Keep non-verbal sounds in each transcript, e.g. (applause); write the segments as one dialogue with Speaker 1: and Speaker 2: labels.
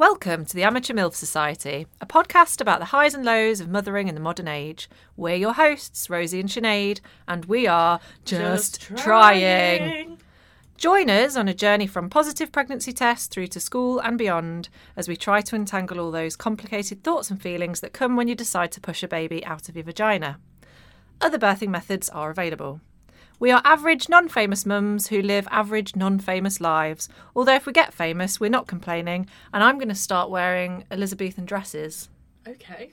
Speaker 1: Welcome to the Amateur MILF Society, a podcast about the highs and lows of mothering in the modern age. We're your hosts, Rosie and Sinead, and we are just, trying. Join us on a journey from positive pregnancy tests through to school and beyond as we try to untangle all those complicated thoughts and feelings that come when you decide to push a baby out of your vagina. Other birthing methods are available. We are average, non famous mums who live average, non famous lives. Although, if we get famous, we're not complaining, and I'm going to start wearing Elizabethan dresses.
Speaker 2: Okay.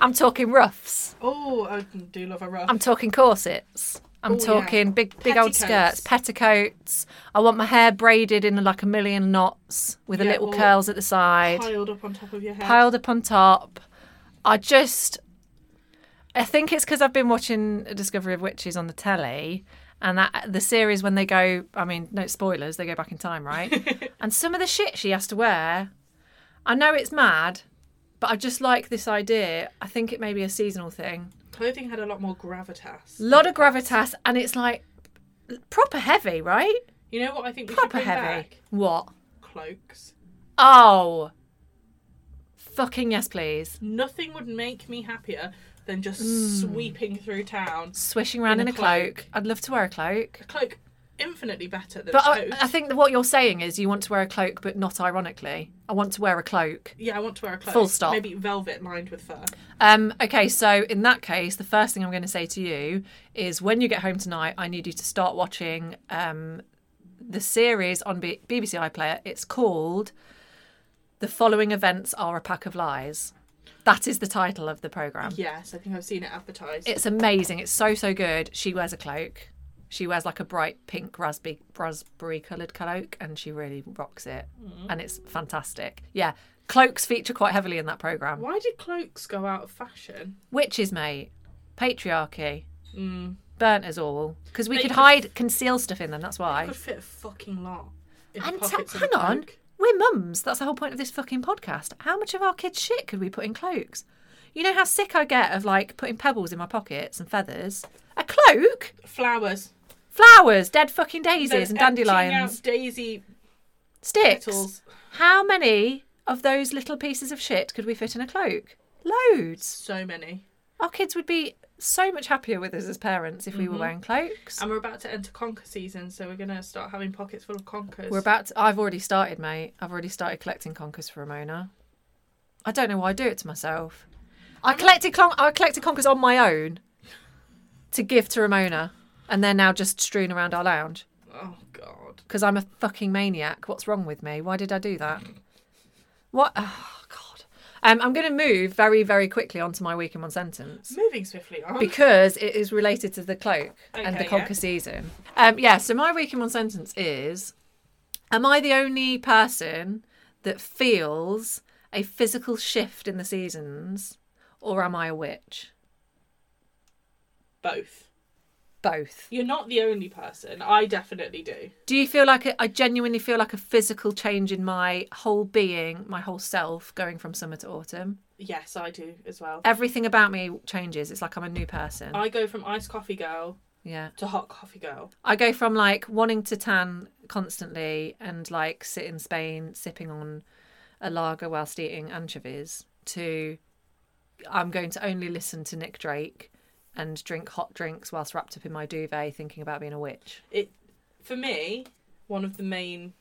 Speaker 1: I'm talking ruffs,
Speaker 2: Oh, I do love a rough.
Speaker 1: I'm talking corsets. I'm
Speaker 2: Oh, yeah.
Speaker 1: talking big, big old skirts,
Speaker 2: Petticoats.
Speaker 1: petticoats. I want my hair braided in like a million knots with a
Speaker 2: Yeah,
Speaker 1: little
Speaker 2: or
Speaker 1: curls at the side,
Speaker 2: piled up on top of your head.
Speaker 1: piled up on top. I just, I think it's because I've been watching Discovery of Witches on the telly, and that the series when they go, I mean, no spoilers, they go back in time,
Speaker 2: (laughs)
Speaker 1: right? and some of the shit she has to wear, I know it's mad, but I just like this idea. I think it may be a seasonal thing.
Speaker 2: Clothing had a lot more gravitas.
Speaker 1: lot of gravitas, and it's like proper heavy, right?
Speaker 2: You know what I think we should
Speaker 1: Proper
Speaker 2: bring
Speaker 1: heavy.
Speaker 2: back?
Speaker 1: What?
Speaker 2: Cloaks.
Speaker 1: Oh, fucking yes, please.
Speaker 2: Nothing would make me happier than just
Speaker 1: Mm.
Speaker 2: sweeping through town.
Speaker 1: Swishing around in,
Speaker 2: In
Speaker 1: a
Speaker 2: a
Speaker 1: cloak.
Speaker 2: cloak.
Speaker 1: I'd love to wear a cloak.
Speaker 2: A cloak, infinitely better than
Speaker 1: But I,
Speaker 2: tote.
Speaker 1: I think that what you're saying is you want to wear a cloak, but not ironically. I want to wear a cloak.
Speaker 2: yeah, I want to wear a cloak.
Speaker 1: Full stop.
Speaker 2: Maybe velvet lined with fur.
Speaker 1: Um, okay, so in that case, the first thing I'm going to say to you is when you get home tonight, I need you to start watching um, the series on B- BBC iPlayer. It's called The Following Events Are a Pack of Lies. That is the title of the programme.
Speaker 2: Yes, I think I've seen it advertised.
Speaker 1: It's amazing. It's so, so good. She wears a cloak. She wears like a bright pink raspberry raspberry coloured cloak and she really rocks it. And it's fantastic. Yeah. Cloaks feature quite heavily in that programme.
Speaker 2: Why did cloaks go out of fashion?
Speaker 1: Witches, mate. Patriarchy.
Speaker 2: Mm.
Speaker 1: Burnt us all. Because we
Speaker 2: They
Speaker 1: could
Speaker 2: could-
Speaker 1: hide, conceal stuff in them. That's
Speaker 2: I
Speaker 1: why.
Speaker 2: could fit a fucking lot. In the
Speaker 1: And t-
Speaker 2: pockets of a
Speaker 1: hang on.
Speaker 2: cloak.
Speaker 1: We're mums. That's the whole point of this fucking podcast. How much of our kids' shit could we put in cloaks? You know how sick I get of like putting pebbles in my pockets and feathers? A cloak?
Speaker 2: Flowers.
Speaker 1: Flowers, dead fucking daisies
Speaker 2: Those
Speaker 1: and
Speaker 2: emptying out
Speaker 1: dandelions.
Speaker 2: Daisy
Speaker 1: Sticks.
Speaker 2: petals.
Speaker 1: How many of those little pieces of shit could we fit in a cloak? Loads.
Speaker 2: So many.
Speaker 1: Our kids would be so much happier with us as parents if we
Speaker 2: Mm-hmm.
Speaker 1: were wearing cloaks.
Speaker 2: And we're about to enter conker season, so we're gonna start having pockets full of conkers.
Speaker 1: We're about to, I've already started, mate. I've already started collecting conkers for Ramona. I don't know why I do it to myself. I collected con- I collected conkers on my own to give to Ramona, and they're now just strewn around our lounge
Speaker 2: Oh god.
Speaker 1: because I'm a fucking maniac. What's wrong with me? Why did I do that? What? Oh god. Um, I'm going to move very very quickly onto my week in one sentence
Speaker 2: Moving swiftly on.
Speaker 1: because it is related to the cloak and the
Speaker 2: Okay,
Speaker 1: conquer
Speaker 2: yeah.
Speaker 1: season. Um, yeah, so my week in one sentence is Am I the only person that feels a physical shift in the seasons, or am I a witch?
Speaker 2: Both.
Speaker 1: Both.
Speaker 2: You're not the only person. I definitely do.
Speaker 1: Do you feel like a, I genuinely feel like a physical change in my whole being, my whole self, going from summer to autumn?
Speaker 2: Yes, I do as well.
Speaker 1: Everything about me changes. It's like I'm a new person.
Speaker 2: I go from iced coffee girl
Speaker 1: yeah.
Speaker 2: to hot coffee girl.
Speaker 1: I go from like wanting to tan constantly and like sit in Spain sipping on a lager whilst eating anchovies to I'm going to only listen to Nick Drake and drink hot drinks whilst wrapped up in my duvet thinking about being a witch.
Speaker 2: It for me, one of the main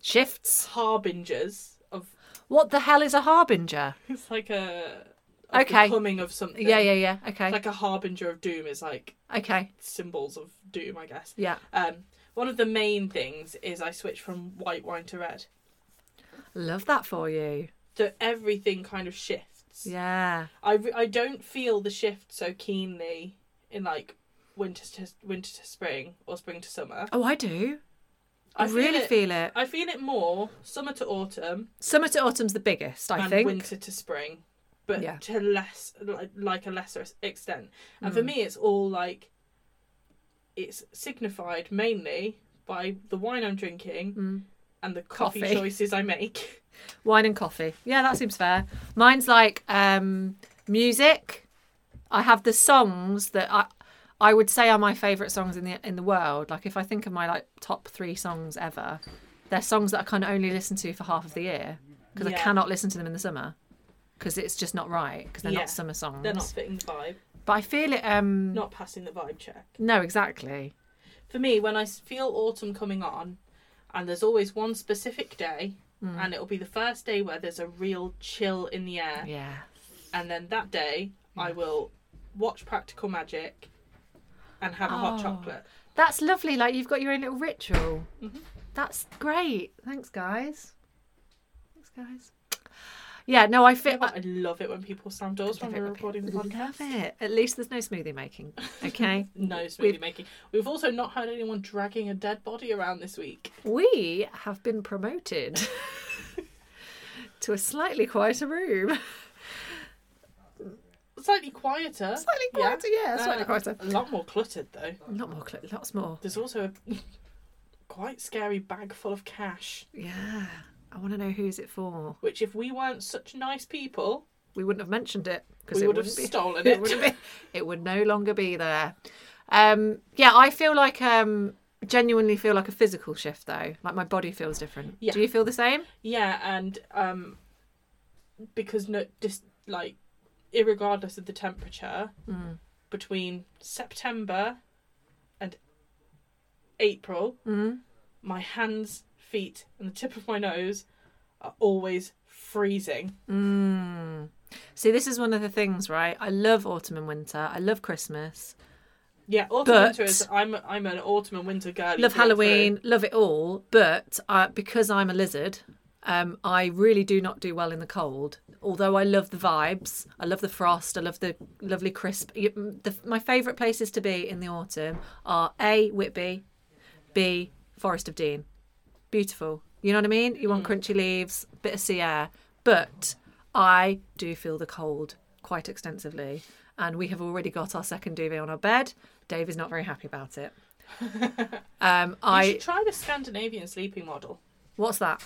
Speaker 1: Shifts.
Speaker 2: harbingers of (laughs)
Speaker 1: What the hell is a harbinger?
Speaker 2: it's like a of
Speaker 1: Okay.
Speaker 2: the coming of something.
Speaker 1: Yeah, yeah, yeah. Okay.
Speaker 2: Like a harbinger of doom is like
Speaker 1: okay.
Speaker 2: symbols of doom, I guess.
Speaker 1: Yeah.
Speaker 2: Um, one of the main things is I switch from white wine to red.
Speaker 1: Love that for you.
Speaker 2: So everything kind of shifts.
Speaker 1: Yeah.
Speaker 2: I, re- I don't feel the shift so keenly in like winter to winter to spring or spring to summer.
Speaker 1: Oh, I do. I,
Speaker 2: I feel
Speaker 1: really
Speaker 2: it-
Speaker 1: feel it.
Speaker 2: I feel it more summer to autumn
Speaker 1: Summer to autumn's the biggest, I
Speaker 2: and
Speaker 1: think.
Speaker 2: winter to spring, but
Speaker 1: Yeah.
Speaker 2: to less like, like a lesser extent. And
Speaker 1: Mm.
Speaker 2: for me, it's all like it's signified mainly by the wine I'm drinking
Speaker 1: Mm.
Speaker 2: and the coffee,
Speaker 1: Coffee.
Speaker 2: choices I make. (laughs)
Speaker 1: Wine and coffee. Yeah, that seems fair. Mine's like um, music. I have the songs that I I would say are my favourite songs in the in the world. Like if I think of my like top three songs ever, They're songs that I can only listen to for half of the year because I
Speaker 2: Yeah.
Speaker 1: cannot listen to them in the summer because it's just not right because they're
Speaker 2: Yeah.
Speaker 1: not summer songs.
Speaker 2: They're not fitting the vibe.
Speaker 1: But I feel it. Um,
Speaker 2: Not passing the vibe check.
Speaker 1: No, exactly.
Speaker 2: For me, when I s- feel autumn coming on, and there's always one specific day,
Speaker 1: Hmm.
Speaker 2: and it'll be the first day where there's a real chill in the air,
Speaker 1: Yeah.
Speaker 2: and then that day I
Speaker 1: Hmm.
Speaker 2: will watch Practical Magic and have a hot
Speaker 1: Oh.
Speaker 2: chocolate.
Speaker 1: That's lovely. Like you've got your own little ritual.
Speaker 2: Mm-hmm.
Speaker 1: That's great. Thanks, guys. Thanks, guys. Yeah. No, I feel.
Speaker 2: I love it when people stand doors when
Speaker 1: Love
Speaker 2: we're
Speaker 1: it,
Speaker 2: recording the
Speaker 1: love
Speaker 2: podcast.
Speaker 1: it. At least there's no smoothie making.
Speaker 2: (laughs)
Speaker 1: Okay.
Speaker 2: No smoothie
Speaker 1: We've-
Speaker 2: making. We've also not heard anyone dragging a dead body around this week.
Speaker 1: we have been promoted (laughs) to a slightly quieter room.
Speaker 2: Slightly quieter.
Speaker 1: Slightly
Speaker 2: Yeah.
Speaker 1: quieter, yeah, slightly
Speaker 2: Uh,
Speaker 1: quieter.
Speaker 2: A lot more cluttered though.
Speaker 1: Not more, cl- lots more.
Speaker 2: There's also a (laughs) quite scary bag full of cash,
Speaker 1: Yeah. I want to know who's it for.
Speaker 2: which if we weren't such nice people,
Speaker 1: We wouldn't have mentioned it because
Speaker 2: we
Speaker 1: it
Speaker 2: would have
Speaker 1: wouldn't be. (laughs) it
Speaker 2: stolen it.
Speaker 1: would be, it would no longer be there. Um, yeah, I feel like um, genuinely feel like a physical shift though. Like my body feels different.
Speaker 2: Yeah.
Speaker 1: Do you feel the same?
Speaker 2: Yeah, and um, because no, just like, irregardless of the temperature,
Speaker 1: Mm.
Speaker 2: between September and April,
Speaker 1: Mm.
Speaker 2: my hands, feet, and the tip of my nose are always freezing.
Speaker 1: Mm. See, this is one of the things, right? I love autumn and winter. I love Christmas.
Speaker 2: Yeah, autumn
Speaker 1: But-
Speaker 2: winter is. I'm I'm an autumn and winter girl.
Speaker 1: love Halloween. Love it all. But uh, because I'm a lizard, um, I really do not do well in the cold. Although I love the vibes, I love the frost, I love the lovely crisp. y- The, my favourite places to be in the autumn are A, Whitby, B, Forest of Dean. Beautiful. You know what I mean? You want
Speaker 2: Mm.
Speaker 1: crunchy leaves, bit of sea air. But I do feel the cold quite extensively. And we have already got our second duvet on our bed. Dave is not very happy about
Speaker 2: (laughs)
Speaker 1: it. um,
Speaker 2: I
Speaker 1: I
Speaker 2: should try the Scandinavian sleeping model.
Speaker 1: what's that?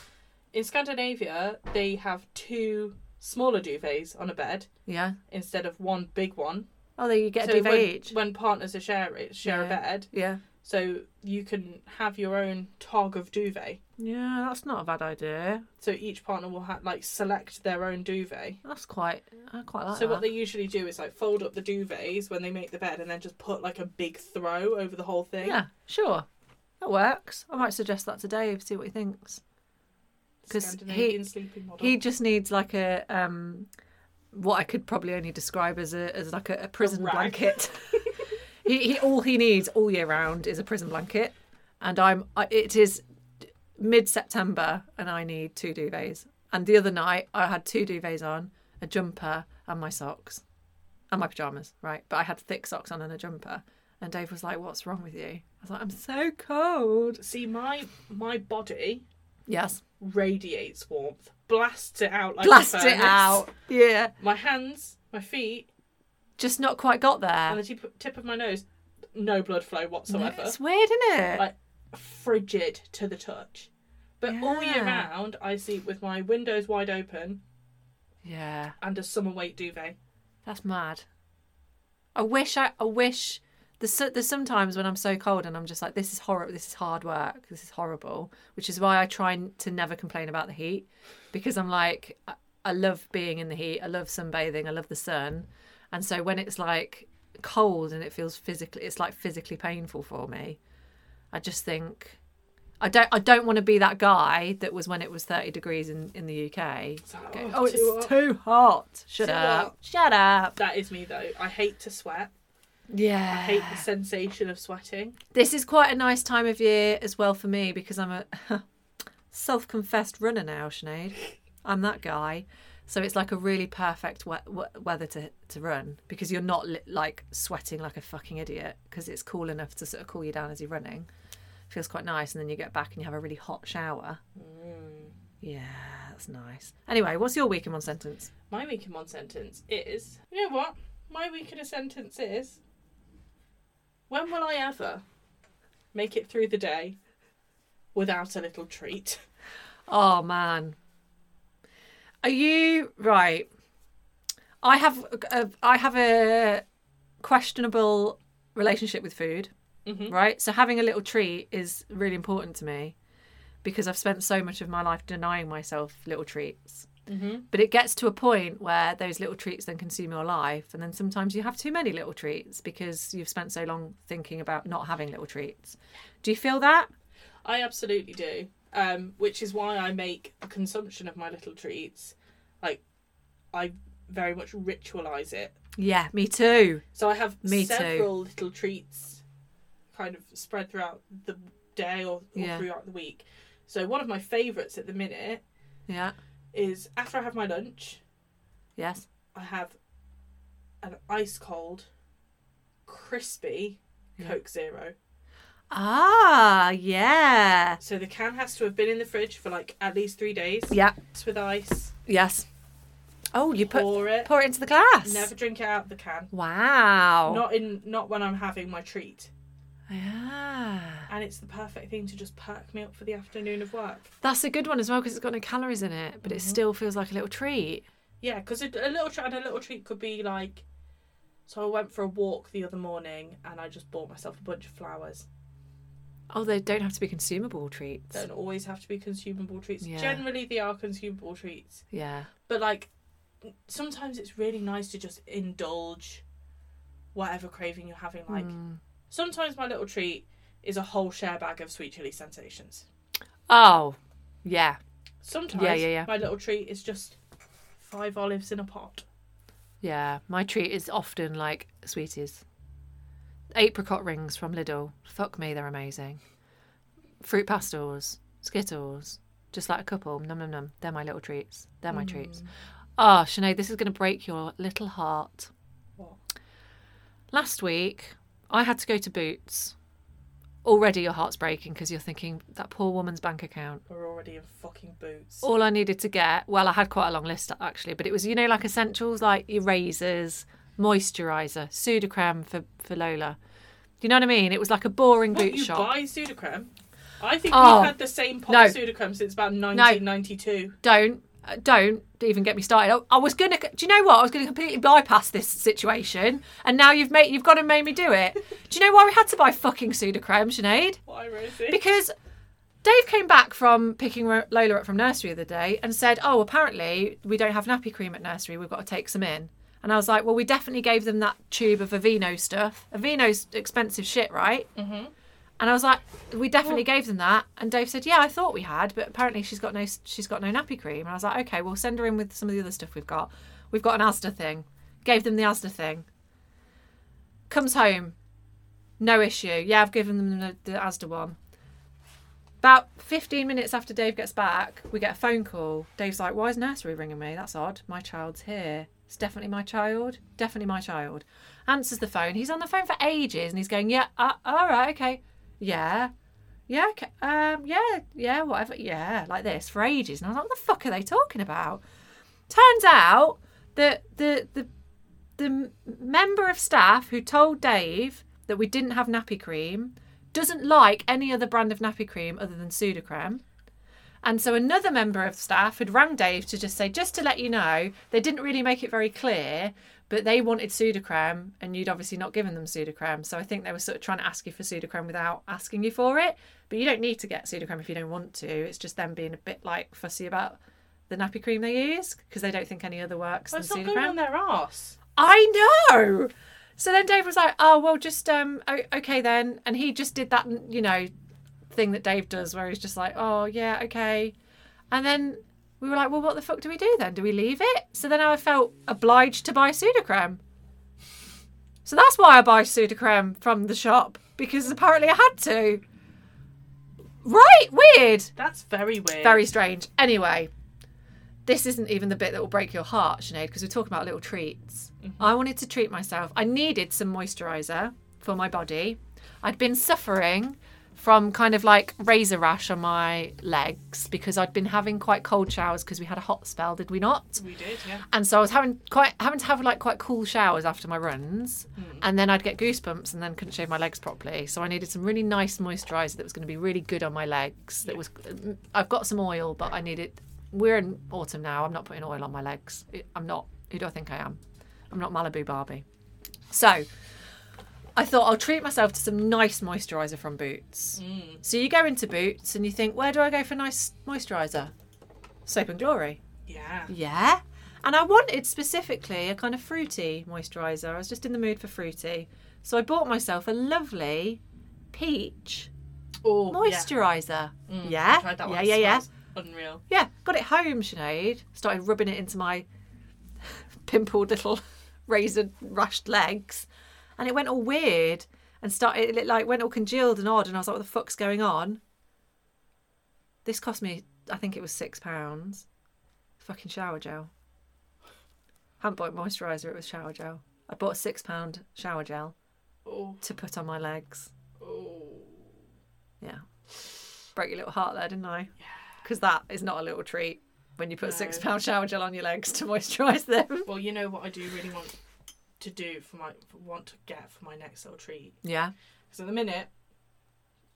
Speaker 2: In Scandinavia, they have two smaller duvets on a bed
Speaker 1: Yeah.
Speaker 2: instead of one big one.
Speaker 1: Oh, there you get a duvet
Speaker 2: when,
Speaker 1: each.
Speaker 2: when partners are share it, share
Speaker 1: Yeah.
Speaker 2: a bed,
Speaker 1: Yeah.
Speaker 2: so you can have your own tog of duvet.
Speaker 1: Yeah, that's not a bad idea.
Speaker 2: So each partner will ha- like select their own duvet.
Speaker 1: That's quite. I quite like
Speaker 2: So
Speaker 1: that.
Speaker 2: what they usually do is like fold up the duvets when they make the bed, and then just put like a big throw over the whole thing.
Speaker 1: Yeah, sure. That works. I might suggest that to Dave. See what he thinks. 'Cause he-
Speaker 2: Scandinavian sleeping model.
Speaker 1: He just needs like a um, what I could probably only describe as a as like a, a prison
Speaker 2: rag.
Speaker 1: blanket. (laughs) he, he all he needs all year round is a prison blanket, and I'm I, it is mid September and I need two duvets. And the other night I had two duvets on, a jumper and my socks, and my pajamas. Right, but I had thick socks on and a jumper. And Dave was like, "What's wrong with you?" I was like, "I'm so cold."
Speaker 2: See, my my body
Speaker 1: Yes,
Speaker 2: radiates warmth, blasts it out like a
Speaker 1: blast it
Speaker 2: furnace.
Speaker 1: out. Yeah,
Speaker 2: My hands, my feet,
Speaker 1: just not quite got there.
Speaker 2: and the tip, tip of my nose, no blood flow
Speaker 1: No,
Speaker 2: whatsoever.
Speaker 1: It's weird, isn't it?
Speaker 2: like frigid to the touch. But all year
Speaker 1: Yeah.
Speaker 2: round, I sleep with my windows wide open
Speaker 1: yeah,
Speaker 2: and a summer weight duvet.
Speaker 1: that's mad. I wish I, I wish there's so, there's sometimes when I'm so cold and I'm just like this is horrible, this is hard work, this is horrible, which is why I try n- to never complain about the heat because I'm like I, I love being in the heat, I love sunbathing, I love the sun, and so when it's like cold and it feels physically, it's like physically painful for me. I just think. I don't. I don't want to be that guy that was when it was thirty degrees in, in the UK.
Speaker 2: So,
Speaker 1: Go,
Speaker 2: oh,
Speaker 1: oh, it's
Speaker 2: too
Speaker 1: too,
Speaker 2: hot."
Speaker 1: hot. Shut
Speaker 2: Too
Speaker 1: up.
Speaker 2: hot.
Speaker 1: Shut up.
Speaker 2: That is me though. I hate to sweat. I
Speaker 1: Yeah.
Speaker 2: hate the sensation of sweating.
Speaker 1: This is quite a nice time of year as well for me because I'm a (laughs) self confessed runner now, Sinead. I'm that guy. So it's like a really perfect we- we- weather to, to run because you're not li- like sweating like a fucking idiot because it's cool enough to sort of cool you down as you're running. Feels quite nice. And then you get back and you have a really hot shower.
Speaker 2: Mm.
Speaker 1: Yeah, that's nice. Anyway, what's your week in one sentence?
Speaker 2: My week in one sentence is you know what? My week in a sentence is When will I ever make it through the day without a little treat?
Speaker 1: Oh man. Are you right? I have a, I have a questionable relationship with food,
Speaker 2: Mhm.
Speaker 1: right? So having a little treat is really important to me. because I've spent so much of my life denying myself little treats.
Speaker 2: Mm-hmm.
Speaker 1: But it gets to a point where those little treats then consume your life, and then sometimes you have too many little treats because you've spent so long thinking about not having little treats. Do you feel that?
Speaker 2: I absolutely do. Um, which is why I make the consumption of my little treats, like, I very much ritualize it.
Speaker 1: Yeah, me too.
Speaker 2: So I have
Speaker 1: Me too.
Speaker 2: several little treats kind of spread throughout the day or, or
Speaker 1: Yeah.
Speaker 2: throughout the week. So one of my favorites at the minute
Speaker 1: Yeah.
Speaker 2: is after I have my lunch,
Speaker 1: Yes.
Speaker 2: I have an ice cold, crispy
Speaker 1: Yeah.
Speaker 2: Coke Zero.
Speaker 1: Ah, yeah.
Speaker 2: So the can has to have been in the fridge for like at least three days.
Speaker 1: Yeah.
Speaker 2: It's with ice.
Speaker 1: Yes. Oh, you put
Speaker 2: pour it.
Speaker 1: pour it into the glass.
Speaker 2: Never drink it out of the can.
Speaker 1: Wow.
Speaker 2: Not in not when I'm having my treat.
Speaker 1: yeah.
Speaker 2: And it's the perfect thing to just perk me up for the afternoon of work.
Speaker 1: That's a good one as well because it's got no calories in it,
Speaker 2: Mm-hmm.
Speaker 1: but it still feels like a little treat.
Speaker 2: Yeah, because a, a little treat and a little treat could be like. So I went for a walk the other morning and I just bought myself a bunch of flowers.
Speaker 1: Oh, they don't have to be consumable treats.
Speaker 2: Don't always have to be consumable treats.
Speaker 1: Yeah.
Speaker 2: Generally, they are consumable treats,
Speaker 1: Yeah.
Speaker 2: but like sometimes it's really nice to just indulge whatever craving you're having. Like
Speaker 1: Mm.
Speaker 2: sometimes my little treat is a whole share bag of sweet chili sensations.
Speaker 1: Oh, yeah.
Speaker 2: Sometimes
Speaker 1: Yeah, yeah, yeah.
Speaker 2: my little treat is just five olives in a pot.
Speaker 1: Yeah. My treat is often like sweeties. Apricot rings from Lidl. Fuck me, they're amazing. Fruit pastels, Skittles, just like a couple. Num num num. They're my little treats. They're my treats. Oh, Sinead, this is going to break your little heart.
Speaker 2: What?
Speaker 1: Last week, I had to go to Boots. Already your heart's breaking because you're thinking that poor woman's bank account.
Speaker 2: We're already in fucking boots.
Speaker 1: All I needed to get, well, I had quite a long list actually, but it was, you know, like essentials like erasers, moisturiser, pseudocreme for, for Lola. Do you know what I mean? It was like a boring
Speaker 2: What,
Speaker 1: boot
Speaker 2: you
Speaker 1: shop.
Speaker 2: buy Sudocrem? I think
Speaker 1: Oh,
Speaker 2: we've had the same pot
Speaker 1: no.
Speaker 2: of Sudocrem since about 1992.
Speaker 1: don't uh, don't even get me started. I, I was gonna. Do you know what? I was gonna completely bypass this situation, and now you've made you've gone and made me do it. do you know why we had to buy fucking pseudocreme, Sinead?
Speaker 2: Why, Rosie?
Speaker 1: Because Dave came back from picking Ro- Lola up from nursery the other day and said, "Oh, apparently we don't have nappy cream at nursery. We've got to take some in." And I was like, "Well, we definitely gave them that tube of Aveeno stuff. Aveeno's expensive shit, right?" Mm-hmm. And I was like, "We definitely gave them that." And Dave said, "Yeah, I thought we had, but apparently she's got no she's got no nappy cream." And I was like, "Okay, we'll send her in with some of the other stuff we've got. We've got an Asda thing. Gave them the Asda thing. Comes home, no issue. Yeah, I've given them the, the Asda one." About 15 minutes after Dave gets back, we get a phone call. Dave's like, Why is nursery ringing me? That's odd. My child's here. It's definitely my child. Definitely my child. Answers the phone. He's on the phone for ages and he's going, Yeah, uh, all right, okay. Yeah. Yeah, okay. Um, yeah, yeah, whatever. Yeah, like this for ages. And I was like, What the fuck are they talking about? Turns out that the, the, the m- member of staff who told Dave that we didn't have nappy cream doesn't like any other brand of nappy cream other than Sudocrem. And so another member of staff had rang Dave to just say, just to let you know, they didn't really make it very clear, but they wanted Sudocrem and you'd obviously not given them Sudocrem. So I think they were sort of trying to ask you for Sudocrem without asking you for it. But you don't need to get Sudocrem if you don't want to. It's just them being a bit like fussy about the nappy cream they use because they don't think any other works
Speaker 2: Well,
Speaker 1: than
Speaker 2: it's not
Speaker 1: Sudocrem.
Speaker 2: going on their arse.
Speaker 1: I know. So then Dave was like, "Oh well, just um, o- okay then," and he just did that, you know, thing that Dave does, where he's just like, "Oh yeah, okay," and then we were like, "Well, what the fuck do we do then? Do we leave it?" So then I felt obliged to buy pseudocrem. So that's why I buy pseudocrem from the shop because apparently I had to. Right, weird.
Speaker 2: That's very weird.
Speaker 1: Very strange. Anyway, this isn't even the bit that will break your heart, Sinead, because we're talking about little treats. I wanted to treat myself. I needed some moisturiser for my body. I'd been suffering from kind of like razor rash on my legs because I'd been having quite cold showers because we had a hot spell, did we not?
Speaker 2: We did, yeah.
Speaker 1: and so I was having quite having to have like quite cool showers after my runs, and then I'd get goosebumps and then couldn't shave my legs properly. So I needed some really nice moisturiser that was going to be really good on my legs. That was mm, I've got some oil, but I needed. We're in autumn now. I'm not putting oil on my legs. I'm not. Who do I think I am? I'm not Malibu Barbie. So I thought I'll treat myself to some nice moisturiser from Boots. So you go into Boots and you think, where do I go for nice moisturiser? Soap and Glory.
Speaker 2: Yeah.
Speaker 1: Yeah. And I wanted specifically a kind of fruity moisturiser. I was just in the mood for fruity. So I bought myself a lovely peach
Speaker 2: Oh,
Speaker 1: moisturiser.
Speaker 2: Yeah. Mm,
Speaker 1: Yeah,
Speaker 2: I tried that
Speaker 1: yeah,
Speaker 2: one.
Speaker 1: yeah, yeah.
Speaker 2: Smells Unreal.
Speaker 1: Yeah, got it home, Sinead. Started rubbing it into my (laughs) pimpled little (laughs) razor rushed legs. And it went all weird and started, it like went all congealed and odd. And I was like, what the fuck's going on? This cost me, I think it was six pounds. Fucking shower gel. Hadn't bought moisturiser, it was shower gel. I bought a six pound shower gel
Speaker 2: Oh,
Speaker 1: to put on my legs.
Speaker 2: oh.
Speaker 1: Yeah. Broke your little heart there, didn't I? Because that is not a little treat when you put
Speaker 2: No.
Speaker 1: six pound shower gel on your legs to moisturise them.
Speaker 2: Well, you know what I do really want to do for my want to get for my next little treat.
Speaker 1: (laughs) Yeah.
Speaker 2: Because at the minute,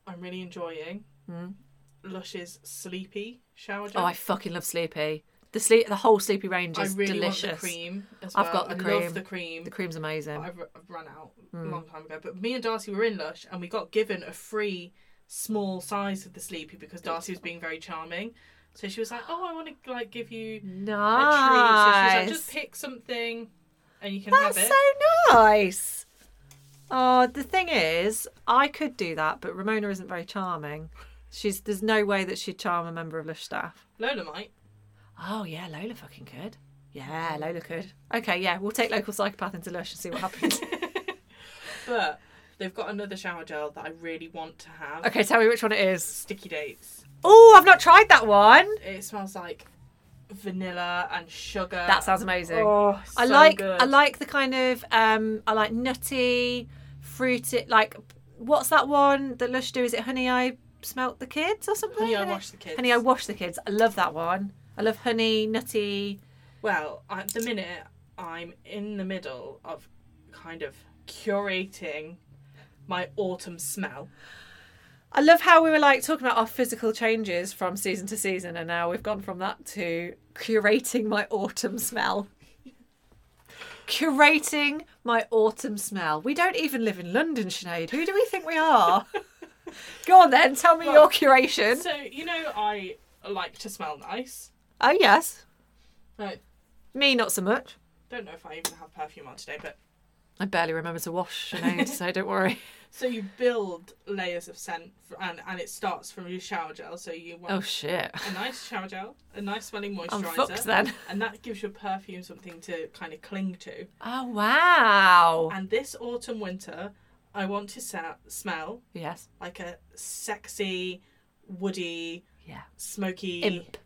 Speaker 2: I'm really enjoying
Speaker 1: Mm.
Speaker 2: Lush's Sleepy shower gel.
Speaker 1: Oh, I fucking love Sleepy. The sleep, the whole Sleepy range
Speaker 2: I
Speaker 1: is
Speaker 2: really
Speaker 1: delicious.
Speaker 2: want the cream as well.
Speaker 1: I've got the
Speaker 2: I
Speaker 1: cream.
Speaker 2: love the cream.
Speaker 1: The Hmm. cream's
Speaker 2: but
Speaker 1: amazing.
Speaker 2: I've, I've run out a long time ago. But me and Darcy were in Lush and we got given a free small size of the Sleepy because Darcy was being very charming. So she was like, "Oh, I want to like give you a treat." So she was like,
Speaker 1: Nice.
Speaker 2: "Just pick something, and you can
Speaker 1: That's
Speaker 2: have it."
Speaker 1: so nice. Oh, the thing is, I could do that, but Ramona isn't very charming. She's there's no way that she'd charm a member of Lush staff.
Speaker 2: Lola might.
Speaker 1: Oh yeah, Lola fucking could. Yeah, Lola could. Okay, yeah, we'll take local psychopath into Lush and see what
Speaker 2: (laughs)
Speaker 1: happens.
Speaker 2: But they've got another shower gel that I really want to have.
Speaker 1: okay, tell me which one it is.
Speaker 2: Sticky dates.
Speaker 1: Oh, I've not tried that one.
Speaker 2: It smells like vanilla and sugar.
Speaker 1: That sounds amazing.
Speaker 2: Oh, it's
Speaker 1: I
Speaker 2: so
Speaker 1: like
Speaker 2: good.
Speaker 1: I like the kind of um I like nutty, fruity like what's that one that Lush do? Is it honey I smelt the kids or something?
Speaker 2: Honey, I wash the kids.
Speaker 1: Honey I wash the kids. I love that one. I love honey, nutty.
Speaker 2: Well, at the minute, I'm in the middle of kind of curating my autumn smell.
Speaker 1: I love how we were like talking about our physical changes from season to season, and now we've gone from that to curating my autumn smell. curating my autumn smell. We don't even live in London, Sinead. Who do we think we
Speaker 2: (laughs)
Speaker 1: are? Go on then, tell me your
Speaker 2: Well,
Speaker 1: curation.
Speaker 2: So, you know, I like to smell nice.
Speaker 1: oh, yes.
Speaker 2: I
Speaker 1: Me, not so much.
Speaker 2: don't know if I even have perfume on today, but
Speaker 1: I barely remember to wash, Sinead, so don't
Speaker 2: (laughs)
Speaker 1: worry.
Speaker 2: so you build layers of scent f- and, and it starts from your shower gel. So you want
Speaker 1: Oh, shit.
Speaker 2: a nice shower gel, a nice smelling
Speaker 1: I'm
Speaker 2: moisturizer.
Speaker 1: fucked then.
Speaker 2: And that gives your perfume something to kind of cling to.
Speaker 1: Oh, wow.
Speaker 2: And this autumn, winter, I want to sa- smell
Speaker 1: Yes.
Speaker 2: like a sexy, woody,
Speaker 1: Yeah.
Speaker 2: smoky,
Speaker 1: Imp.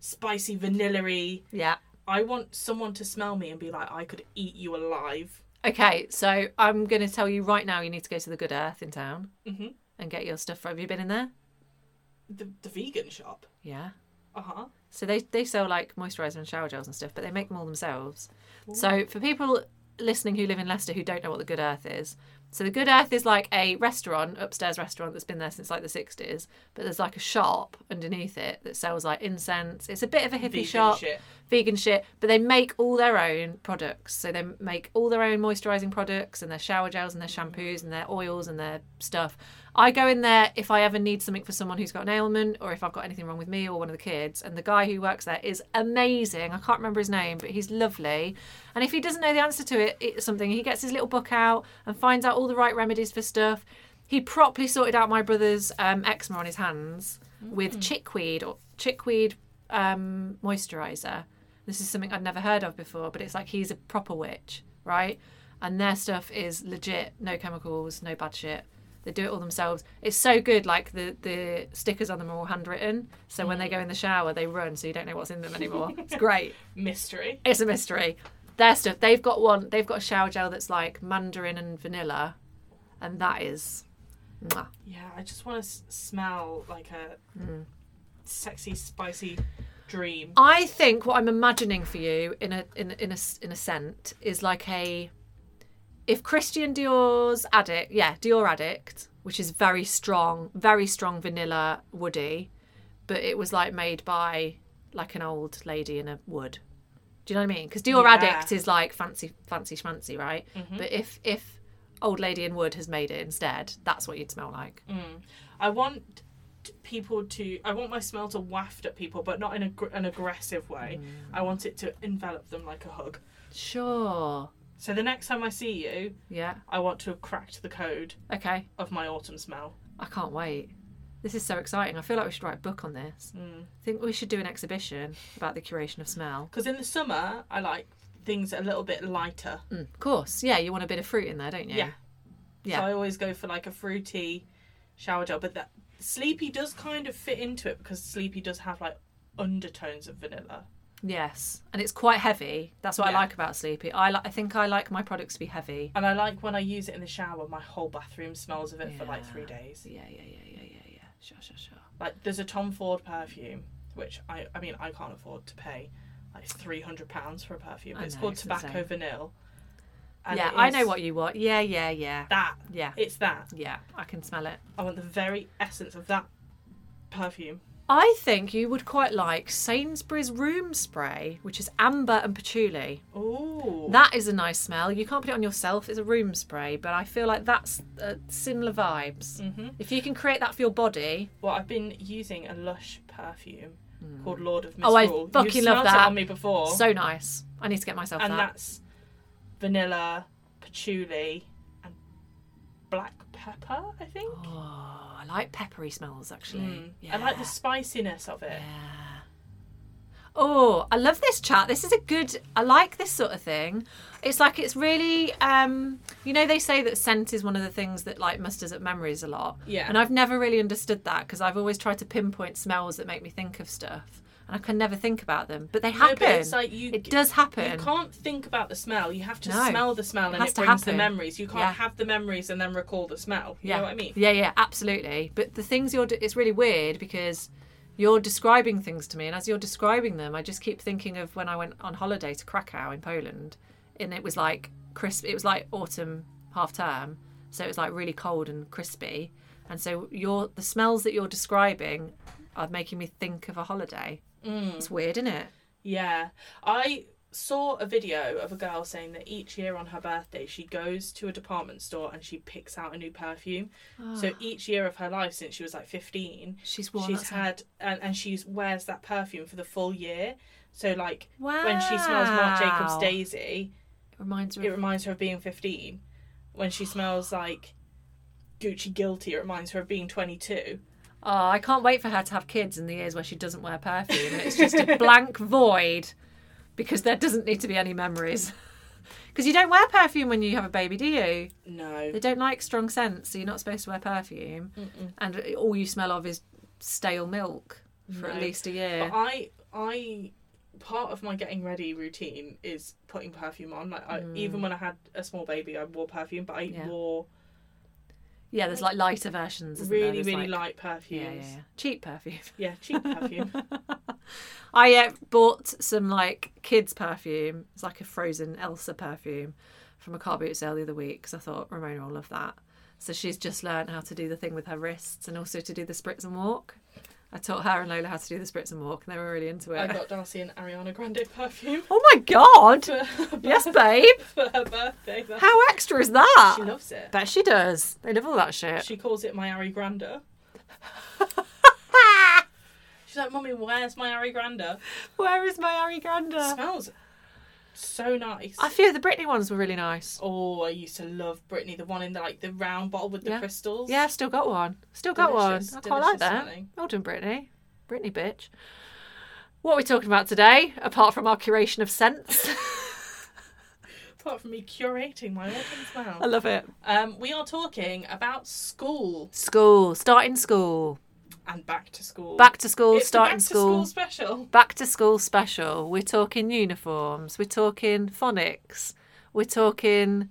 Speaker 2: spicy, vanilla-y.
Speaker 1: Yeah.
Speaker 2: I want someone to smell me and be like, I could eat you alive.
Speaker 1: Okay, so I'm going to tell you right now you need to go to the Good Earth in town
Speaker 2: hmm
Speaker 1: and get your stuff. Have you been in there?
Speaker 2: The, the vegan shop.
Speaker 1: Yeah.
Speaker 2: Uh huh.
Speaker 1: So they, they sell like moisturiser and shower gels and stuff, but they make them all themselves. So for people listening who live in Leicester who don't know what the Good Earth is, so the Good Earth is like a restaurant, upstairs restaurant that's been there since like the 60s, but there's like a shop underneath it that sells like incense. It's a bit of a hippie
Speaker 2: Vegan
Speaker 1: shop.
Speaker 2: shit.
Speaker 1: vegan shit, but they make all their own products. So they make all their own moisturizing products and their shower gels and their shampoos and their oils and their stuff. I go in there if I ever need something for someone who's got an ailment or if I've got anything wrong with me or one of the kids. And the guy who works there is amazing. I can't remember his name, but he's lovely. And if he doesn't know the answer to it, it's something, he gets his little book out and finds out all the right remedies for stuff. He properly sorted out my brother's um, eczema on his hands with chickweed or chickweed um, moisturizer. This is something I'd never heard of before, but it's like he's a proper witch, right? And their stuff is legit, no chemicals, no bad shit. They do it all themselves. It's so good, like the the stickers on them are all handwritten. So when they go in the shower, they run, so you don't know what's in them anymore. it's great.
Speaker 2: Mystery.
Speaker 1: It's a mystery. Their stuff. They've got one. They've got a shower gel that's like mandarin and vanilla, and that is. mwah.
Speaker 2: Yeah, I just want to s- smell like a
Speaker 1: Mm.
Speaker 2: sexy, spicy dream.
Speaker 1: I think what I'm imagining for you in a in a- in a s- in a scent is like a if Christian Dior's addict, yeah, Dior addict, which is very strong, very strong vanilla woody, but it was like made by like an old lady in a wood. Do you know what I mean? Because Dior
Speaker 2: Yeah. Mm-hmm.
Speaker 1: addict is like fancy fancy schmancy, right? But if if old lady in wood has made it instead, that's what you'd smell like.
Speaker 2: Mm. I want t- people to. I want my smell to waft at people, but not in a, gr- an aggressive way.
Speaker 1: Mm.
Speaker 2: I want it to envelop them like a hug.
Speaker 1: Sure.
Speaker 2: So the next time I see you,
Speaker 1: Yeah.
Speaker 2: I want to have cracked the code
Speaker 1: Okay.
Speaker 2: of my autumn smell.
Speaker 1: I can't wait. This is so exciting. I feel like we should write a book on this.
Speaker 2: Hmm.
Speaker 1: I think we should do an exhibition about the curation of smell.
Speaker 2: Because in the summer, I like things a little bit lighter.
Speaker 1: Mm, of course. Yeah, you want a bit of fruit in there, don't you?
Speaker 2: Hmm. Yeah.
Speaker 1: Yeah.
Speaker 2: So I always go for like a fruity shower gel, but that sleepy does kind of fit into it because sleepy does have like undertones of vanilla.
Speaker 1: Yes. And it's quite heavy. That's what
Speaker 2: Yeah.
Speaker 1: I like about Sleepy. I li- I think I like my products to be heavy.
Speaker 2: And I like when I use it in the shower, my whole bathroom smells of it for like
Speaker 1: Yeah.
Speaker 2: three days.
Speaker 1: Yeah, yeah, yeah, yeah, yeah, yeah. Sure, sure, sure.
Speaker 2: Like there's a Tom Ford perfume, which I I mean I can't afford to pay like three hundred pounds for a perfume.
Speaker 1: I
Speaker 2: It's
Speaker 1: know,
Speaker 2: called
Speaker 1: it's
Speaker 2: Tobacco
Speaker 1: insane.
Speaker 2: Vanilla.
Speaker 1: yeah,
Speaker 2: it
Speaker 1: I
Speaker 2: is
Speaker 1: know what you want. Yeah, yeah, yeah.
Speaker 2: that.
Speaker 1: Yeah.
Speaker 2: It's that.
Speaker 1: Yeah, I can smell it.
Speaker 2: I want the very essence of that perfume.
Speaker 1: I think you would quite like Sainsbury's room spray, which is amber and patchouli.
Speaker 2: Ooh.
Speaker 1: That is a nice smell. You can't put it on yourself, it's a room spray, but I feel like that's uh, similar vibes.
Speaker 2: hmm
Speaker 1: If you can create that for your body,
Speaker 2: Well, I've been using a Lush perfume called Lord of
Speaker 1: Oh, I
Speaker 2: Misrule.
Speaker 1: fucking
Speaker 2: you
Speaker 1: love
Speaker 2: smelt
Speaker 1: that.
Speaker 2: it on me before,
Speaker 1: so nice. I need to get myself
Speaker 2: Oh. and
Speaker 1: that.
Speaker 2: that's vanilla, patchouli, and black pepper. I think.
Speaker 1: Oh, I like peppery smells actually.
Speaker 2: Mm.
Speaker 1: Yeah.
Speaker 2: I like the spiciness of it.
Speaker 1: Yeah. Oh, I love this chat. This is a good. I like this sort of thing. It's like it's really. Um, you know, they say that scent is one of the things that like musters up memories a lot.
Speaker 2: Yeah.
Speaker 1: And I've never really understood that because I've always tried to pinpoint smells that make me think of stuff, and I can never think about them. But they
Speaker 2: No,
Speaker 1: happen.
Speaker 2: but it's like you.
Speaker 1: it does
Speaker 2: you
Speaker 1: happen.
Speaker 2: can't think about the smell. You have to
Speaker 1: No.
Speaker 2: smell the smell,
Speaker 1: It
Speaker 2: and
Speaker 1: has
Speaker 2: it
Speaker 1: to
Speaker 2: brings the
Speaker 1: happen.
Speaker 2: memories. You can't
Speaker 1: Yeah.
Speaker 2: have the memories and then recall the smell. You
Speaker 1: yeah.
Speaker 2: know what I mean?
Speaker 1: Yeah, yeah, absolutely. But the things you're, d- it's really weird because you're describing things to me, and as you're describing them, I just keep thinking of when I went on holiday to Krakow in Poland, and it was like crisp. It was like autumn half term, so it was like really cold and crispy. And so your the smells that you're describing are making me think of a holiday.
Speaker 2: Mm.
Speaker 1: It's weird, isn't it?
Speaker 2: Yeah. I saw a video of a girl saying that each year on her birthday she goes to a department store and she picks out a new perfume. So
Speaker 1: Ah.
Speaker 2: each year of her life since she was like 15,
Speaker 1: She's worn.
Speaker 2: she's
Speaker 1: that smell.
Speaker 2: had and, and she wears that perfume for the full year. So like when she smells Marc Jacobs
Speaker 1: Wow.
Speaker 2: Daisy,
Speaker 1: It reminds me.
Speaker 2: it
Speaker 1: Of,
Speaker 2: reminds her of being 15. When she smells like Gucci Guilty, it reminds her of being 22.
Speaker 1: oh, I can't wait for her to have kids in the years where she doesn't wear perfume. And it's just a
Speaker 2: (laughs)
Speaker 1: blank void because there doesn't need to be any memories. (laughs) Because you don't wear perfume when you have a baby, do you?
Speaker 2: No.
Speaker 1: They don't like strong scents, so you're not supposed to wear perfume.
Speaker 2: Mm-mm.
Speaker 1: And all you smell of is stale milk for
Speaker 2: No.
Speaker 1: at least a
Speaker 2: But
Speaker 1: year.
Speaker 2: I I part of my getting ready routine is putting perfume on. Like I, even when I had a small baby, I wore perfume, but I
Speaker 1: Mm. Yeah.
Speaker 2: wore
Speaker 1: yeah, there's like lighter versions. isn't there?
Speaker 2: really
Speaker 1: There's,
Speaker 2: really
Speaker 1: like-
Speaker 2: light
Speaker 1: Yeah, yeah,
Speaker 2: perfumes.
Speaker 1: yeah. Cheap perfume.
Speaker 2: Yeah,
Speaker 1: (laughs)
Speaker 2: cheap perfume.
Speaker 1: I uh, bought some like kids perfume. It's like a frozen Elsa perfume from a car boot sale the other week because I thought Ramona will love that. So she's just learned how to do the thing with her wrists and also to do the spritz and walk. I taught her and Lola how to do the spritz and walk, and they were really into
Speaker 2: I
Speaker 1: it.
Speaker 2: got Darcy an Ariana Grande perfume
Speaker 1: (laughs)
Speaker 2: (laughs)
Speaker 1: oh my god!
Speaker 2: for her, bir-
Speaker 1: yes, babe.
Speaker 2: for her birthday. That-
Speaker 1: How extra is that?
Speaker 2: she loves it.
Speaker 1: Bet she does. They love all that shit.
Speaker 2: She calls it my
Speaker 1: (laughs)
Speaker 2: Ari Grande. She's like, "Mummy, where's my Ari Grande?"
Speaker 1: Where is my Ari (laughs) Grande?
Speaker 2: Smells so nice.
Speaker 1: A few of the Britney ones were really nice.
Speaker 2: oh, I used to love Britney, the one in the like the round bottle with the
Speaker 1: Yeah.
Speaker 2: crystals.
Speaker 1: Yeah, I've still got one. Still got
Speaker 2: Delicious,
Speaker 1: one. I quite like
Speaker 2: delicious
Speaker 1: that.
Speaker 2: smelling.
Speaker 1: Well done, Brittany. Brittany, bitch. What are we talking about today, apart from our curation of scents? (laughs)
Speaker 2: Apart from me curating my autumn
Speaker 1: I
Speaker 2: smell.
Speaker 1: love it.
Speaker 2: Um, we are talking about school
Speaker 1: School, starting school,
Speaker 2: and back to school.
Speaker 1: back to school,
Speaker 2: It's the
Speaker 1: starting
Speaker 2: back to
Speaker 1: school.
Speaker 2: school special.
Speaker 1: back to school special. We're talking uniforms, we're talking phonics, we're talking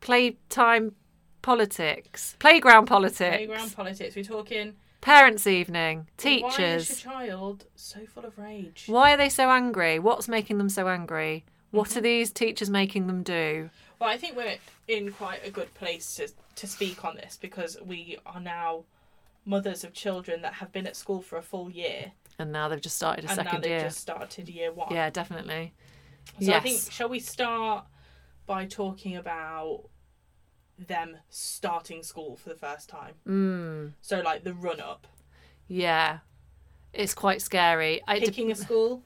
Speaker 1: playtime politics, playground politics,
Speaker 2: Playground politics. We're talking
Speaker 1: parents' evening,
Speaker 2: Why is
Speaker 1: teachers.
Speaker 2: your child so full of rage?
Speaker 1: Why are they so angry? What's making them so angry? What are
Speaker 2: Mm-hmm.
Speaker 1: these teachers making them do?
Speaker 2: Well, I think we're in quite a good place to to speak on this because we are now mothers of children that have been at school for a full year
Speaker 1: And now they've just started a
Speaker 2: and now
Speaker 1: second
Speaker 2: they've
Speaker 1: year.
Speaker 2: just started year one.
Speaker 1: Yeah, definitely.
Speaker 2: So I
Speaker 1: yes.
Speaker 2: think shall we start by talking about them starting school for the first time.
Speaker 1: Mm,
Speaker 2: So like the run up,
Speaker 1: yeah. It's quite scary. I,
Speaker 2: picking a school.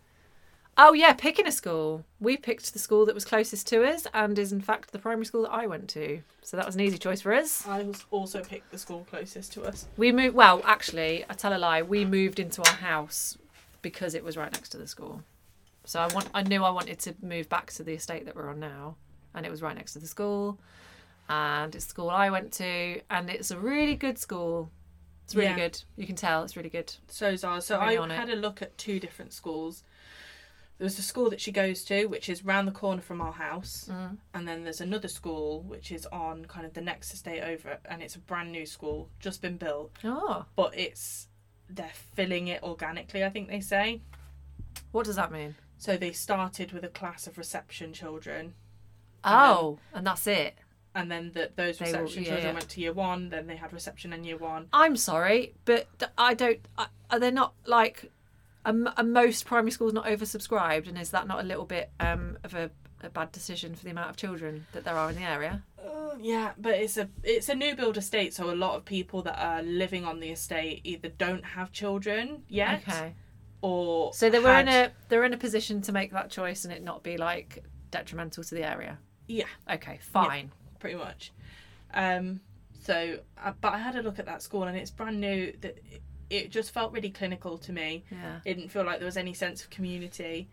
Speaker 1: oh, yeah, picking a school. We picked the school that was closest to us and is, in fact, the primary school that I went to. So that was an easy choice for us.
Speaker 2: I was also picked the school closest to us.
Speaker 1: We moved, well, actually, I tell a lie, we moved into our house because it was right next to the school. So I want, I knew I wanted to move back to the estate that we're on now, and it was right next to the school, and it's the school I went to, and it's a really good school. It's really
Speaker 2: Yeah.
Speaker 1: good. You can tell it's really good.
Speaker 2: So Zara, so
Speaker 1: Really on
Speaker 2: I had a look at two different schools. There's the school that she goes to, which is round the corner from our house,
Speaker 1: Mm.
Speaker 2: and then there's another school which is on kind of the next estate over, and it's a brand new school, just been built,
Speaker 1: Oh,
Speaker 2: but it's they're filling it organically. I think they say.
Speaker 1: what does that mean?
Speaker 2: So they started with a class of reception children,
Speaker 1: Oh, and that's it.
Speaker 2: and then the, those
Speaker 1: They were-
Speaker 2: reception
Speaker 1: yeah,
Speaker 2: children
Speaker 1: yeah.
Speaker 2: went to year one. Then they had reception in year one.
Speaker 1: I'm sorry, but th- I don't. I, are they not like? Are, m- are most primary schools not oversubscribed, and is that not a little bit um, of a, a bad decision for the amount of children that there are in the area?
Speaker 2: Uh, yeah, but it's a it's a new build estate, so a lot of people that are living on the estate either don't have children yet,
Speaker 1: Okay,
Speaker 2: or
Speaker 1: so they were in
Speaker 2: had-
Speaker 1: a they're in a position to make that choice and it not be like detrimental to the area.
Speaker 2: yeah,
Speaker 1: Okay, fine.
Speaker 2: pretty much. Um, so uh, but I had a look at that school and it's brand new. That it just felt really clinical to me.
Speaker 1: Yeah.
Speaker 2: It didn't feel like there was any sense of community.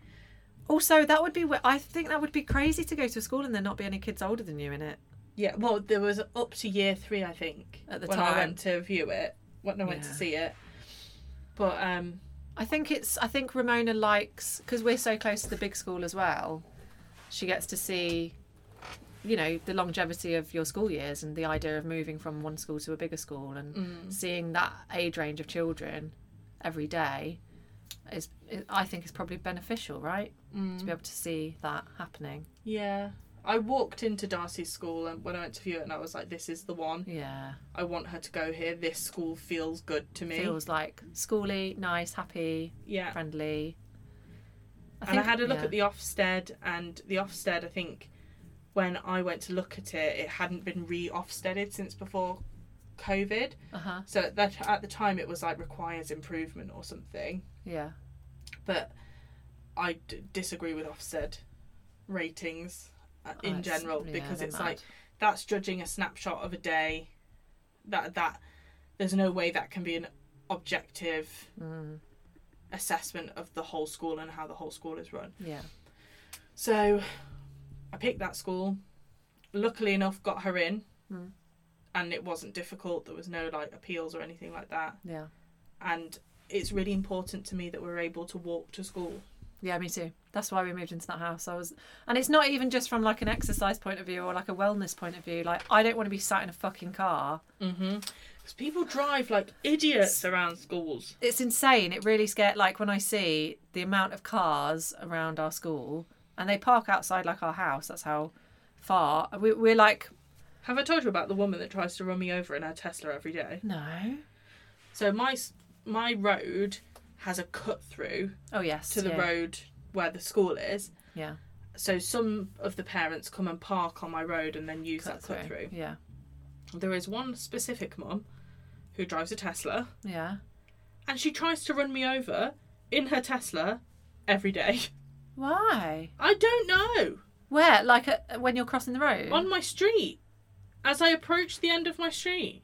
Speaker 1: Also, that would be we- I think that would be crazy to go to a school and there not be any kids older than you in it.
Speaker 2: Yeah, well, there was up to year three, I think,
Speaker 1: At the
Speaker 2: when
Speaker 1: time.
Speaker 2: I went to view it, when I went to
Speaker 1: Yeah.
Speaker 2: see it. But um,
Speaker 1: I think it's. I think Ramona likes because we're so close to the big school as well. She gets to see, you know, the longevity of your school years and the idea of moving from one school to a bigger school and
Speaker 2: Mm.
Speaker 1: seeing that age range of children every day is, is I think, is probably beneficial, right? To be able to see that happening.
Speaker 2: mm, Yeah. I walked into Darcy's school and when I went to view it and I was like, This is the one.
Speaker 1: Yeah,
Speaker 2: I want her to go here. This school feels good to me.
Speaker 1: feels like schooly, nice, happy,
Speaker 2: yeah.
Speaker 1: friendly.
Speaker 2: and I had a look at the Ofsted and the Ofsted I think when I went to look at it, it hadn't been re Ofsteded since before COVID.
Speaker 1: Uh huh.
Speaker 2: So at that at the time it was like requires improvement or something.
Speaker 1: Yeah.
Speaker 2: But I d- disagree with Ofsted ratings uh, in
Speaker 1: Oh, it's-
Speaker 2: general
Speaker 1: yeah,
Speaker 2: because
Speaker 1: they're
Speaker 2: it's
Speaker 1: mad.
Speaker 2: like that's judging a snapshot of a day that that there's no way that can be an objective
Speaker 1: Mm,
Speaker 2: assessment of the whole school and how the whole school is run
Speaker 1: yeah.
Speaker 2: so i picked that school luckily enough got her in
Speaker 1: Mm.
Speaker 2: and it wasn't difficult there was no like appeals or anything like that
Speaker 1: Yeah.
Speaker 2: and it's really important to me that we're able to walk to school
Speaker 1: Yeah, me too. That's why we moved into that house. I was, and it's not even just from like an exercise point of view or like a wellness point of view. Like I don't want to be sat in a fucking car.
Speaker 2: mm-hmm. because people drive like idiots around schools
Speaker 1: It's insane. It really scared. Like when I see the amount of cars around our school, and they park outside like our house. That's how far we, we're like.
Speaker 2: have i told you about the woman that tries to run me over in her tesla every day
Speaker 1: No.
Speaker 2: So my s- my road has a cut through
Speaker 1: Oh yes.
Speaker 2: to the
Speaker 1: yeah.
Speaker 2: road where the school is.
Speaker 1: Yeah.
Speaker 2: So some of the parents come and park on my road and then use
Speaker 1: Cut
Speaker 2: that cut through.
Speaker 1: Yeah.
Speaker 2: There is one specific mum who drives a Tesla
Speaker 1: Yeah.
Speaker 2: and she tries to run me over in her Tesla every day.
Speaker 1: Why?
Speaker 2: I don't know.
Speaker 1: Where? Like uh when you're crossing the road?
Speaker 2: On my street. As I approach the end of my street.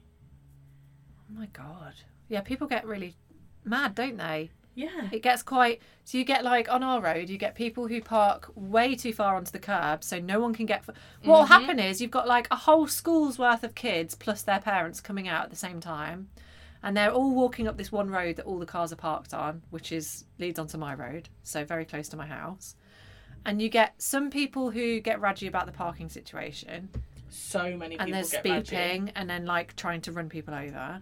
Speaker 1: oh my god. Yeah, people get really mad, don't they?
Speaker 2: Yeah.
Speaker 1: It gets quite. So you get like on our road, you get people who park way too far onto the curb, so no one can get. What will happen is you've got like a whole school's worth of kids plus their parents coming out at the same time, and they're all walking up this one road that all the cars are parked on, which is leads onto my road, so very close to my house. And you get some people who get raggy about the parking situation,
Speaker 2: So many
Speaker 1: and
Speaker 2: people
Speaker 1: they're
Speaker 2: get Mm-hmm. raggy.
Speaker 1: beeping and then like trying to run people over.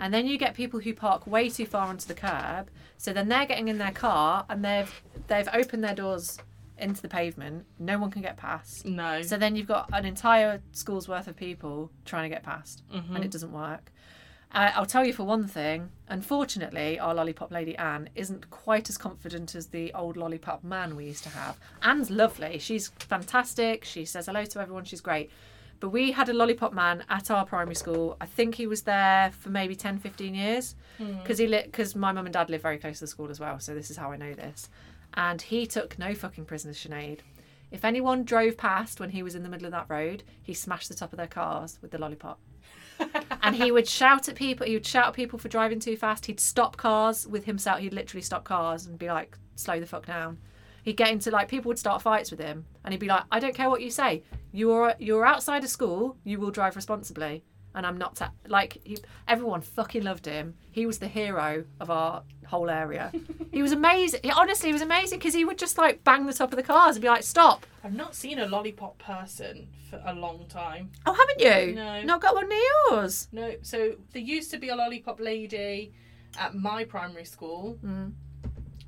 Speaker 1: And then you get people who park way too far onto the curb. So then they're getting in their car and they've they've opened their doors into the pavement. No one can get past.
Speaker 2: No.
Speaker 1: So then you've got an entire school's worth of people trying to get past, and it doesn't work. Uh, I'll tell you for one thing. Unfortunately, our lollipop lady Anne isn't quite as confident as the old lollipop man we used to have. Anne's lovely. She's fantastic. She says hello to everyone. She's great. But we had a lollipop man at our primary school. I think he was there for maybe 10, 15 years because he lit because my mum and dad live very close to the school as well. So this is how I know this. And he took no fucking prisoners, Sinead. If anyone drove past when he was in the middle of that road, he smashed the top of their cars with the lollipop. and he would shout at people. He would shout at people for driving too fast. He'd stop cars with himself. He'd literally stop cars and be like, "Slow the fuck down." He'd get into like people would start fights with him, and he'd be like, "I don't care what you say. You're you're outside of school. You will drive responsibly." And I'm not ta- like he, everyone fucking loved him. He was the hero of our whole area. he was amazing. He, honestly, he was amazing because he would just like bang the top of the cars and be like, "Stop!"
Speaker 2: I've not seen a lollipop person for a long time.
Speaker 1: Oh, haven't you?
Speaker 2: No.
Speaker 1: Not got one near yours.
Speaker 2: No, so there used to be a lollipop lady at my primary school,
Speaker 1: Mm.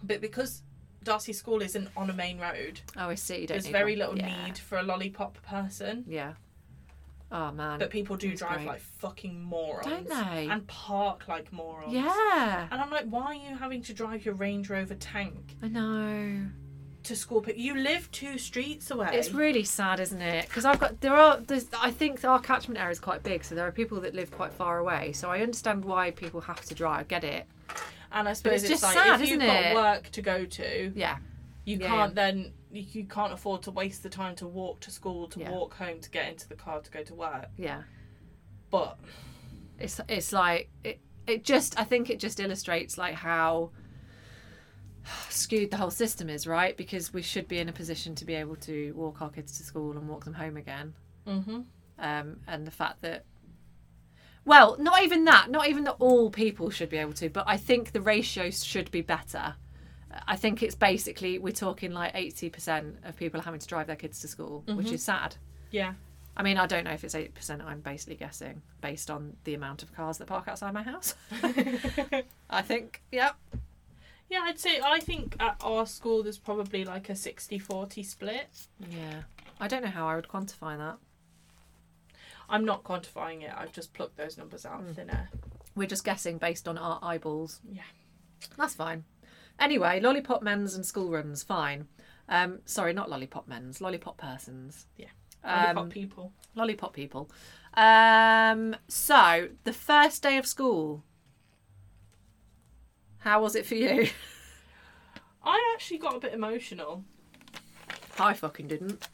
Speaker 2: but because Darcy School isn't on a main road,
Speaker 1: Oh, I see. You don't.
Speaker 2: there's
Speaker 1: need
Speaker 2: very
Speaker 1: one.
Speaker 2: little
Speaker 1: Yeah.
Speaker 2: need for a lollipop person.
Speaker 1: Yeah. Oh man.
Speaker 2: But people do
Speaker 1: That's
Speaker 2: drive
Speaker 1: great.
Speaker 2: like fucking morons.
Speaker 1: Don't they?
Speaker 2: And park like morons.
Speaker 1: yeah,
Speaker 2: And I'm like, why are you having to drive your Range Rover tank
Speaker 1: I know.
Speaker 2: to school? But you live two streets away.
Speaker 1: It's really sad, isn't it? Because I've got there are there's I think our catchment area is quite big, so there are people that live quite far away. So I understand why people have to drive. I get it.
Speaker 2: and I
Speaker 1: it's
Speaker 2: suppose it's,
Speaker 1: just
Speaker 2: like
Speaker 1: sad,
Speaker 2: if you've
Speaker 1: isn't
Speaker 2: got
Speaker 1: it?
Speaker 2: work to go to,
Speaker 1: Yeah,
Speaker 2: you
Speaker 1: Yeah.
Speaker 2: can't then you, you can't afford to waste the time to walk to school, to
Speaker 1: Yeah.
Speaker 2: walk home, to get into the car to go to work.
Speaker 1: yeah.
Speaker 2: But
Speaker 1: It's it's like it it just I think it just illustrates like how skewed the whole system is, right? Because we should be in a position to be able to walk our kids to school and walk them home again.
Speaker 2: hmm
Speaker 1: um, and the fact that well not even that not even that all people should be able to but i think the ratio should be better i think it's basically we're talking like 80% of people are having to drive their kids to school which is sad
Speaker 2: yeah,
Speaker 1: i mean i don't know if it's 8% i'm basically guessing based on the amount of cars that park outside my house (laughs) i think yep
Speaker 2: yeah, I'd say I think at our school there's probably like a 60-40 split.
Speaker 1: yeah i don't know how i would quantify that
Speaker 2: I'm not quantifying it. I've just plucked those numbers out
Speaker 1: Mm.
Speaker 2: of thin air.
Speaker 1: we're just guessing based on our eyeballs
Speaker 2: Yeah.
Speaker 1: That's fine. Anyway, lollipop men's and school runs, fine. Um, sorry, not lollipop men's, lollipop persons.
Speaker 2: Yeah.
Speaker 1: Um,
Speaker 2: Lollipop people.
Speaker 1: lollipop people. Um, so, the first day of school. How was it for you? (laughs)
Speaker 2: I actually got a bit emotional.
Speaker 1: I fucking didn't.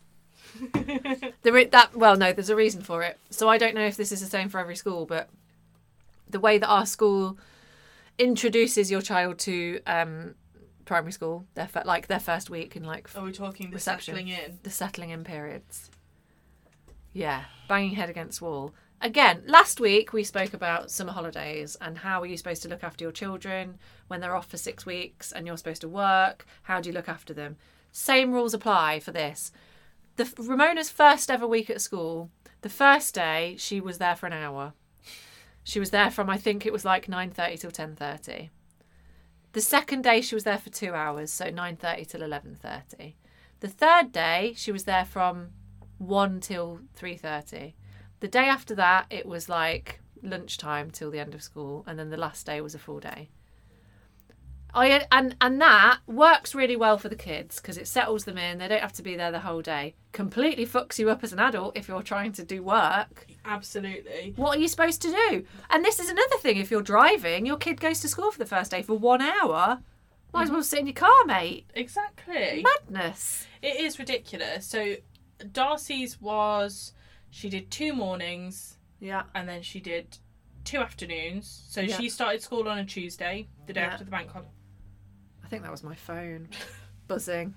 Speaker 1: There i- that well, no, there's a reason for it. So I don't know if this is the same for every school, but the way that our school introduces your child to um, primary school, their fir- like their first week and like
Speaker 2: Are we talking the
Speaker 1: Reception.
Speaker 2: settling in?
Speaker 1: the settling in periods. Yeah, banging head against wall. Again, last week we spoke about summer holidays and how are you supposed to look after your children when they're off for six weeks and you're supposed to work? How do you look after them? Same rules apply for this. The Ramona's first ever week at school, the first day she was there for an hour. She was there from I think it was like 9:30 till 10:30. The second day she was there for 2 hours, so 9:30 till 11:30. The third day, she was there from one till three thirty. The day after that, it was like lunchtime till the end of school, and then the last day was a full day. I and and that works really well for the kids because it settles them in. They don't have to be there the whole day. Completely fucks you up as an adult if you're trying to do work.
Speaker 2: Absolutely.
Speaker 1: What are you supposed to do? And this is another thing. If you're driving, your kid goes to school for the first day for one hour. Might as well sit in your car, mate.
Speaker 2: Exactly.
Speaker 1: Madness.
Speaker 2: It is ridiculous. So Darcy's was she did two mornings
Speaker 1: Yeah.
Speaker 2: and then she did two afternoons. So
Speaker 1: Yeah.
Speaker 2: she started school on a Tuesday, the day
Speaker 1: Yeah.
Speaker 2: after the bank holiday.
Speaker 1: I think that was my phone buzzing.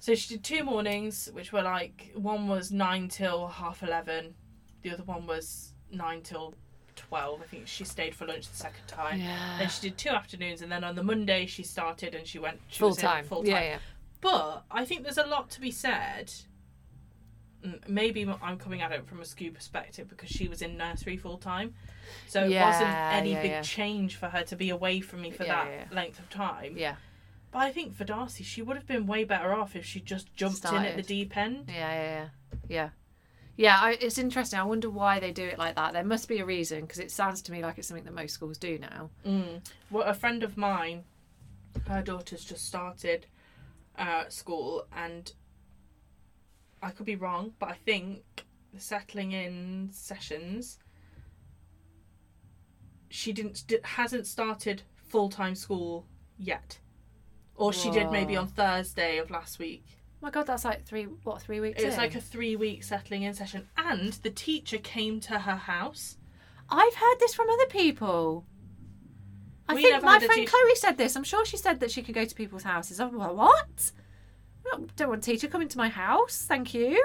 Speaker 2: So she did two mornings, which were like one was nine till half eleven, the other one was nine till twelve. I think she stayed for lunch the second
Speaker 1: (laughs)
Speaker 2: time.
Speaker 1: Yeah.
Speaker 2: Then she did two afternoons, and then on the Monday she started and she went she
Speaker 1: Full
Speaker 2: was in
Speaker 1: time.
Speaker 2: Full time.
Speaker 1: Yeah, yeah.
Speaker 2: But I think there's a lot to be said. m- Maybe I'm coming at it from a skew perspective because she was in nursery full time, so it wasn't
Speaker 1: Yeah,
Speaker 2: any
Speaker 1: yeah,
Speaker 2: big
Speaker 1: yeah.
Speaker 2: change for her to be away from me for
Speaker 1: Yeah,
Speaker 2: that
Speaker 1: yeah,
Speaker 2: length of time.
Speaker 1: Yeah.
Speaker 2: But I think for Darcy, she would have been way better off if she just jumped in at the
Speaker 1: Started.
Speaker 2: deep end.
Speaker 1: Yeah, yeah, yeah. Yeah. Yeah, I, it's interesting. I wonder why they do it like that. There must be a reason because it sounds to me like it's something that most schools do now. Oh
Speaker 2: Mm. Well, a friend of mine, her daughter's just started uh, school, and I could be wrong, but I think the settling in sessions, she didn't d- hasn't started full time school yet, or she did maybe
Speaker 1: Whoa.
Speaker 2: on Thursday of last week.
Speaker 1: my god, that's like three what three weeks.
Speaker 2: It was
Speaker 1: in?
Speaker 2: like a three week settling in session, and the teacher came to her house.
Speaker 1: I've heard this from other people. I
Speaker 2: We
Speaker 1: think
Speaker 2: never
Speaker 1: my
Speaker 2: had a
Speaker 1: friend
Speaker 2: teacher-
Speaker 1: Chloe said this. I'm sure she said that she could go to people's houses. I'm like, what? I don't want a teacher coming to my house. Thank you.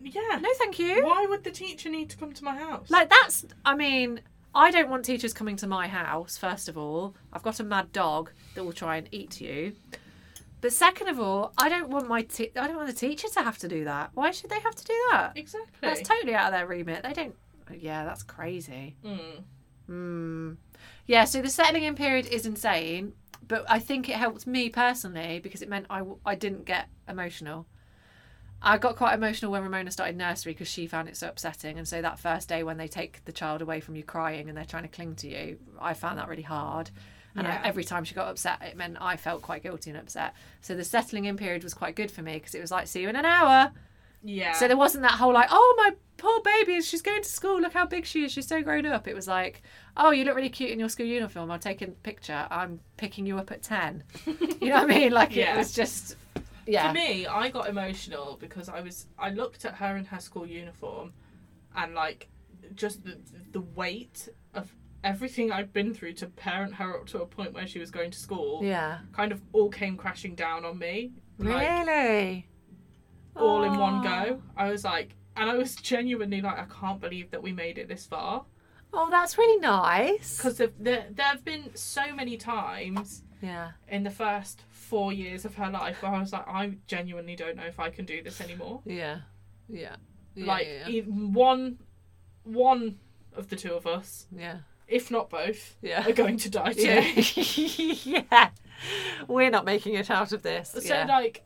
Speaker 2: Yeah.
Speaker 1: No, thank you.
Speaker 2: Why would the teacher need to come to my house?
Speaker 1: Like that's. I mean, I don't want teachers coming to my house. First of all, I've got a mad dog that will try and eat you. But second of all, I don't want my te- I don't want the teacher to have to do that. Why should they have to do that?
Speaker 2: exactly.
Speaker 1: That's totally out of their remit. They don't. Yeah, that's crazy.
Speaker 2: Mm.
Speaker 1: Mm. Yeah, so the settling in period is insane, but I think it helped me personally because it meant I, w- I didn't get emotional. I got quite emotional when Ramona started nursery because she found it so upsetting. And so that first day when they take the child away from you crying and they're trying to cling to you, I found that really hard. And I-
Speaker 2: Yeah.
Speaker 1: every time she got upset, it meant I felt quite guilty and upset. So the settling in period was quite good for me because it was like, see you in an hour.
Speaker 2: Yeah.
Speaker 1: So there wasn't that whole like, oh my poor baby, she's going to school. Look how big she is. She's so grown up. It was like, oh, you look really cute in your school uniform. I'll take a picture. I'm picking you up at ten. You know what I mean? Like it
Speaker 2: Yeah.
Speaker 1: was just,
Speaker 2: (laughs) For
Speaker 1: yeah,
Speaker 2: me, I got emotional because I was I looked at her in her school uniform, and like just the, the weight of everything I've been through to parent her up to a point where she was going to school
Speaker 1: yeah.
Speaker 2: kind of all came crashing down on me, like
Speaker 1: Really.
Speaker 2: all in one
Speaker 1: Aw.
Speaker 2: go. I was like, and I was genuinely like, I can't believe that we made it this far
Speaker 1: Oh, that's really nice.
Speaker 2: because there there have been so many times
Speaker 1: Yeah.
Speaker 2: in the first four years of her life where I was like, I genuinely don't know if I can do this anymore.
Speaker 1: Yeah. Yeah.
Speaker 2: like even one one of the two of us
Speaker 1: yeah.
Speaker 2: if not both
Speaker 1: Yeah.
Speaker 2: are going
Speaker 1: (laughs)
Speaker 2: to die
Speaker 1: Yeah.
Speaker 2: today
Speaker 1: yeah. We're not making it out of this.
Speaker 2: so like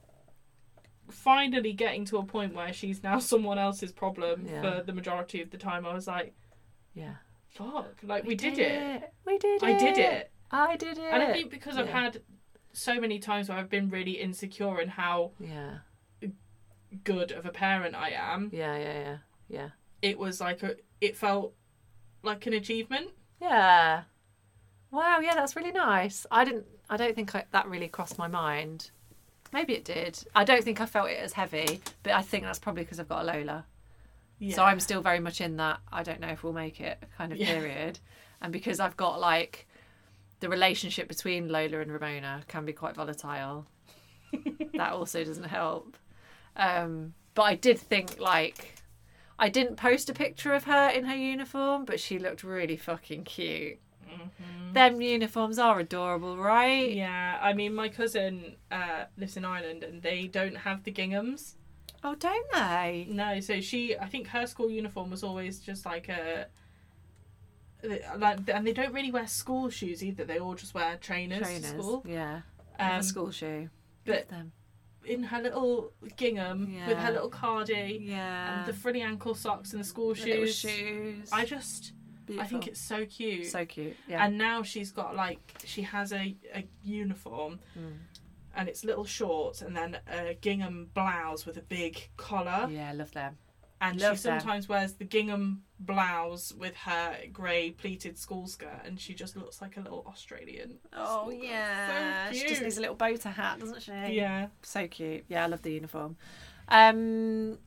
Speaker 2: finally getting to a point where she's now (laughs) someone else's problem
Speaker 1: Yeah.
Speaker 2: for the majority of the time i was like
Speaker 1: yeah.
Speaker 2: fuck like we, did, it.
Speaker 1: We did it.
Speaker 2: i did it
Speaker 1: I did it.
Speaker 2: and i think because i've
Speaker 1: Yeah.
Speaker 2: had so many times where i've been really insecure in how
Speaker 1: Yeah.
Speaker 2: good of a parent i am
Speaker 1: Yeah. Yeah. Yeah. Yeah.
Speaker 2: it was like a it felt like an achievement
Speaker 1: Yeah. Wow, yeah, that's really nice. I didn't I don't think I, that really crossed my mind. Maybe it did. I don't think I felt it as heavy, but I think that's probably because I've got a Lola.
Speaker 2: yeah.
Speaker 1: So I'm still very much in that I don't know if we'll make it kind of
Speaker 2: Yeah.
Speaker 1: period. And because I've got like the relationship between Lola and Ramona can be quite
Speaker 2: (laughs)
Speaker 1: volatile. that also doesn't help. Um, but I did think like I didn't post a picture of her in her uniform, but she looked really fucking cute. Them uniforms are adorable, right?
Speaker 2: Mm-hmm. Yeah, I mean, my cousin uh, lives in Ireland and they don't have the ginghams.
Speaker 1: Oh, don't they?
Speaker 2: No, so she, I think her school uniform was always just like a. uh, Like, and they don't really wear school shoes either. They all just wear trainers,
Speaker 1: Trainers,
Speaker 2: to school.
Speaker 1: yeah, with
Speaker 2: Um,
Speaker 1: a school shoe.
Speaker 2: but-
Speaker 1: them,
Speaker 2: In her little gingham with
Speaker 1: Yeah.
Speaker 2: her little cardi
Speaker 1: yeah,
Speaker 2: and the frilly ankle socks and the school
Speaker 1: The little
Speaker 2: shoes.
Speaker 1: shoes.
Speaker 2: I just, I think it's so cute.
Speaker 1: so cute. Yeah,
Speaker 2: And now she's got like she has a, a uniform
Speaker 1: Mm.
Speaker 2: and it's little shorts and then a gingham blouse with a big collar.
Speaker 1: yeah, I love them.
Speaker 2: And she
Speaker 1: love them.
Speaker 2: sometimes wears the gingham blouse with her grey pleated school skirt and she just looks like a little Australian.
Speaker 1: Oh
Speaker 2: schoolgirl.
Speaker 1: yeah,
Speaker 2: So
Speaker 1: she just
Speaker 2: cute.
Speaker 1: needs a little bow to hat, doesn't she?
Speaker 2: Yeah.
Speaker 1: so cute. Yeah, I love the uniform. Um,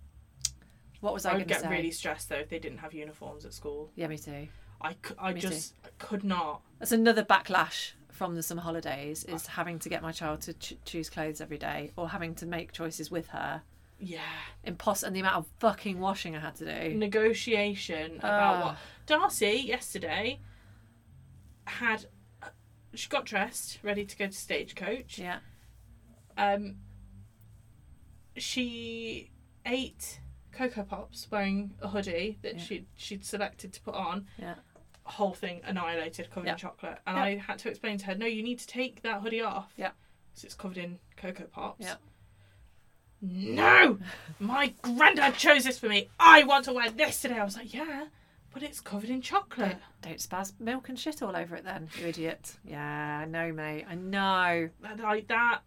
Speaker 1: what was I,
Speaker 2: I
Speaker 1: going
Speaker 2: would
Speaker 1: to
Speaker 2: get
Speaker 1: say?
Speaker 2: really stressed though if they didn't have uniforms at school.
Speaker 1: Yeah, me too.
Speaker 2: I, cou- I
Speaker 1: Me too.
Speaker 2: just could not.
Speaker 1: That's another backlash from the summer holidays is having to get my child to ch- choose clothes every day or having to make choices with her.
Speaker 2: Yeah.
Speaker 1: Impos- and the amount of fucking washing I had to do.
Speaker 2: Negotiation about
Speaker 1: Ah.
Speaker 2: what Darcy yesterday had. uh, She got dressed, ready to go to stagecoach.
Speaker 1: Yeah,
Speaker 2: Um, she ate cocoa pops wearing a hoodie that
Speaker 1: Yeah.
Speaker 2: she she'd selected to put on.
Speaker 1: Yeah.
Speaker 2: Whole thing annihilated, covered
Speaker 1: Yeah.
Speaker 2: in chocolate, and
Speaker 1: Yeah.
Speaker 2: I had to explain to her, no, you need to take that hoodie off.
Speaker 1: Yeah.
Speaker 2: Because it's covered in cocoa pops.
Speaker 1: Yeah.
Speaker 2: No, my granddad chose this for me. I want to wear this today. I was like, yeah, but it's covered in chocolate.
Speaker 1: don't, don't spaz milk and shit all over it then, you idiot. Yeah, I know, mate. I know.
Speaker 2: And like that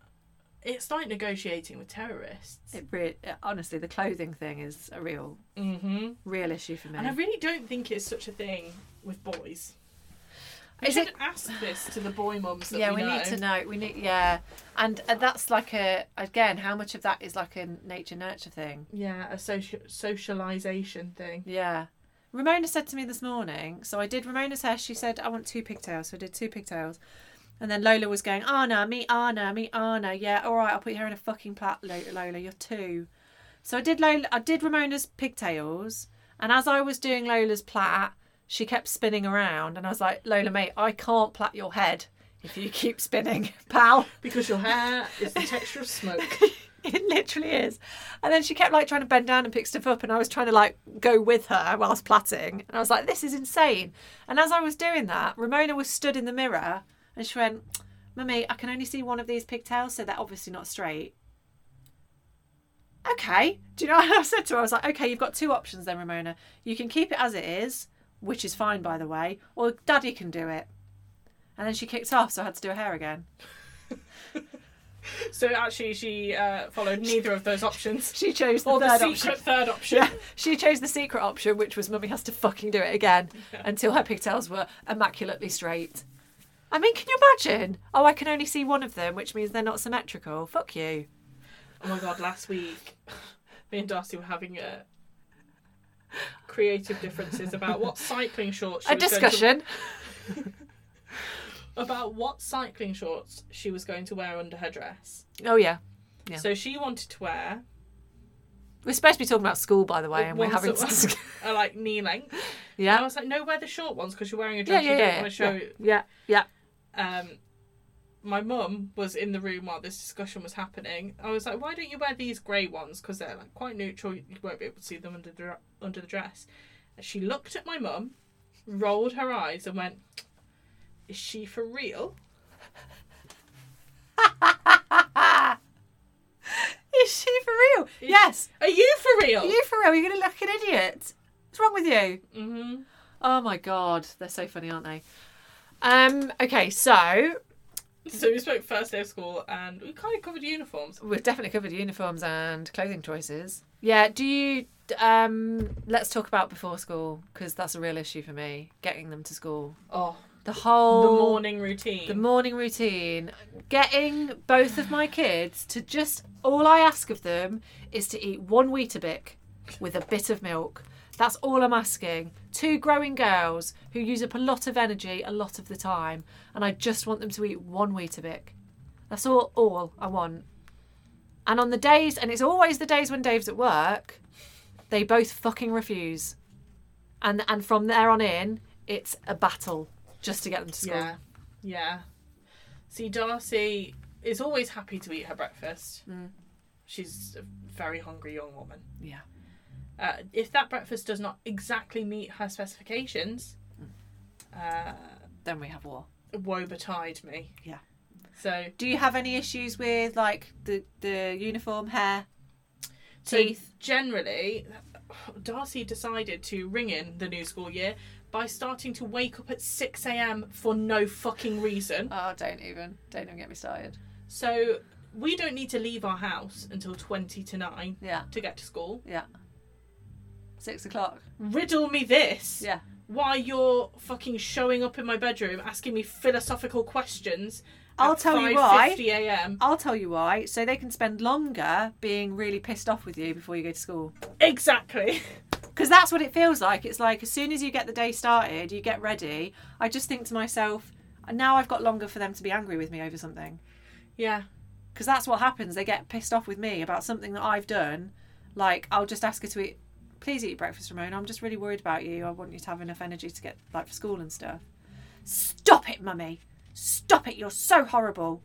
Speaker 2: it's like negotiating with terrorists.
Speaker 1: It re- honestly, the clothing thing is a real,
Speaker 2: Mm-hmm.
Speaker 1: real issue for me.
Speaker 2: And I really don't think it's such a thing with boys. We
Speaker 1: Is
Speaker 2: should
Speaker 1: it-
Speaker 2: ask this to the boy mums. That
Speaker 1: yeah,
Speaker 2: we,
Speaker 1: we
Speaker 2: know.
Speaker 1: need to know. We need, yeah, and and that's like a again, how much of that is like a nature nurture thing?
Speaker 2: Yeah, a social socialization thing.
Speaker 1: Yeah. Ramona said to me this morning, so I did Ramona's hair. She said, I want two pigtails. So I did two pigtails. And then Lola was going, Anna, me, Anna, me, Anna. Yeah, all right, I'll put your hair in a fucking plait, Lo- Lola. You're two. So I did Lola, I did Ramona's pigtails. And as I was doing Lola's plait, she kept spinning around. And I was like, Lola, mate, I can't plait your head if
Speaker 2: (laughs)
Speaker 1: you keep spinning, (laughs) pal.
Speaker 2: Because your hair is the texture of (laughs) smoke.
Speaker 1: (laughs) It literally is. And then she kept like trying to bend down and pick stuff up, and I was trying to like go with her whilst plaiting. And I was like, this is insane. And as I was doing that, Ramona was stood in the mirror and she went, Mummy, I can only see one of these pigtails, so they're obviously not straight. Okay. Do you know (laughs) what I said to her? I was like, okay, you've got two options then, Ramona. You can keep it as it is, which is fine, by the way, or daddy can do it. And then she kicked off, so I had to do her hair again.
Speaker 2: So actually, she uh, followed neither of those options.
Speaker 1: She chose the
Speaker 2: Or the
Speaker 1: third
Speaker 2: secret
Speaker 1: option.
Speaker 2: third option.
Speaker 1: Yeah, she chose the secret option, which was mummy has to fucking do it again until her pigtails were immaculately straight. I mean, can you imagine? Oh, I can only see one of them, which means they're not symmetrical. Fuck you.
Speaker 2: Oh my god! Last week, me and Darcy were having a creative differences
Speaker 1: (laughs)
Speaker 2: about what cycling shorts. She
Speaker 1: A
Speaker 2: was going to-
Speaker 1: discussion.
Speaker 2: about what cycling shorts she was going to wear under her dress.
Speaker 1: Oh yeah, Yeah.
Speaker 2: So she wanted to wear
Speaker 1: we're supposed to be talking about school, by the way,
Speaker 2: Like
Speaker 1: and we're
Speaker 2: ones
Speaker 1: having
Speaker 2: that
Speaker 1: to.
Speaker 2: (laughs) a like knee length. And I
Speaker 1: (laughs) yeah.
Speaker 2: was like, no, wear the short ones because you're wearing
Speaker 1: Yeah,
Speaker 2: a dress.
Speaker 1: yeah,
Speaker 2: you don't
Speaker 1: yeah,
Speaker 2: want to
Speaker 1: yeah,
Speaker 2: show.
Speaker 1: yeah, yeah.
Speaker 2: Um, my mum was in the room while this discussion was happening. I was like, why don't you wear these grey ones because they're like quite neutral. You won't be able to see them under the dra- under the dress. And she looked at my mum, rolled her eyes, and went, "Is she for real?"
Speaker 1: Is she for real? Yes.
Speaker 2: Are you for real?
Speaker 1: Are you for real? You're gonna look an idiot. What's wrong with you?
Speaker 2: hmm
Speaker 1: Oh my god, they're so funny, aren't they? Um. Okay, so
Speaker 2: So we spoke first day of school, and we kind of covered uniforms.
Speaker 1: We've definitely covered uniforms and clothing choices. Yeah, do you um let's talk about before school because that's a real issue for me getting them to school.
Speaker 2: Oh,
Speaker 1: The
Speaker 2: the
Speaker 1: whole
Speaker 2: morning routine.
Speaker 1: the morning routine, getting both of my kids to just all I ask of them is to eat one Weetabix with a bit of milk. That's all I'm asking. Two growing girls who use up a lot of energy a lot of the time, and I just want them to eat one Weetabix. That's all, all I want. And on the days, and it's always the days when Dave's at work, they both fucking refuse. And and from there on in, it's a battle just to get them to school.
Speaker 2: Yeah, yeah. See, Darcy is always happy to eat her breakfast.
Speaker 1: Mm.
Speaker 2: She's a very hungry young woman.
Speaker 1: Yeah.
Speaker 2: Uh, if that breakfast does not exactly meet her specifications,
Speaker 1: Mm.
Speaker 2: uh,
Speaker 1: then we have war.
Speaker 2: woe betide me.
Speaker 1: Yeah.
Speaker 2: So,
Speaker 1: Do you have any issues with like the the uniform, hair,
Speaker 2: so
Speaker 1: teeth?
Speaker 2: generally, Darcy decided to ring in the new school year by starting to wake up at 6 a.m. for no fucking reason.
Speaker 1: Oh, don't even, don't even get me started.
Speaker 2: So, we don't need to leave our house until 20 to 9
Speaker 1: Yeah,
Speaker 2: to get to school.
Speaker 1: yeah. Six o'clock.
Speaker 2: riddle me this
Speaker 1: Yeah.
Speaker 2: why you're fucking showing up in my bedroom asking me philosophical questions
Speaker 1: I'll
Speaker 2: at
Speaker 1: tell you why.
Speaker 2: 5:50 a.m
Speaker 1: I'll tell you why. So they can spend longer being really pissed off with you before you go to school. (laughs)
Speaker 2: exactly
Speaker 1: Because that's what it feels like. It's like as soon as you get the day started, you get ready. I just think to myself, now I've got longer for them to be angry with me over something.
Speaker 2: yeah
Speaker 1: because that's what happens. They get pissed off with me about something that I've done. Like I'll just ask her to eat. Please eat your breakfast, Ramona. I'm just really worried about you. I want you to have enough energy to get like for school and stuff. Stop it, mummy. Stop it. You're so horrible.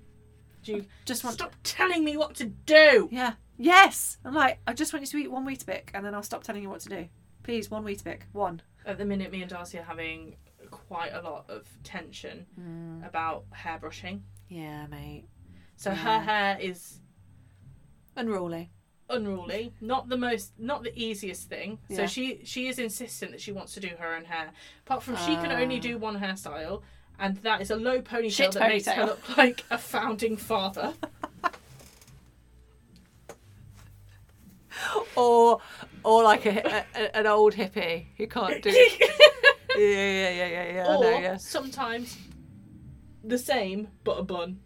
Speaker 2: do you
Speaker 1: Just want.
Speaker 2: stop telling me what to do
Speaker 1: Yeah. Yes. I'm like. I just want you to eat one Weetabix, and then I'll stop telling you what to do. Please, one Weetabix. One.
Speaker 2: at the minute me and darcy are having quite a lot of tension about hair brushing
Speaker 1: Mm, Yeah, mate.
Speaker 2: so
Speaker 1: Yeah.
Speaker 2: her hair is
Speaker 1: Unruly.
Speaker 2: unruly not the most not the easiest thing
Speaker 1: Yeah.
Speaker 2: so she she is insistent that she wants to do her own hair apart from she can only
Speaker 1: Ah.
Speaker 2: do one hairstyle and that is a low ponytail
Speaker 1: Shit
Speaker 2: that makes her
Speaker 1: ponytail.
Speaker 2: look like a founding father
Speaker 1: (gasps) or or like a, a, an old hippie who (laughs) can't (laughs) do it.
Speaker 2: (laughs)
Speaker 1: Oh, Yeah, yeah, yeah, yeah, yeah. I
Speaker 2: or
Speaker 1: know, yeah.
Speaker 2: sometimes the same but a bun.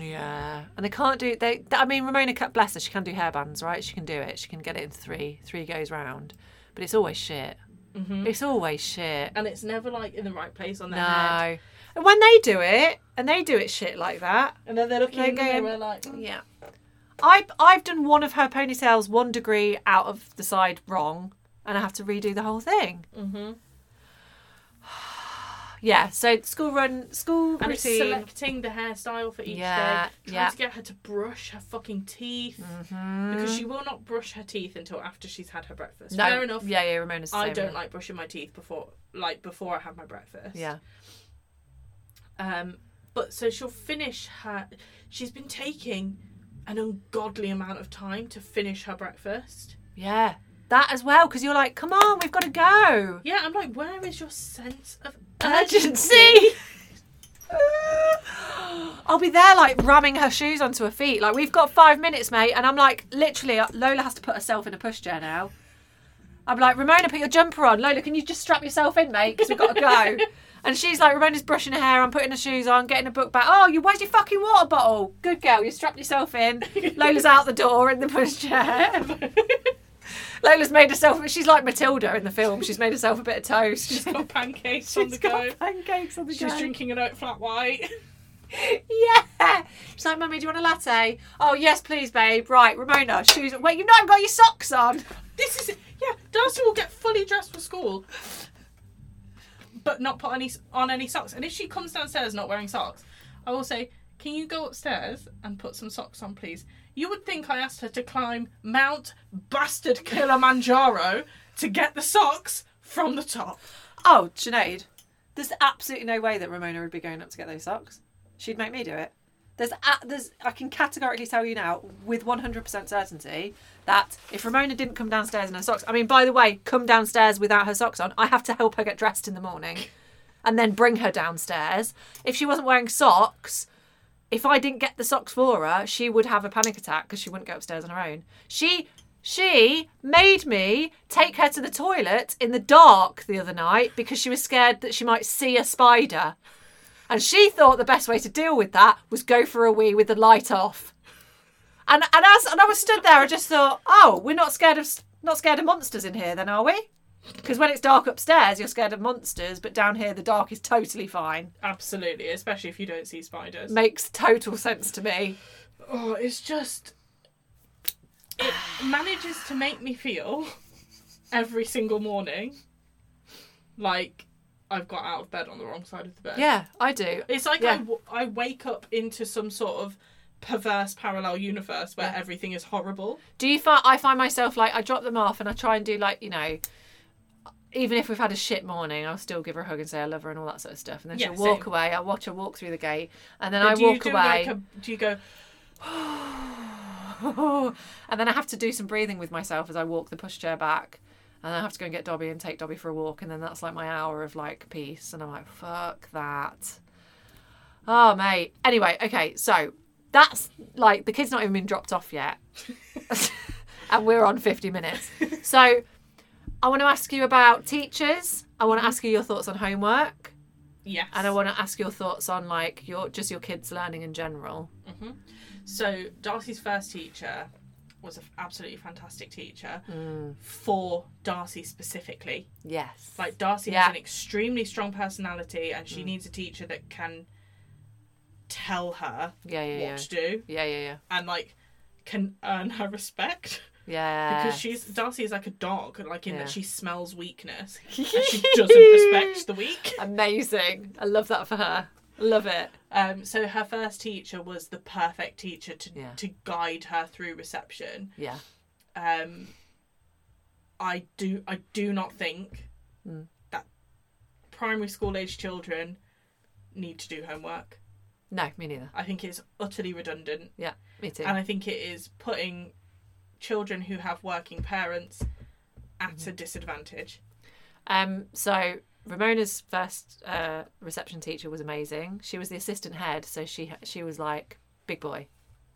Speaker 1: Yeah, and they can't do they. I mean, Ramona, Cut- bless her, she can do hairbands, right? She can do it. She can get it in three, three goes round, but it's always shit.
Speaker 2: Mm-hmm.
Speaker 1: It's always shit.
Speaker 2: And it's never like in the right place on their head.
Speaker 1: No, and when they do it, and they do it shit like that,
Speaker 2: And then they're looking
Speaker 1: They're
Speaker 2: in the
Speaker 1: going-
Speaker 2: mirror like, "Mm,
Speaker 1: yeah. I I've done one of her ponytails one degree out of the side wrong, and I have to redo the whole thing.
Speaker 2: mhm.
Speaker 1: (sighs) Yeah, so school run, school
Speaker 2: And it's
Speaker 1: routine.
Speaker 2: selecting the hairstyle for each
Speaker 1: Yeah,
Speaker 2: day. Trying
Speaker 1: yeah.
Speaker 2: to get her to brush her fucking teeth
Speaker 1: Mhm.
Speaker 2: because she will not brush her teeth until after she's had her breakfast.
Speaker 1: No,
Speaker 2: Fair enough.
Speaker 1: Yeah, yeah, Ramona's. the
Speaker 2: I
Speaker 1: same,
Speaker 2: don't
Speaker 1: yeah.
Speaker 2: like brushing my teeth before, like before I have my breakfast.
Speaker 1: Yeah.
Speaker 2: Um, but so she'll finish her. She's been taking an ungodly amount of time to finish her breakfast.
Speaker 1: Yeah. That as well, because you're like, come on, we've got to go.
Speaker 2: Yeah, I'm like, where is your sense of
Speaker 1: Urgency. (laughs) I'll be there like ramming her shoes onto her feet. Like, we've got five minutes, mate. And I'm like, literally, uh, Lola has to put herself in a pushchair now. I'm like, Ramona, put your jumper on. Lola, can you just strap yourself in, mate? Because we've got to go. and she's like, Ramona's brushing her hair. I'm putting her shoes on, getting her book back. Oh, you, where's your fucking water bottle? Good girl, you strapped yourself in. Lola's out the door in the pushchair. Lola's made herself. She's like Matilda in the film. She's made herself a bit of toast.
Speaker 2: She's (laughs) got pancakes on
Speaker 1: (laughs) She's
Speaker 2: the
Speaker 1: got
Speaker 2: go.
Speaker 1: pancakes on the
Speaker 2: She's
Speaker 1: go.
Speaker 2: drinking an oat flat white. (laughs)
Speaker 1: Yeah. She's like, "Mummy, do you want a latte?" Oh yes, please, babe. Right, Ramona, shoes. Wait, you've not even got your socks on.
Speaker 2: This is yeah. Darcy will get fully dressed for school, but not put any on any socks. And if she comes downstairs not wearing socks, I will say, "Can you go upstairs and put some socks on, please?" You would think I asked her to climb Mount Bastard Kilimanjaro to get the socks from the top.
Speaker 1: Oh, Sinead, there's absolutely no way that Ramona would be going up to get those socks. She'd make me do it. There's, a, there's. I can categorically tell you now, with 100% certainty, that if Ramona didn't come downstairs in her socks, I mean, by the way, come downstairs without her socks on, I have to help her get dressed in the morning, and then bring her downstairs. If she wasn't wearing socks, if I didn't get the socks for her, she would have a panic attack because she wouldn't go upstairs on her own. She she made me take her to the toilet in the dark the other night because she was scared that she might see a spider. And she thought the best way to deal with that was go for a wee with the light off. And and as and I was stood there, I just thought, oh, we're not scared of s- not scared of monsters in here, then are we? Because when it's dark upstairs, you're scared of monsters, but down here the dark is totally fine.
Speaker 2: Absolutely, especially if you don't see spiders.
Speaker 1: Makes total sense to me.
Speaker 2: Oh, it's just. It manages to make me feel every single morning like I've got out of bed on the wrong side of the bed.
Speaker 1: Yeah, I do.
Speaker 2: It's like I
Speaker 1: Yeah.
Speaker 2: w I I, wake up into some sort of perverse parallel universe where
Speaker 1: Yeah.
Speaker 2: everything is horrible.
Speaker 1: Do you find I find myself like I drop them off and I try and do like you know, even if we've had a shit morning, I'll still give her a hug and say I love her and all that sort of stuff. And then
Speaker 2: Yeah,
Speaker 1: she'll walk
Speaker 2: same.
Speaker 1: away. I watch her walk through the gate, and then
Speaker 2: But
Speaker 1: I
Speaker 2: do you
Speaker 1: walk
Speaker 2: do
Speaker 1: away,
Speaker 2: Like a, do you go,
Speaker 1: (laughs) and then I have to do some breathing with myself as I walk the pushchair back. And then I have to go and get Dobby and take Dobby for a walk, and then that's like my hour of like peace. And I'm like, fuck that. Oh mate. Anyway, okay, so that's like the kid's not even been dropped off yet. (laughs) and we're on 50 minutes. So I want to ask you about teachers. I want to ask you your thoughts on homework.
Speaker 2: yes.
Speaker 1: And I want to ask your thoughts on like your just your kids' learning in general.
Speaker 2: So Darcy's first teacher was an absolutely fantastic teacher
Speaker 1: Mm.
Speaker 2: for Darcy specifically.
Speaker 1: Yes.
Speaker 2: Like Darcy
Speaker 1: Yeah. Mm.
Speaker 2: has an extremely strong personality, and she needs a teacher that can tell her
Speaker 1: yeah, yeah, yeah.
Speaker 2: what to do
Speaker 1: Yeah, yeah, yeah.
Speaker 2: and like can earn her respect
Speaker 1: Yeah.
Speaker 2: because she's Darcy is like a dog, like in
Speaker 1: Uh, Yeah.
Speaker 2: that she
Speaker 1: (laughs)
Speaker 2: smells weakness and she doesn't respect the weak.
Speaker 1: Amazing. I love that for her. Love it.
Speaker 2: Um, so her first teacher was the perfect teacher to
Speaker 1: Yeah.
Speaker 2: to guide her through reception.
Speaker 1: Yeah.
Speaker 2: Um, I do I do not think
Speaker 1: Mm.
Speaker 2: that primary school age children need to do homework.
Speaker 1: No, me neither.
Speaker 2: I think it's utterly redundant.
Speaker 1: Yeah, me too.
Speaker 2: And I think it is putting children who have working parents at
Speaker 1: Mm-hmm.
Speaker 2: a disadvantage.
Speaker 1: Um, so Ramona's first uh, reception teacher was amazing. She was the assistant head, so she she was like big boy,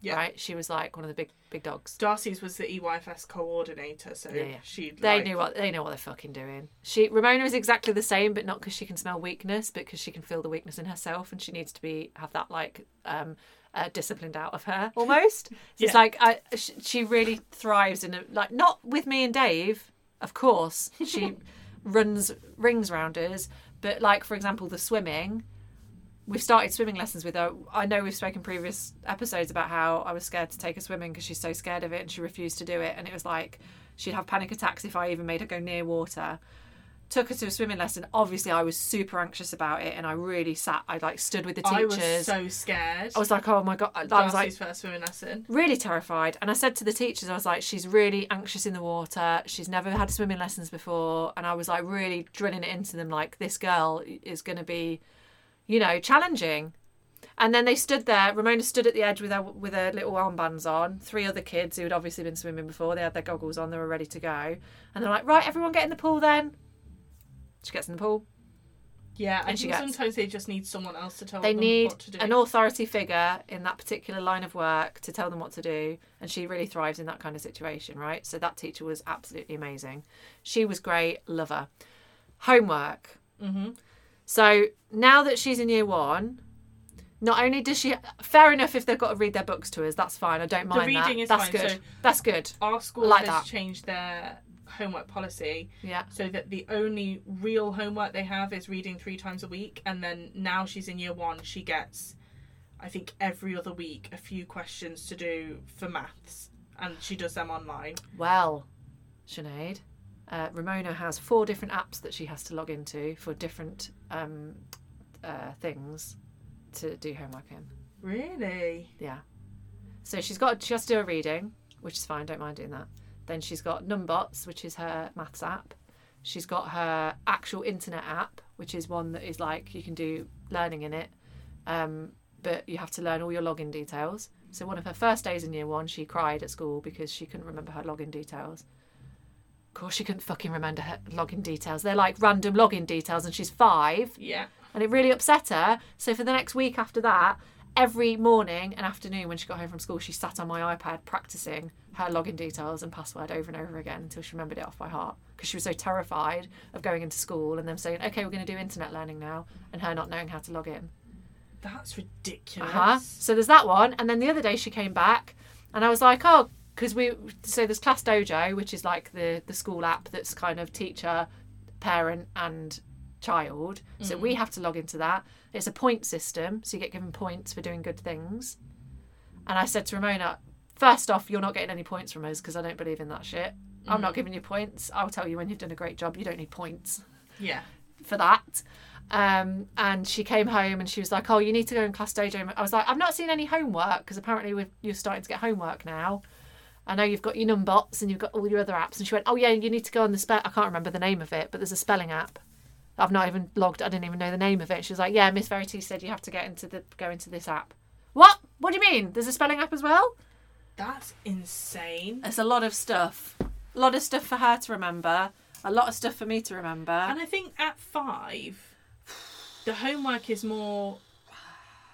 Speaker 2: Yeah.
Speaker 1: right? She was like one of the big big dogs.
Speaker 2: Darcy's was the E EYFS coordinator, so
Speaker 1: Yeah, yeah.
Speaker 2: she
Speaker 1: They
Speaker 2: like,
Speaker 1: knew what they know what they're fucking doing. She Ramona is exactly the same, but not because she can smell weakness, but because she can feel the weakness in herself, and she needs to be have that like um, uh, disciplined out of her almost. So (laughs) It's
Speaker 2: Yeah.
Speaker 1: like I, she, she really thrives in a, like not with me and Dave, of course.
Speaker 2: (laughs)
Speaker 1: She runs rings round us, but like for example, the swimming. We've started swimming lessons with her. I know we've spoken previous episodes about how I was scared to take her swimming because she's so scared of it and she refused to do it. And it was like she'd have panic attacks if I even made her go near water. Took her to a swimming lesson. Obviously, I was super anxious about it and I really sat, I like stood with the
Speaker 2: I
Speaker 1: teachers.
Speaker 2: was so scared.
Speaker 1: I was like, oh my God. I I was
Speaker 2: Darcy's
Speaker 1: like,
Speaker 2: first swimming lesson.
Speaker 1: really terrified. And I said to the teachers, I was like, she's really anxious in the water. She's never had swimming lessons before. And I was like, really drilling it into them like, this girl is going to be, you know, challenging. And then they stood there. Ramona stood at the edge with her with her little armbands on. Three other kids who had obviously been swimming before. They had their goggles on. They were ready to go. And they're like, "Right, everyone, get in the pool." Then she gets in the pool.
Speaker 2: Yeah, I
Speaker 1: And she
Speaker 2: think
Speaker 1: gets-
Speaker 2: sometimes they just need someone else to tell
Speaker 1: They
Speaker 2: them
Speaker 1: need
Speaker 2: what to do.
Speaker 1: an authority figure in that particular line of work to tell them what to do. And she really thrives in that kind of situation, right? So that teacher was absolutely amazing. She was great. Love her. Homework.
Speaker 2: hmm
Speaker 1: So now that she's in year one, not only does she, fair enough if they've got to read their books to us, that's fine. I don't mind that.
Speaker 2: reading is
Speaker 1: that's
Speaker 2: fine,
Speaker 1: good.
Speaker 2: so-
Speaker 1: That's good.
Speaker 2: Our school
Speaker 1: Like
Speaker 2: has
Speaker 1: that.
Speaker 2: changed their homework policy
Speaker 1: Yeah.
Speaker 2: so that the only real homework they have is reading three times a week. And then now she's in year one, she gets, I think, every other week a few questions to do for maths. And she does them online.
Speaker 1: Well, Sinead, uh, Ramona has four different apps that she has to log into for different um, uh, things to do homework in.
Speaker 2: Really?
Speaker 1: Yeah. So she's got she has to do a reading, which is fine. Don't mind doing that. Then she's got Numbots, which is her maths app. She's got her actual internet app, which is one that is like you can do learning in it, um, but you have to learn all your login details. So one of her first days in year one, she cried at school because she couldn't remember her login details. Of course, she couldn't fucking remember her login details. They're like random login details, and she's five
Speaker 2: Yeah.
Speaker 1: and it really upset her. So for the next week after that, every morning and afternoon when she got home from school, she sat on my iPad practicing her login details and password over and over again until she remembered it off by heart because she was so terrified of going into school and them saying, "Okay, we're going to do internet learning now," and her not knowing how to log in.
Speaker 2: That's ridiculous.
Speaker 1: Uh-huh. So there's that one, and then the other day she came back, and I was like, oh, because we so there's Class Dojo, which is like the the school app that's kind of teacher, parent, and child. So we have to log into that. It's a point system, so you get given points for doing good things. And I said to Ramona, first off, you're not getting any points from us because I don't believe in that shit. I'm not giving you points. I'll tell you when you've done a great job. You don't need points
Speaker 2: Yeah.
Speaker 1: for that. Um, and she came home and she was like, "Oh, you need to go in class dojo." I was like, "I've not seen any homework because apparently we've, you're starting to get homework now. I know you've got your numbots and you've got all your other apps." And she went, "Oh yeah, you need to go on the spell. I can't remember the name of it, but there's a spelling app. I've not even logged. I didn't even know the name of it." She was like, "Yeah, Miss Verity said you have to get into the go into this app." What? What do you mean? There's a spelling app as well?
Speaker 2: That's insane.
Speaker 1: It's a lot of stuff. A lot of stuff for her to remember. A lot of stuff for me to remember.
Speaker 2: And I think at five, the homework is more.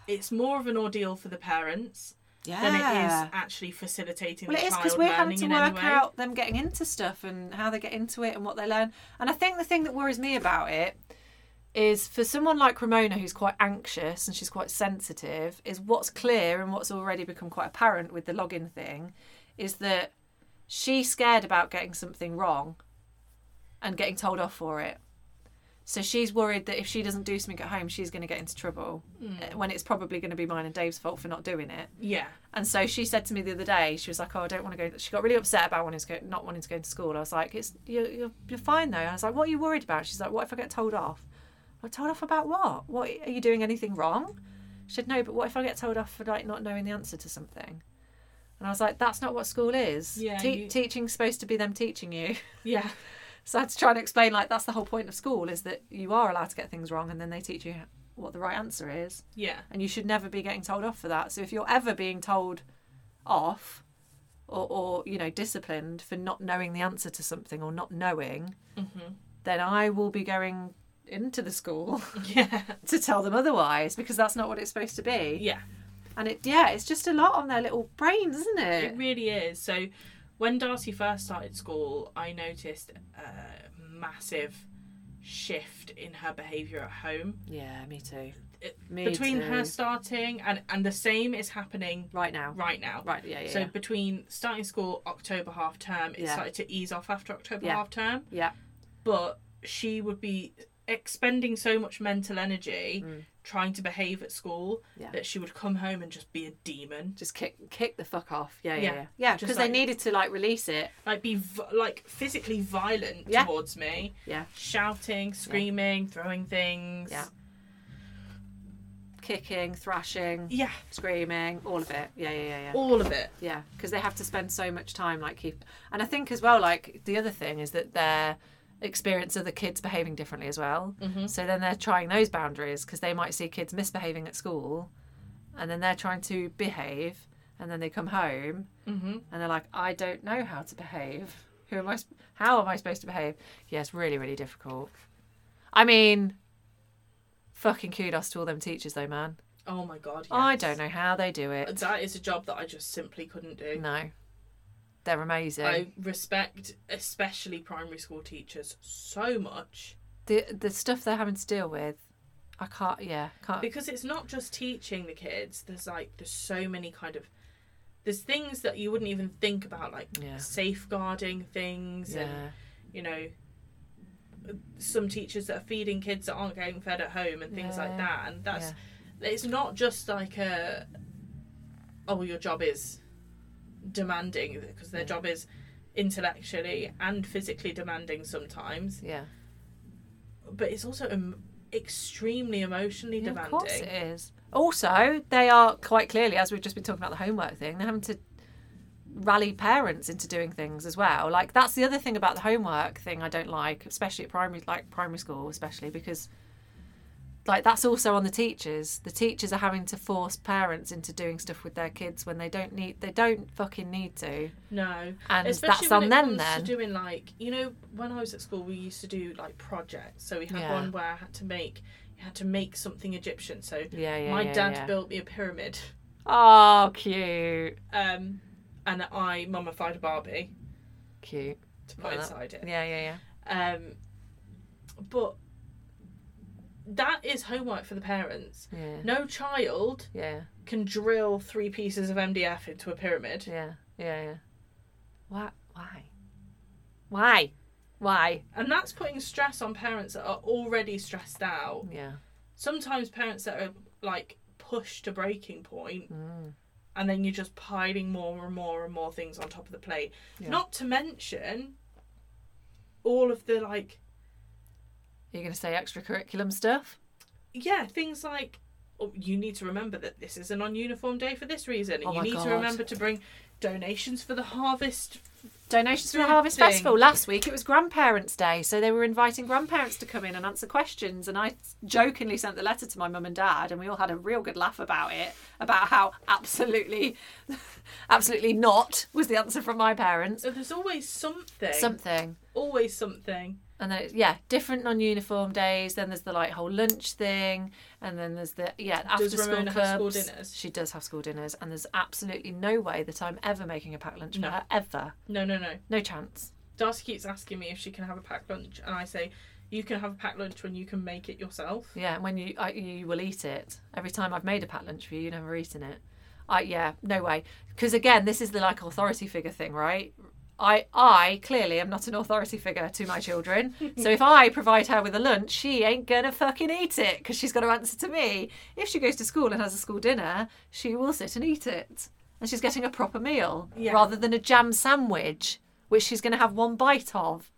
Speaker 2: It's more of an ordeal for the parents
Speaker 1: yeah.
Speaker 2: than it is actually facilitating
Speaker 1: Well,
Speaker 2: the
Speaker 1: it is
Speaker 2: child
Speaker 1: because we're having
Speaker 2: learning
Speaker 1: to
Speaker 2: in
Speaker 1: work
Speaker 2: any way.
Speaker 1: out them getting into stuff and how they get into it and what they learn. And I think the thing that worries me about it is for someone like Ramona, who's quite anxious and she's quite sensitive, is what's clear and what's already become quite apparent with the login thing is that she's scared about getting something wrong and getting told off for it. So she's worried that if she doesn't do something at home, she's going to get into trouble
Speaker 2: Mm.
Speaker 1: uh, when it's probably going to be mine and Dave's fault for not doing it.
Speaker 2: Yeah.
Speaker 1: And so she said to me the other day, she was like, "Oh, I don't want to go." She got really upset about wanting to go, not wanting to go to school. I was like, "It's you're, you're, you're fine though." And I was like, "What are you worried about?" She's like, "What if I get told off?" I was told off about what? What are you doing anything wrong? She said, "No, but what if I get told off for like not knowing the answer to something?" And I was like, "That's not what school is.
Speaker 2: Yeah,
Speaker 1: Te-
Speaker 2: you-
Speaker 1: Teaching's supposed to be them teaching you." (laughs)
Speaker 2: Yeah.
Speaker 1: So I had to try and explain like that's the whole point of school is that you are allowed to get things wrong, and then they teach you what the right answer is
Speaker 2: Yeah.
Speaker 1: and you should never be getting told off for that. So if you're ever being told off or, or you know disciplined for not knowing the answer to something or not knowing,
Speaker 2: Mm-hmm.
Speaker 1: then I will be going into the school
Speaker 2: (laughs)
Speaker 1: (laughs)
Speaker 2: Yeah.
Speaker 1: to tell them otherwise because that's not what it's supposed to be.
Speaker 2: Yeah.
Speaker 1: And it, yeah, it's just a lot on their little brains, isn't it?
Speaker 2: It really is. So when Darcy first started school, I noticed a massive shift in her behaviour at home.
Speaker 1: yeah, me too.
Speaker 2: It-
Speaker 1: Me
Speaker 2: Between
Speaker 1: too.
Speaker 2: her starting and and the same is happening
Speaker 1: right now,
Speaker 2: right now.
Speaker 1: right? Yeah, yeah.
Speaker 2: So
Speaker 1: yeah.
Speaker 2: between starting school October half term, it
Speaker 1: Yeah.
Speaker 2: started to ease off after October
Speaker 1: Yeah.
Speaker 2: half term.
Speaker 1: Yeah.
Speaker 2: But she would be expending so much mental energy
Speaker 1: Mm.
Speaker 2: trying to behave at school
Speaker 1: Yeah.
Speaker 2: that she would come home and just be a demon.
Speaker 1: Just kick, kick the fuck off. Yeah,
Speaker 2: Yeah.
Speaker 1: yeah, yeah. Yeah,
Speaker 2: Just
Speaker 1: because
Speaker 2: like-
Speaker 1: they needed to like release it.
Speaker 2: Like be v- like physically violent
Speaker 1: Yeah.
Speaker 2: towards me.
Speaker 1: Yeah.
Speaker 2: Shouting, screaming, throwing things.
Speaker 1: Yeah. Kicking, thrashing,
Speaker 2: Yeah,
Speaker 1: screaming, all of it. Yeah, yeah, yeah, yeah.
Speaker 2: all of it.
Speaker 1: Yeah, because they have to spend so much time like keep. And I think as well, like the other thing is that their experience of the kids behaving differently as well.
Speaker 2: Mhm.
Speaker 1: So then they're trying those boundaries because they might see kids misbehaving at school, and then they're trying to behave, and then they come home
Speaker 2: Mm-hmm.
Speaker 1: and they're like, I don't know how to behave. Who am I? sp- How am I supposed to behave? Yeah, it's really, really difficult. I mean, fucking kudos to all them teachers though, man.
Speaker 2: Oh my god. Yes.
Speaker 1: I don't know how they do it.
Speaker 2: That is a job that I just simply couldn't do.
Speaker 1: No, they're amazing.
Speaker 2: I respect, especially primary school teachers, so much
Speaker 1: the the stuff they're having to deal with, I can't. Yeah, can't.
Speaker 2: because it's not just teaching the kids. There's like there's so many kind of there's things that you wouldn't even think about, like
Speaker 1: Yeah.
Speaker 2: safeguarding things, and
Speaker 1: yeah,
Speaker 2: you know, some teachers that are feeding kids that aren't getting fed at home and things like
Speaker 1: Yeah.
Speaker 2: that. And that's it's not just like a oh your job is demanding because their
Speaker 1: Yeah.
Speaker 2: job is intellectually and physically demanding sometimes
Speaker 1: yeah.
Speaker 2: but it's also um, extremely emotionally
Speaker 1: yeah of
Speaker 2: demanding.
Speaker 1: course it is. Also, they are quite clearly, as we've just been talking about the homework thing, they're having to rally parents into doing things as well. Like that's the other thing about the homework thing I don't like, especially at primary, like primary school, especially because. Like that's also on the teachers. The teachers are having to force parents into doing stuff with their kids when they don't need, they don't fucking need to,
Speaker 2: No,
Speaker 1: and
Speaker 2: especially
Speaker 1: that's
Speaker 2: when
Speaker 1: on
Speaker 2: it
Speaker 1: them.
Speaker 2: comes
Speaker 1: Then
Speaker 2: to doing like you know when I was at school we used to do like projects. So we had
Speaker 1: Yeah.
Speaker 2: one where I had to make you had to make something Egyptian. So
Speaker 1: yeah, yeah.
Speaker 2: my
Speaker 1: yeah,
Speaker 2: dad
Speaker 1: yeah.
Speaker 2: built me a pyramid,
Speaker 1: Oh, cute,
Speaker 2: um, and I mummified a Barbie
Speaker 1: cute.
Speaker 2: to put
Speaker 1: Like that.
Speaker 2: inside it.
Speaker 1: Yeah, yeah, yeah.
Speaker 2: Um, but that is homework for the parents.
Speaker 1: Yeah,
Speaker 2: No child
Speaker 1: yeah,
Speaker 2: can drill three pieces of MDF into a pyramid.
Speaker 1: yeah, yeah, yeah. Why? Why? Why? Why?
Speaker 2: And that's putting stress on parents that are already stressed out.
Speaker 1: Yeah.
Speaker 2: Sometimes parents that are like pushed to breaking point,
Speaker 1: Mm.
Speaker 2: and then you're just piling more and more and more things on top of the plate.
Speaker 1: Yeah.
Speaker 2: Not to mention all of the like,
Speaker 1: You're going to say extracurriculum stuff?
Speaker 2: yeah, things like oh, you need to remember that this is a non uniform day for this reason, and
Speaker 1: Oh
Speaker 2: you
Speaker 1: my
Speaker 2: need
Speaker 1: God.
Speaker 2: to remember to bring donations for the harvest.
Speaker 1: Donations for the
Speaker 2: Food
Speaker 1: Harvest
Speaker 2: thing.
Speaker 1: Festival. Last week it was Grandparents' Day, so they were inviting grandparents to come in and answer questions. And I jokingly sent the letter to my mum and dad, and we all had a real good laugh about it, about how absolutely, (laughs) absolutely not was the answer from my parents.
Speaker 2: So there's always something,
Speaker 1: Something.
Speaker 2: always something.
Speaker 1: and then it's, yeah, different non-uniform days. Then there's the like whole lunch thing, and then there's the yeah after
Speaker 2: Does
Speaker 1: school
Speaker 2: Ramona
Speaker 1: clubs.
Speaker 2: have school dinners?
Speaker 1: She does have school dinners, and there's absolutely no way that I'm ever making a packed lunch for
Speaker 2: No.
Speaker 1: her ever.
Speaker 2: No, no, no.
Speaker 1: No chance.
Speaker 2: Darcy keeps asking me if she can have a packed lunch, and I say, "You can have a packed lunch when you can make it yourself."
Speaker 1: Yeah, and when you I, you will eat it every time I've made a packed lunch for you, you've never eaten it. I yeah, no way. Because again, this is the like authority figure thing, right? I I clearly am not an authority figure to my
Speaker 2: (laughs)
Speaker 1: children. so if I provide her with a lunch, she ain't gonna fucking eat it because she's got to answer to me. If she goes to school and has a school dinner, she will sit and eat it, and she's getting a proper meal
Speaker 2: Yeah.
Speaker 1: rather than a jam sandwich, which she's gonna have one bite of.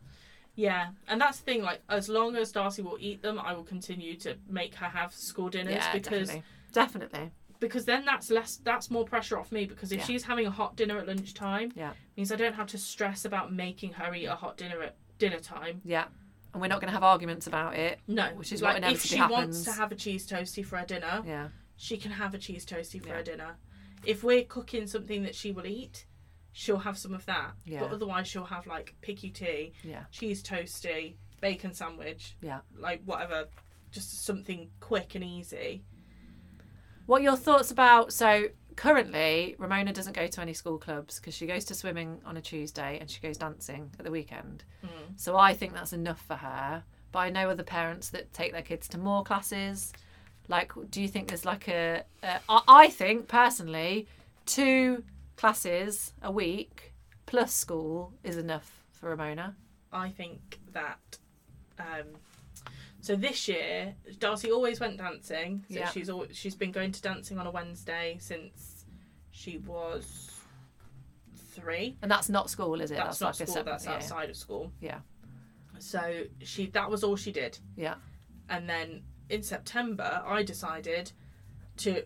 Speaker 2: Yeah, and that's the thing. Like, as long as Darcy will eat them, I will continue to make her have school dinners because
Speaker 1: definitely, definitely.
Speaker 2: because then that's less that's more pressure off me because if
Speaker 1: Yeah.
Speaker 2: she's having a hot dinner at lunchtime,
Speaker 1: Yeah.
Speaker 2: means I don't have to stress about making her eat a hot dinner at dinner time.
Speaker 1: Yeah. And we're not going to have arguments about it.
Speaker 2: No,
Speaker 1: Which is
Speaker 2: like
Speaker 1: what
Speaker 2: if she
Speaker 1: inevitably
Speaker 2: wants to
Speaker 1: happens.
Speaker 2: have a cheese toastie for her dinner,
Speaker 1: Yeah.
Speaker 2: she can have a cheese toastie for
Speaker 1: Yeah.
Speaker 2: her dinner. If we're cooking something that she will eat, she'll have some of that.
Speaker 1: Yeah.
Speaker 2: But otherwise, she'll have like picky tea,
Speaker 1: Yeah.
Speaker 2: cheese toasty, bacon sandwich,
Speaker 1: Yeah.
Speaker 2: like whatever, just something quick and easy.
Speaker 1: What are your thoughts about? So currently, Ramona doesn't go to any school clubs because she goes to swimming on a Tuesday and she goes dancing at the weekend.
Speaker 2: Mm.
Speaker 1: So I think that's enough for her. But I know other parents that take their kids to more classes. Like, do you think there's like a? a I I think personally, two classes a week plus school is enough for Ramona.
Speaker 2: I think that. Um, so this year, Darcy always went dancing. So
Speaker 1: Yeah.
Speaker 2: she's always, she's been going to dancing on a Wednesday since she was three.
Speaker 1: And that's not school, is it?
Speaker 2: that's, not
Speaker 1: like
Speaker 2: school. That's
Speaker 1: yeah.
Speaker 2: outside of school.
Speaker 1: Yeah.
Speaker 2: So she that was all she did.
Speaker 1: Yeah.
Speaker 2: And then in September, I decided to.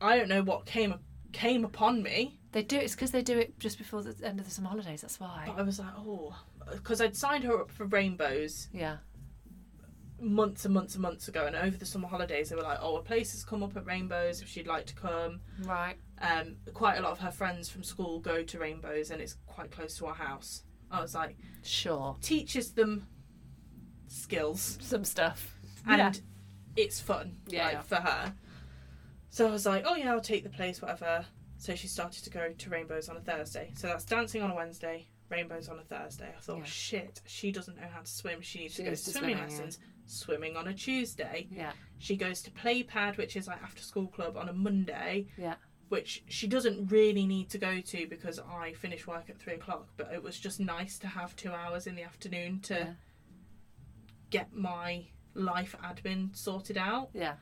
Speaker 2: I don't know what came came upon me.
Speaker 1: They do. It's because they do it just before the end of the summer holidays. That's why.
Speaker 2: But I was like, oh, because I'd signed her up for rainbows
Speaker 1: Yeah.
Speaker 2: months and months and months ago, and over the summer holidays, they were like, "Oh, a place has come up at Rainbows if she'd like to come."
Speaker 1: Right.
Speaker 2: Um, quite a lot of her friends from school go to Rainbows, and it's quite close to our house. I was like,
Speaker 1: Sure.
Speaker 2: teaches them skills,
Speaker 1: Some stuff.
Speaker 2: and
Speaker 1: Yeah.
Speaker 2: it's fun,
Speaker 1: Yeah,
Speaker 2: like,
Speaker 1: yeah.
Speaker 2: for her. So I was like, "Oh yeah, I'll take the place, whatever." So she started to go to Rainbows on a Thursday. So that's dancing on a Wednesday, Rainbows on a Thursday. I thought,
Speaker 1: Yeah.
Speaker 2: shit, she doesn't know how to swim. She needs
Speaker 1: She
Speaker 2: to go to
Speaker 1: needs to
Speaker 2: swimming
Speaker 1: swim, yeah.
Speaker 2: lessons. Swimming on a Tuesday.
Speaker 1: Yeah.
Speaker 2: She goes to play pad, which is like after school club on a Monday.
Speaker 1: Yeah.
Speaker 2: Which she doesn't really need to go to because I finish work at three o'clock. But it was just nice to have two hours in the afternoon to
Speaker 1: Yeah.
Speaker 2: get my life admin sorted out.
Speaker 1: Yeah.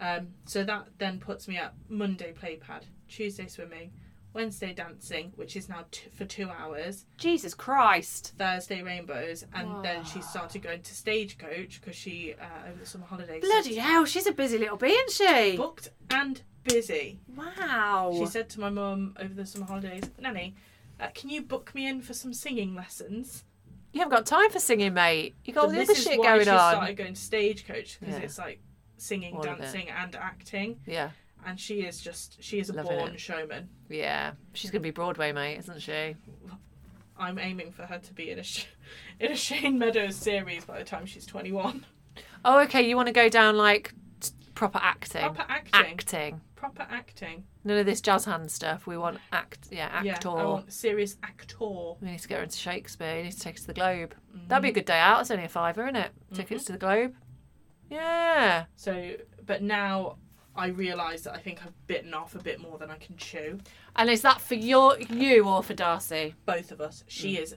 Speaker 2: Um, so that then puts me at Monday play pad, Tuesday swimming, Wednesday dancing, which is now t- for two hours,
Speaker 1: Jesus Christ.
Speaker 2: Thursday rainbows, and then she
Speaker 1: Wow.
Speaker 2: started going to stagecoach because she uh, over the summer holidays
Speaker 1: Bloody hell, she's a busy little bee, isn't she?
Speaker 2: booked and busy.
Speaker 1: Wow.
Speaker 2: She said to my mum over the summer holidays, Nanny, uh, can you book me in for some singing lessons?
Speaker 1: you haven't got time for singing, mate. You got all
Speaker 2: And
Speaker 1: the
Speaker 2: this
Speaker 1: other
Speaker 2: is
Speaker 1: shit
Speaker 2: why
Speaker 1: going
Speaker 2: she
Speaker 1: on.
Speaker 2: started going to stagecoach because
Speaker 1: Yeah.
Speaker 2: it's like singing,
Speaker 1: All of it.
Speaker 2: dancing, and acting.
Speaker 1: Yeah.
Speaker 2: And she is just, she is a
Speaker 1: Loving
Speaker 2: born showman.
Speaker 1: Yeah. She's gonna be Broadway, mate, isn't she?
Speaker 2: I'm aiming for her to be in a, sh- (laughs) in a Shane Meadows series by the time she's 21.
Speaker 1: Oh, okay. You want to go down like t- proper acting.
Speaker 2: Proper acting.
Speaker 1: Acting.
Speaker 2: Proper acting.
Speaker 1: None of this jazz hand stuff. We want act. Yeah, actor.
Speaker 2: Yeah, I want serious actor.
Speaker 1: We need to get her into Shakespeare. You need to take us to the Globe. That'd be a good day out. It's only a fiver, isn't it? Tickets to the Globe. Yeah.
Speaker 2: So, but now I realise that I think I've bitten off a bit more than I can chew.
Speaker 1: And is that for your you or for Darcy?
Speaker 2: both of us. She
Speaker 1: Mm.
Speaker 2: is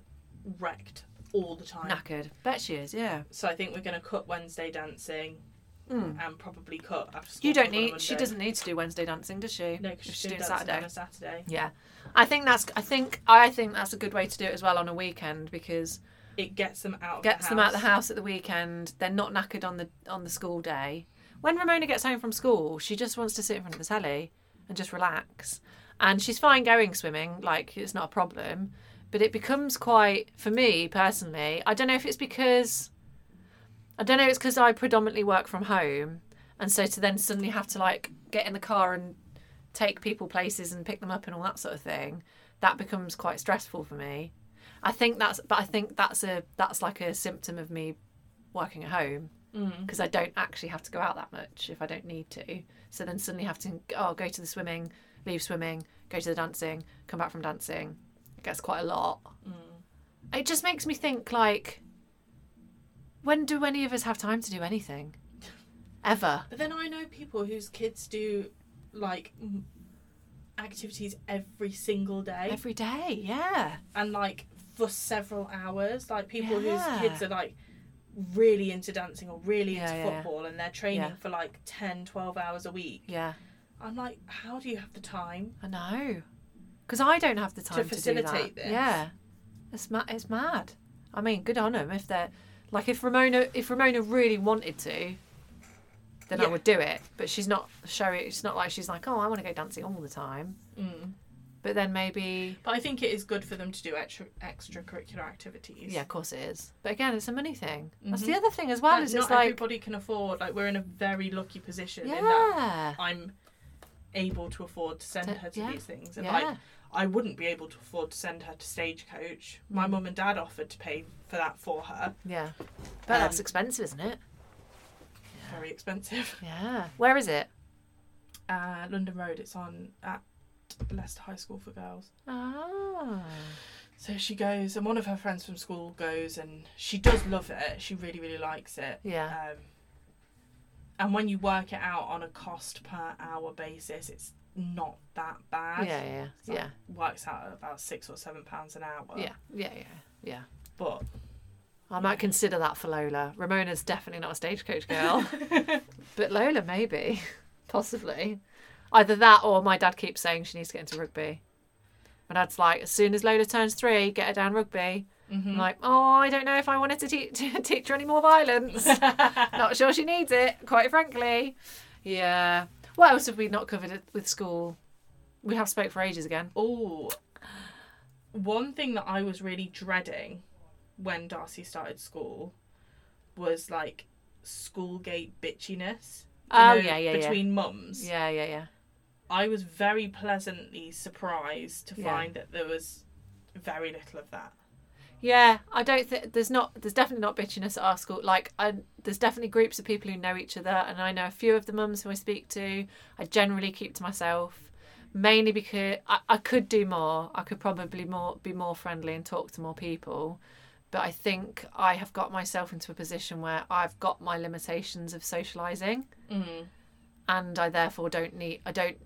Speaker 2: wrecked all the time.
Speaker 1: Knackered. Bet she is. Yeah. Hmm.
Speaker 2: So I think we're going to cut Wednesday dancing and probably cut after school.
Speaker 1: You don't
Speaker 2: club on a
Speaker 1: need. She
Speaker 2: Monday.
Speaker 1: doesn't need to do Wednesday dancing, does she?
Speaker 2: No,
Speaker 1: If
Speaker 2: because she's doing dancing Saturday. on a Saturday.
Speaker 1: Yeah. I think that's. I think. I think that's a good way to do it as well on a weekend because
Speaker 2: It gets them out. Of
Speaker 1: gets
Speaker 2: the
Speaker 1: them out of the
Speaker 2: house.
Speaker 1: house at the weekend. They're not knackered on the on the school day. When Ramona gets home from school, she just wants to sit in front of the telly and just relax. And she's fine going swimming, like it's not a problem. But it becomes quite for me personally. I don't know if it's because I don't know. if It's because I predominantly work from home, and so to then suddenly have to like get in the car and take people places and pick them up and all that sort of thing, that becomes quite stressful for me. I think that's, but I think that's a that's like a symptom of me working at home
Speaker 2: Mm,
Speaker 1: because I don't actually have to go out that much if I don't need to. So then suddenly have to oh go to the swimming, leave swimming, go to the dancing, come back from dancing. It gets quite a lot.
Speaker 2: mm.
Speaker 1: It just makes me think like, when do any of us have time to do anything? Ever?
Speaker 2: But then I know people whose kids do like m- activities every single day
Speaker 1: Every day? Yeah.
Speaker 2: and like for several hours. Like people
Speaker 1: Yeah.
Speaker 2: whose kids are like really into dancing or really
Speaker 1: Yeah,
Speaker 2: into
Speaker 1: yeah, yeah.
Speaker 2: football and they're training
Speaker 1: Yeah.
Speaker 2: for like 10 12 hours a week
Speaker 1: Yeah.
Speaker 2: i'm like how do you have the time
Speaker 1: I know, because I don't have the time to,
Speaker 2: facilitate
Speaker 1: do that.
Speaker 2: this.
Speaker 1: Yeah, it's mad. It's mad. I mean, good on them if they're like if Ramona if Ramona really wanted to, then I
Speaker 2: Yeah.
Speaker 1: would do it. But she's not showing. It's not like she's like, oh, I want to go dancing all the time.
Speaker 2: Mm.
Speaker 1: But then maybe,
Speaker 2: But I think it is good for them to do extra extracurricular activities.
Speaker 1: yeah, of course it is. But again, it's a money thing. That's the
Speaker 2: Mhm.
Speaker 1: other thing as well.
Speaker 2: That
Speaker 1: Is
Speaker 2: not
Speaker 1: it's like,
Speaker 2: everybody can afford. Like we're in a very lucky position in that
Speaker 1: yeah,
Speaker 2: I'm able to afford to send
Speaker 1: To-
Speaker 2: her to
Speaker 1: yeah.
Speaker 2: these things, and
Speaker 1: yeah,
Speaker 2: like I wouldn't be able to afford to send her to Stagecoach.
Speaker 1: Mm.
Speaker 2: My mum and dad offered to pay for that for her.
Speaker 1: yeah. But
Speaker 2: Um, (laughs)
Speaker 1: that's expensive, isn't it? (laughs)
Speaker 2: Very expensive.
Speaker 1: Yeah. Where is it?
Speaker 2: uh, London Road. It's on at Leicester High School for Girls.
Speaker 1: Ah.
Speaker 2: So she goes, and one of her friends from school goes, and she does love it. She really, really likes it.
Speaker 1: Yeah.
Speaker 2: Um, and when you work it out on a cost per hour basis, it's not that
Speaker 1: Yeah,
Speaker 2: bad.
Speaker 1: yeah,
Speaker 2: It's like
Speaker 1: yeah.
Speaker 2: Works out at about six or seven pounds an hour.
Speaker 1: Yeah, yeah, yeah, yeah.
Speaker 2: But
Speaker 1: I might consider that for Lola. Ramona's definitely not a stagecoach girl, but Lola maybe, (laughs) possibly. Either that or my dad keeps saying she needs to get into rugby. My dad's like, as soon as Lola turns three, get her down rugby.
Speaker 2: Mm. mm-hmm.
Speaker 1: I'm like, oh, I don't know if I wanted to te- (laughs) to teach her any more violence.
Speaker 2: (laughs)
Speaker 1: not sure she needs it, quite frankly. Yeah. What else have we not covered at- with school? We have spoke for ages again.
Speaker 2: oh, one thing that I was really dreading when Darcy started school was like school gate bitchiness. you
Speaker 1: Oh, yeah, yeah, yeah.
Speaker 2: between mums.
Speaker 1: Yeah, yeah, yeah.
Speaker 2: I was very pleasantly surprised to
Speaker 1: Yeah.
Speaker 2: find that there was very little of that.
Speaker 1: Yeah, I don't think there's not there's definitely not bitchiness at our school. Like, I, there's definitely groups of people who know each other, and I know a few of the mums who I speak to. I generally keep to myself, mainly because I, I could do more. I could probably more be more friendly and talk to more people, but I think I have got myself into a position where I've got my limitations of socializing,
Speaker 2: Mm.
Speaker 1: and I therefore don't need. I don't.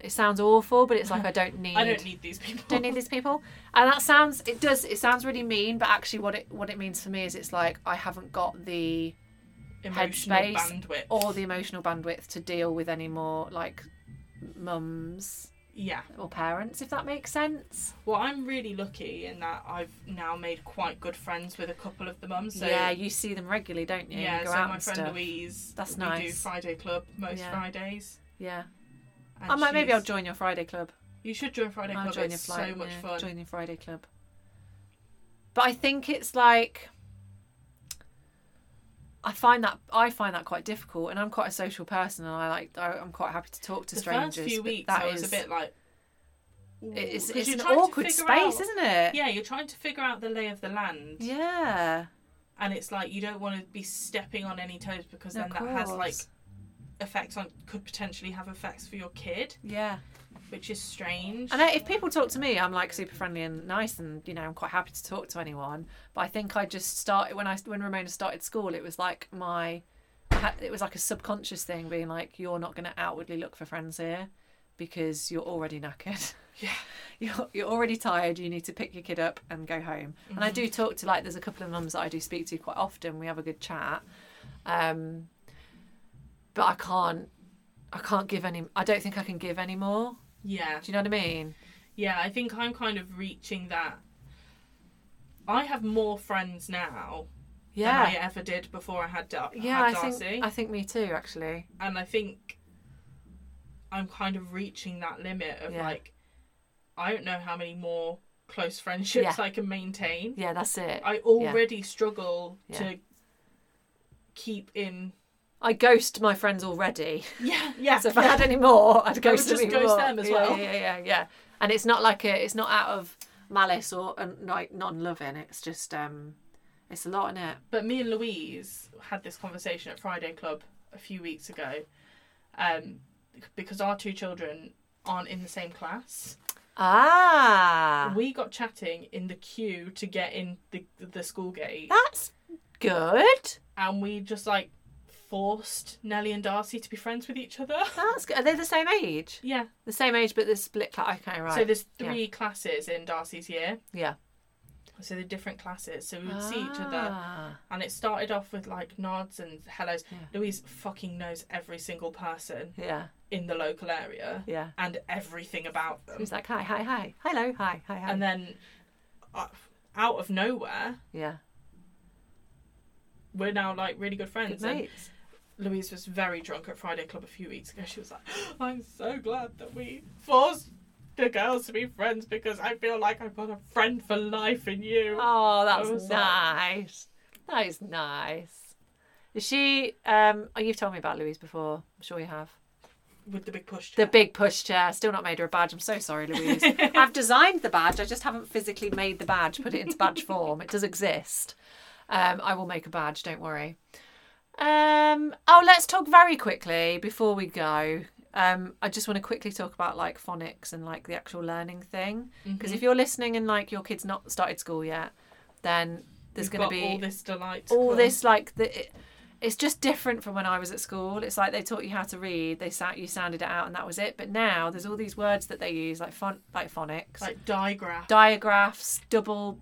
Speaker 1: It sounds awful, but it's like I don't need
Speaker 2: I don't need these people.
Speaker 1: don't need these people and that sounds it does it sounds really mean but actually what it what it means for me is it's like i haven't got the
Speaker 2: (laughs) emotional
Speaker 1: headspace
Speaker 2: bandwidth.
Speaker 1: or the emotional bandwidth to deal with any more like mums
Speaker 2: yeah.
Speaker 1: or parents if that makes sense
Speaker 2: Well, I'm really lucky in that I've now made quite good friends with a couple of the mums. So
Speaker 1: yeah you see them regularly don't you You
Speaker 2: yeah,
Speaker 1: go
Speaker 2: so
Speaker 1: out
Speaker 2: my
Speaker 1: and
Speaker 2: friend
Speaker 1: stuff
Speaker 2: Louise,
Speaker 1: That's
Speaker 2: we do
Speaker 1: nice.
Speaker 2: Friday club most
Speaker 1: Yeah.
Speaker 2: Fridays.
Speaker 1: yeah
Speaker 2: and
Speaker 1: i might maybe i'll
Speaker 2: she's-
Speaker 1: join your friday club
Speaker 2: You should join Friday
Speaker 1: I'll
Speaker 2: club.
Speaker 1: join your
Speaker 2: it's
Speaker 1: flight.
Speaker 2: so much
Speaker 1: yeah,
Speaker 2: fun.
Speaker 1: Join your Friday club. But I think it's like I find that I find that quite difficult, and I'm quite a social person, and I like I, I'm quite happy to talk to
Speaker 2: the
Speaker 1: strangers.
Speaker 2: first few
Speaker 1: but
Speaker 2: weeks,
Speaker 1: that
Speaker 2: I was
Speaker 1: is-
Speaker 2: a bit like, ooh,
Speaker 1: it's
Speaker 2: 'cause
Speaker 1: it's
Speaker 2: you're
Speaker 1: an
Speaker 2: trying to
Speaker 1: awkward
Speaker 2: figure
Speaker 1: space,
Speaker 2: out-
Speaker 1: isn't it?
Speaker 2: Yeah, you're trying to figure out the lay of the land.
Speaker 1: Yeah.
Speaker 2: and it's like you don't want to be stepping on any toes because
Speaker 1: No,
Speaker 2: then
Speaker 1: of
Speaker 2: that has like
Speaker 1: course.
Speaker 2: effects on could potentially have effects for your kid
Speaker 1: yeah.
Speaker 2: which is strange
Speaker 1: And I- if people talk to me, I'm like super friendly and nice, and you know I'm quite happy to talk to anyone. But I think I just started when I when Ramona started school, it was like my, I had- it was like a subconscious thing being like, you're not going to outwardly look for friends here, because you're already knackered.
Speaker 2: Yeah.
Speaker 1: (laughs) You're, you're already tired. You need to pick your kid up and go home. And I do talk to like there's a couple of mums that I do speak to quite often. We have a good chat, um, but I can't I can't give any. I don't think I can give any more.
Speaker 2: yeah
Speaker 1: Do you know what I mean?
Speaker 2: yeah i think i'm kind of reaching that i have more friends now
Speaker 1: Yeah.
Speaker 2: than i ever did before i had, Dar-
Speaker 1: yeah, I
Speaker 2: had darcy
Speaker 1: think I think me too actually.
Speaker 2: and i think i'm kind of reaching that limit of
Speaker 1: Yeah.
Speaker 2: like i don't know how many more close friendships
Speaker 1: Yeah.
Speaker 2: i can maintain
Speaker 1: Yeah, that's it. I,
Speaker 2: I already struggle
Speaker 1: Yeah.
Speaker 2: to keep
Speaker 1: (laughs)
Speaker 2: in.
Speaker 1: ghost my friends
Speaker 2: (laughs)
Speaker 1: already.
Speaker 2: Yeah, yeah.
Speaker 1: So if I had any more, I'd ghost
Speaker 2: just
Speaker 1: them even
Speaker 2: ghost
Speaker 1: more.
Speaker 2: them as
Speaker 1: Yeah,
Speaker 2: well.
Speaker 1: Yeah, yeah, yeah. And it's not like a, it's not out of malice or uh, like non-loving. It's just um, it's a lot in it.
Speaker 2: But me and Louise had this conversation at Friday Club a few weeks ago, um, because our two children aren't in the same class.
Speaker 1: Ah,
Speaker 2: We got chatting in the queue to get in the the school gate,
Speaker 1: that's good.
Speaker 2: and we just like forced Nellie and Darcy to be friends with
Speaker 1: (laughs)
Speaker 2: each other.
Speaker 1: That's good. Are they the same age?
Speaker 2: Yeah.
Speaker 1: The same age, but they're split. cla- Okay, right.
Speaker 2: So there's
Speaker 1: yeah.
Speaker 2: three classes in Darcy's year.
Speaker 1: Yeah.
Speaker 2: So they're different classes. So we would see each other
Speaker 1: Ah.
Speaker 2: and it started off with like nods and hellos.
Speaker 1: Yeah.
Speaker 2: Louise fucking knows every single person
Speaker 1: Yeah,
Speaker 2: in the local area
Speaker 1: yeah.
Speaker 2: and everything about them.
Speaker 1: Who's like hi, hi, hi, hello, hi, hi, hi.
Speaker 2: And then uh, out of nowhere,
Speaker 1: yeah,
Speaker 2: we're now like really good
Speaker 1: good
Speaker 2: friends. and
Speaker 1: mates.
Speaker 2: Louise was very drunk at Friday Club a few weeks ago. She was like, (gasps) "I'm so glad that we forced the girls to be friends because I feel like I've got a friend for life in you."
Speaker 1: Oh, that's
Speaker 2: was like-
Speaker 1: nice. That is nice. Is she? Um, oh, you've told me about Louise before. I'm sure you have.
Speaker 2: With the big push.
Speaker 1: The big push chair. Still not made her a badge. I'm so sorry,
Speaker 2: (laughs)
Speaker 1: Louise. I've designed the badge. I just haven't physically made the badge. Put it into
Speaker 2: (laughs)
Speaker 1: badge form. It does exist. Um, I will make a badge. Don't worry. Um, oh, let's talk very quickly before we go Um, I just want to quickly talk about like phonics and like the actual learning thing
Speaker 2: Mm-hmm.
Speaker 1: because if you're listening and like your kid's not started school yet, then there's
Speaker 2: You've
Speaker 1: going to
Speaker 2: got
Speaker 1: be
Speaker 2: all this delight. to
Speaker 1: all
Speaker 2: come.
Speaker 1: this like the it, it's just different from when I was at school. It's like they taught you how to read, they sat you sounded it out and that was it. But now there's all these words that they use like font like phonics,
Speaker 2: like digraph,
Speaker 1: digraphs, double,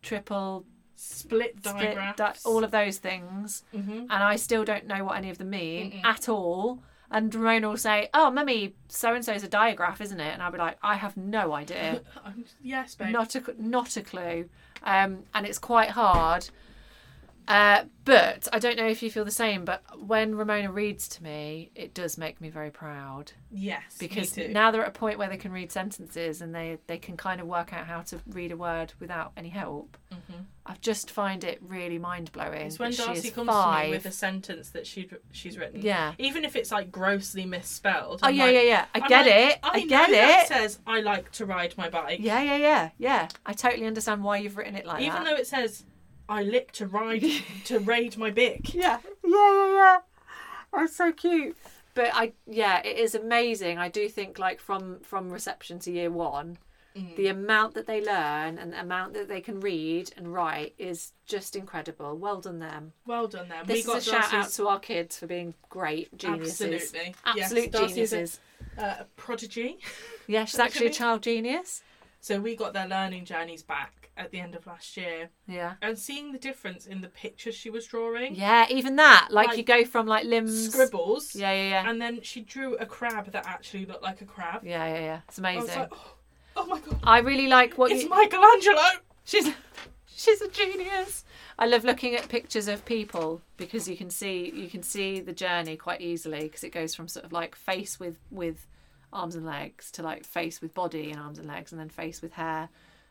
Speaker 1: triple,
Speaker 2: split
Speaker 1: split,
Speaker 2: digraphs,
Speaker 1: di- all of those things.
Speaker 2: Mhm.
Speaker 1: And I still don't know what any of them mean
Speaker 2: Mm-mm.
Speaker 1: at all. And Ramona will say, "Oh, mummy, so and so is a digraph, isn't it?" And I'll be like, "I have no idea."
Speaker 2: (laughs) I'm- yes, babe.
Speaker 1: not a not a clue um, and it's quite hard uh, but i don't know if you feel the same but when ramona reads to me it does make me very proud
Speaker 2: yes, me
Speaker 1: because
Speaker 2: too.
Speaker 1: now they're at a point where they can read sentences and they, they can kind of work out how to read a word without any help
Speaker 2: Mhm.
Speaker 1: i just find it really mind-blowing
Speaker 2: It's when
Speaker 1: that she
Speaker 2: Darcy
Speaker 1: is
Speaker 2: comes to
Speaker 1: five.
Speaker 2: me with a sentence that she she's written.
Speaker 1: yeah
Speaker 2: Even if it's like grossly misspelled.
Speaker 1: oh
Speaker 2: I'm
Speaker 1: yeah
Speaker 2: like-
Speaker 1: yeah yeah i
Speaker 2: I'm
Speaker 1: get
Speaker 2: like,
Speaker 1: it i, get
Speaker 2: know That
Speaker 1: it
Speaker 2: says I like to ride my bike.
Speaker 1: yeah yeah yeah yeah i totally understand why you've written it like that
Speaker 2: Even though it says I lick
Speaker 1: (laughs)
Speaker 2: to ride to raid my bick. (laughs)
Speaker 1: Yeah, yeah, yeah, yeah.
Speaker 2: Oh,
Speaker 1: That's so cute. But I, yeah, it is amazing. I do think like from from reception to year one,
Speaker 2: Mm.
Speaker 1: the amount that they learn and the amount that they can read and write is just incredible. Well done them.
Speaker 2: Well done then.
Speaker 1: This
Speaker 2: we got
Speaker 1: is a shout out
Speaker 2: Darcy's-
Speaker 1: to our kids for being great geniuses.
Speaker 2: Absolutely.
Speaker 1: Absolute
Speaker 2: yes, Darcy is
Speaker 1: geniuses.
Speaker 2: a, uh, a prodigy.
Speaker 1: Yeah, she's
Speaker 2: Look at
Speaker 1: actually a
Speaker 2: me.
Speaker 1: child genius.
Speaker 2: So we got their learning journeys back at the end of last year,
Speaker 1: Yeah.
Speaker 2: and seeing the difference in the pictures she was drawing,
Speaker 1: Yeah, even that. Like,
Speaker 2: Like,
Speaker 1: you go from like limbs.
Speaker 2: scribbles,
Speaker 1: Yeah, yeah, yeah.
Speaker 2: and then she drew a crab that actually looked like a crab.
Speaker 1: Yeah, yeah, yeah. It's
Speaker 2: I was
Speaker 1: amazing.
Speaker 2: like, oh, (gasps) oh my god,
Speaker 1: I really like what
Speaker 2: it's
Speaker 1: you.
Speaker 2: Michelangelo.
Speaker 1: She's she's a genius. I love looking at pictures of people because you can see you can see the journey quite easily because it goes from sort of like face with with arms and legs to like face with body and arms and legs and then face with hair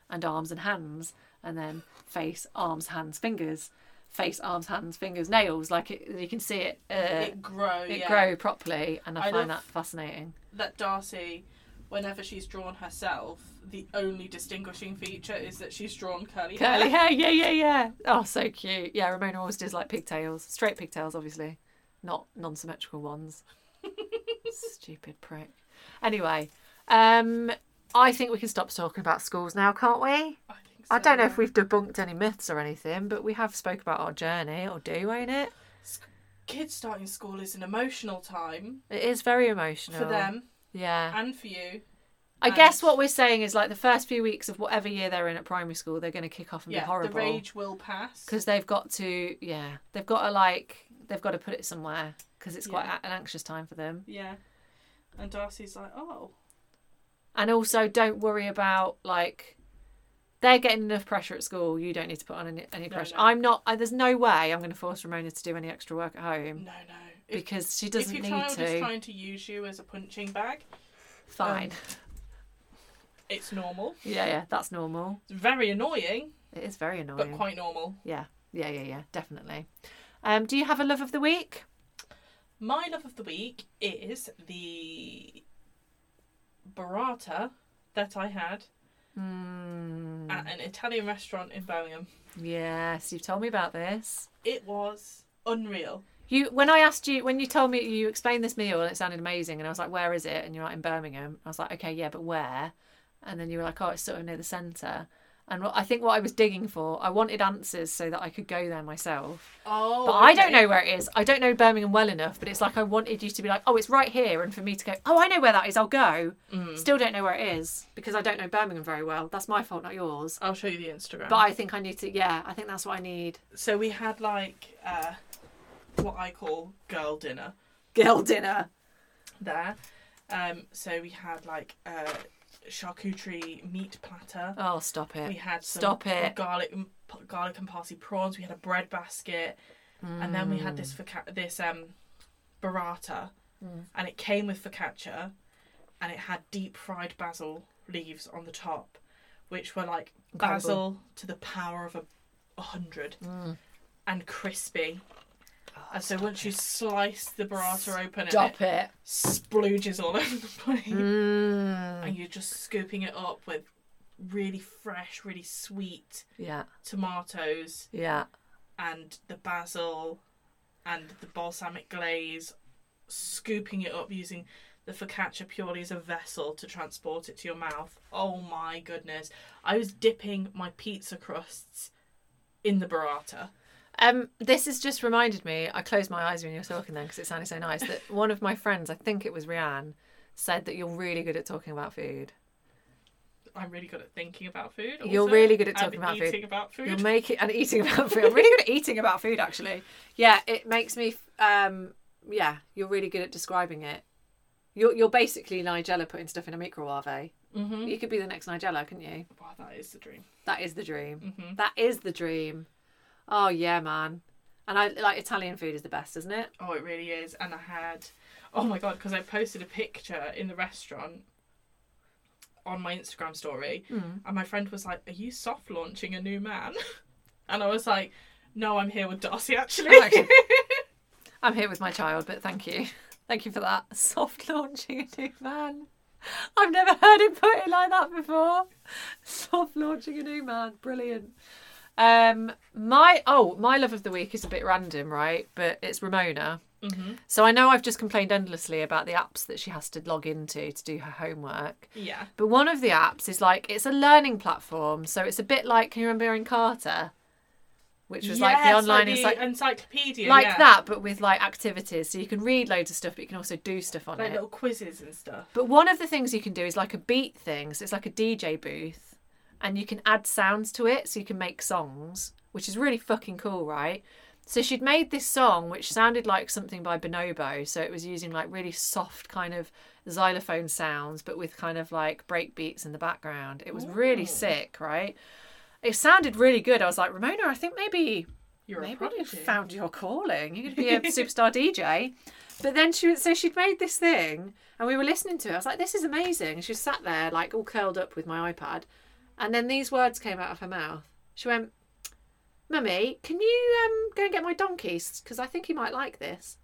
Speaker 1: and arms and hands and then face arms hands fingers face arms hands fingers nails like it, you can see it uh, it,
Speaker 2: It grow, yeah.
Speaker 1: grow properly and I,
Speaker 2: I
Speaker 1: find
Speaker 2: love-
Speaker 1: that fascinating.
Speaker 2: That Darcy, whenever she's drawn herself, the only distinguishing feature is that she's drawn curly,
Speaker 1: Curly
Speaker 2: hair.
Speaker 1: hair, yeah, yeah, yeah. Oh, so cute. Yeah, Ramona always does like pigtails, straight pigtails, obviously, not non-symmetrical
Speaker 2: (laughs)
Speaker 1: ones. Stupid prick. Anyway, um, I think we can stop talking about schools now, can't we?
Speaker 2: I, think
Speaker 1: I
Speaker 2: so,
Speaker 1: don't know
Speaker 2: yeah.
Speaker 1: if we've debunked any myths or anything, but we have spoke about our journey, or do, ain't it?
Speaker 2: kids starting school is an emotional time
Speaker 1: It is very emotional
Speaker 2: for them
Speaker 1: Yeah.
Speaker 2: and for you.
Speaker 1: I
Speaker 2: and-
Speaker 1: guess what we're saying is like the first few weeks of whatever year they're in at primary school, they're going to kick off and
Speaker 2: yeah,
Speaker 1: be horrible.
Speaker 2: the rage will pass.
Speaker 1: because they've got to yeah they've got to like they've got to put it somewhere because it's quite
Speaker 2: Yeah.
Speaker 1: a- an anxious time for them
Speaker 2: Yeah. And Darcy's like, oh,
Speaker 1: and also don't worry about like they're getting enough pressure at school you don't need to put on any, any
Speaker 2: No,
Speaker 1: pressure
Speaker 2: no.
Speaker 1: i'm not I, there's no way i'm going to force ramona to do any extra work at
Speaker 2: no,
Speaker 1: home
Speaker 2: no. If,
Speaker 1: Um, because she
Speaker 2: if
Speaker 1: doesn't
Speaker 2: your
Speaker 1: need
Speaker 2: child
Speaker 1: to
Speaker 2: is trying um, to use you as a punching bag,
Speaker 1: fine
Speaker 2: it's normal.
Speaker 1: yeah yeah that's normal
Speaker 2: It's very annoying,
Speaker 1: it is very
Speaker 2: but
Speaker 1: annoying
Speaker 2: quite normal.
Speaker 1: yeah yeah yeah definitely um do you have a love of the week
Speaker 2: My love of the week is the burrata that I had
Speaker 1: Hmm.
Speaker 2: at an Italian restaurant in Birmingham.
Speaker 1: yes you've told me about this
Speaker 2: It was unreal.
Speaker 1: You when I asked you when you told me you explained this meal and it sounded amazing and I was like, Where is it? And you're like in Birmingham. I was like, Okay, yeah, but where? And then you were like, Oh, it's sort of near the centre. And what, I think what I was digging for, I wanted answers so that I could go there myself.
Speaker 2: Oh,
Speaker 1: But I don't know where it is. I don't know Birmingham well enough, but it's like I wanted you to be like, oh, it's right here. And for me to go, oh, I know where that is. I'll go. Still don't know where it is because I don't know Birmingham very well. That's my fault, not yours.
Speaker 2: I'll show you the Instagram.
Speaker 1: But I think I need to, yeah, I think that's what I need.
Speaker 2: So we had like uh, what I call girl dinner.
Speaker 1: Girl dinner.
Speaker 2: there. Um, so we had like a charcuterie meat platter.
Speaker 1: Oh, stop
Speaker 2: We
Speaker 1: it.
Speaker 2: had some
Speaker 1: Stop it.
Speaker 2: garlic, garlic and parsley prawns. We had a bread basket, and then we had this
Speaker 1: Mm.
Speaker 2: foca- this um, burrata, and it came with focaccia, and it had deep fried basil leaves on the top, which were like
Speaker 1: Incredible. Mm.
Speaker 2: basil to the power of a a hundred, and crispy.
Speaker 1: Oh,
Speaker 2: and so once you slice the burrata open, and it
Speaker 1: Stop it.
Speaker 2: splooges all over the plate.
Speaker 1: Mm.
Speaker 2: And you're just scooping it up with really fresh, really sweet
Speaker 1: Yeah,
Speaker 2: tomatoes
Speaker 1: yeah.
Speaker 2: and the basil and the balsamic glaze, scooping it up using the focaccia purely as a vessel to transport it to your mouth. Oh my goodness. I was dipping my pizza crusts in the burrata.
Speaker 1: Um, this has just reminded me. I closed my eyes when you were talking then because it sounded so nice. That
Speaker 2: (laughs)
Speaker 1: one of my friends, I think it was Rianne, said that you're really good at talking about food.
Speaker 2: I'm really good at thinking about food.
Speaker 1: You're
Speaker 2: also,
Speaker 1: really good at
Speaker 2: and
Speaker 1: talking about food.
Speaker 2: eating about food.
Speaker 1: You're making and eating about food. I'm really good at eating about food, actually. Yeah, it makes me. f- Um, yeah, you're really good at describing it. You're you're basically Nigella putting stuff in a microwave. eh?
Speaker 2: mm-hmm.
Speaker 1: You could be the next Nigella, couldn't you?
Speaker 2: Wow, that is the dream.
Speaker 1: That is the dream.
Speaker 2: Mm-hmm.
Speaker 1: That is the dream. Oh yeah, man. And I like Italian food is the best, isn't it?
Speaker 2: Oh, it really is. And I had, oh my god, because I posted a picture in the restaurant on my Instagram story,
Speaker 1: Hmm.
Speaker 2: and my friend was like, "Are you soft launching a new man?" (laughs) And I was like, "No, I'm here with Darcy actually."
Speaker 1: Oh,
Speaker 2: (laughs)
Speaker 1: okay. I'm here with my child, but thank you. Thank you for that. (laughs) Soft launching a new man. I've never heard it put it like that before. Soft launching a new man. Brilliant. Um my oh, my love of the week is a bit random, right? But it's Ramona.
Speaker 2: Mhm.
Speaker 1: So I know I've just complained endlessly about the apps that she has to log into to do her homework.
Speaker 2: yeah.
Speaker 1: But one of the apps is like it's a learning platform, so it's a bit like can you remember in Carter? Which was like the
Speaker 2: Yes,
Speaker 1: online
Speaker 2: the
Speaker 1: encycl-
Speaker 2: encyclopedia,
Speaker 1: like
Speaker 2: yeah.
Speaker 1: that, but with like activities. So you can read loads of stuff, but you can also do stuff on
Speaker 2: like
Speaker 1: it.
Speaker 2: little quizzes and stuff.
Speaker 1: eh? But one of the things you can do is like a beat thing. So it's like a DJ booth, and you can add sounds to it, so you can make songs, which is really fucking cool, right? So she'd made this song which sounded like something by Bonobo. So it was using like really soft kind of xylophone sounds, but with kind of like break beats in the background. It was really
Speaker 2: Ooh.
Speaker 1: sick, right? It sounded really good. I was like, Ramona, I think maybe
Speaker 2: You're a
Speaker 1: Maybe you
Speaker 2: prodigy.
Speaker 1: found your calling. You could
Speaker 2: (laughs)
Speaker 1: be a superstar DJ. But then she was, so she'd made this thing and we were listening to it. I was like, this is amazing. She sat there like all curled up with my iPad. And then these words came out of her mouth. She went, Mummy, can you um, go and get my donkeys? Because I think he might like this.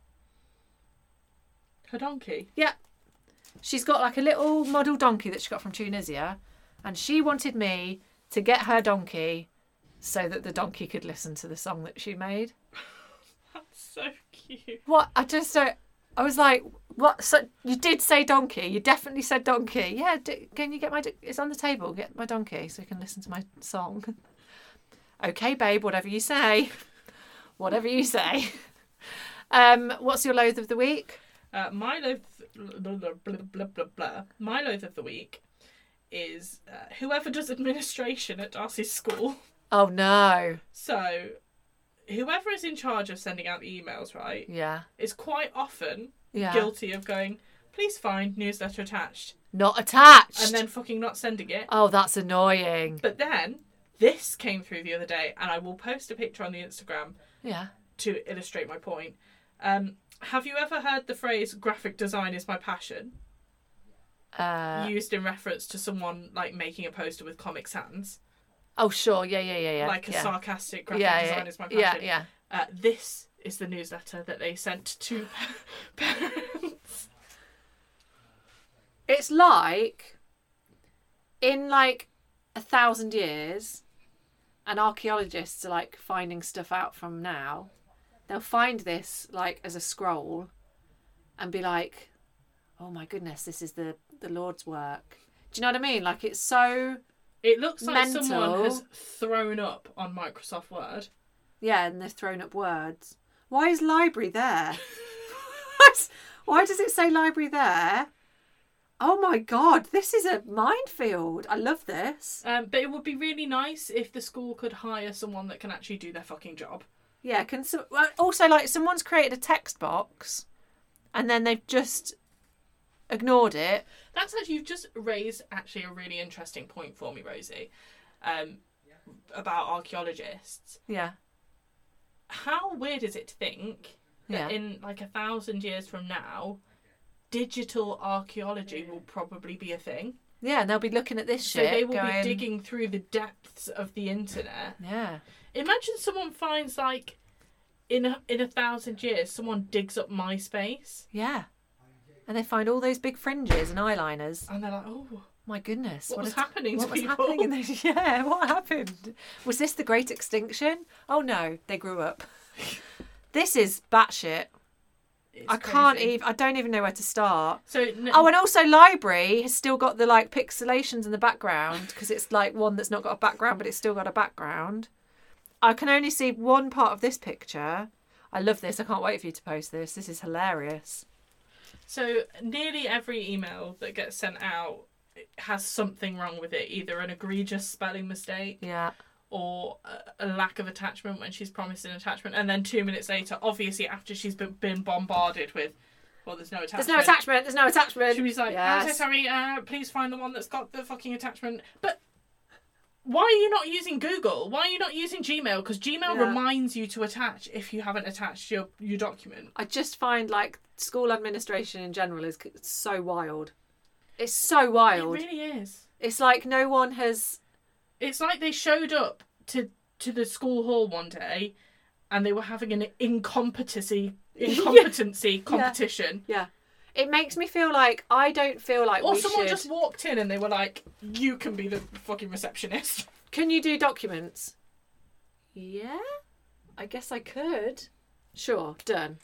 Speaker 2: Her donkey.
Speaker 1: She's got like a little model donkey that she got from Tunisia. And she wanted me to get her donkey so that the donkey could listen to the song that she made.
Speaker 2: That's so (laughs) cute.
Speaker 1: What? I just don't. I was like, what? So you did say donkey. You definitely said donkey. Yeah. D- can you get my? d- It's on the table. Get my donkey so you can listen to my song. (laughs) okay, babe. Whatever you say. (laughs) Whatever you say. (laughs) Um, what's your loathe of the week?
Speaker 2: Uh, my loath, blah, blah, blah, blah, blah, blah. My loath of the week is uh, whoever does administration at Darcy's school.
Speaker 1: Oh no.
Speaker 2: So, whoever is in charge of sending out the emails, right,
Speaker 1: Yeah.
Speaker 2: is quite often
Speaker 1: Yeah.
Speaker 2: guilty of going, please find newsletter attached,
Speaker 1: Not attached.
Speaker 2: and then fucking not sending it.
Speaker 1: Oh, that's annoying.
Speaker 2: But then this came through the other day, and I will post a picture on the Instagram
Speaker 1: Yeah.
Speaker 2: to illustrate my point. Um, have you ever heard the phrase graphic design is my passion?
Speaker 1: Uh,
Speaker 2: used in reference to someone like making a poster with Comic Sans,
Speaker 1: oh sure. Yeah. Yeah. Yeah. Yeah.
Speaker 2: like a
Speaker 1: yeah.
Speaker 2: sarcastic graphic
Speaker 1: yeah,
Speaker 2: design
Speaker 1: yeah,
Speaker 2: is my passion.
Speaker 1: yeah, yeah.
Speaker 2: Uh, this is the newsletter that they sent to (laughs) parents.
Speaker 1: It's like in like a thousand years, and archaeologists are like finding stuff out from now. They'll find this like as a scroll, and be like, "Oh my goodness, this is the the Lord's work." Do you know what I mean? Like it's so
Speaker 2: It looks like
Speaker 1: Mental.
Speaker 2: someone has thrown up on Microsoft Word.
Speaker 1: yeah, and they've thrown up words. Why is library there? (laughs) What? Why does it say library there? Oh my god, this is a minefield. I love this.
Speaker 2: Um, but it would be really nice if the school could hire someone that can actually do their fucking job.
Speaker 1: Yeah, can some, well, also like someone's created a text box, and then they've just ignored it.
Speaker 2: That's actually you've just raised actually a really interesting point for me, Rosie, um, about archaeologists.
Speaker 1: Yeah,
Speaker 2: how weird is it to think that
Speaker 1: Yeah.
Speaker 2: in like a thousand years from now, digital archaeology will probably be a thing?
Speaker 1: yeah, and they'll be looking at this
Speaker 2: So
Speaker 1: shit.
Speaker 2: they will
Speaker 1: going,
Speaker 2: be digging through the depths of the internet.
Speaker 1: Yeah,
Speaker 2: Imagine someone finds like in a, in a thousand years, someone digs up MySpace
Speaker 1: yeah, and they find all those big fringes and eyeliners.
Speaker 2: and they're like, oh,
Speaker 1: My goodness,
Speaker 2: what, was
Speaker 1: a-
Speaker 2: happening
Speaker 1: What
Speaker 2: to
Speaker 1: was
Speaker 2: people?
Speaker 1: happening
Speaker 2: (laughs)
Speaker 1: in this? (laughs) Yeah, what happened? Was this the Great
Speaker 2: (laughs)
Speaker 1: Extinction? Oh no, they grew up. this is batshit.
Speaker 2: it's
Speaker 1: I can't
Speaker 2: crazy.
Speaker 1: even. I don't even know where to start.
Speaker 2: So n-
Speaker 1: Oh, and also library has still got the like pixelations in the background because it's like one that's not got a background, but it's still got a background. I can only see one part of this picture. I love this. I can't wait for you to post this. This is hilarious.
Speaker 2: So nearly every email that gets sent out has something wrong with it, either an egregious spelling mistake
Speaker 1: Yeah.
Speaker 2: or a- a lack of attachment when she's promised an attachment, and then two minutes later, obviously after she's been, been bombarded with, well, there's no
Speaker 1: There's
Speaker 2: attachment.
Speaker 1: no attachment. There's no attachment.
Speaker 2: She was like, I'm so
Speaker 1: Yes.
Speaker 2: sorry, uh, please find the one that's got the fucking attachment. But why are you not using Google? Why are you not using Gmail? Because Gmail
Speaker 1: Yeah.
Speaker 2: reminds you to attach if you haven't attached your, your document.
Speaker 1: I just find like school administration in general is c- so wild. It's so wild.
Speaker 2: It really is.
Speaker 1: It's like no one has.
Speaker 2: It's like they showed up to to the school hall one day, and they were having an
Speaker 1: (laughs)
Speaker 2: incompetency incompetency competition.
Speaker 1: Yeah. It makes me feel like I don't feel like
Speaker 2: Or
Speaker 1: we
Speaker 2: someone
Speaker 1: should-
Speaker 2: just walked in and they were like, "You can be the fucking receptionist." (laughs)
Speaker 1: Can you do documents? Yeah, I guess I could. Sure, done.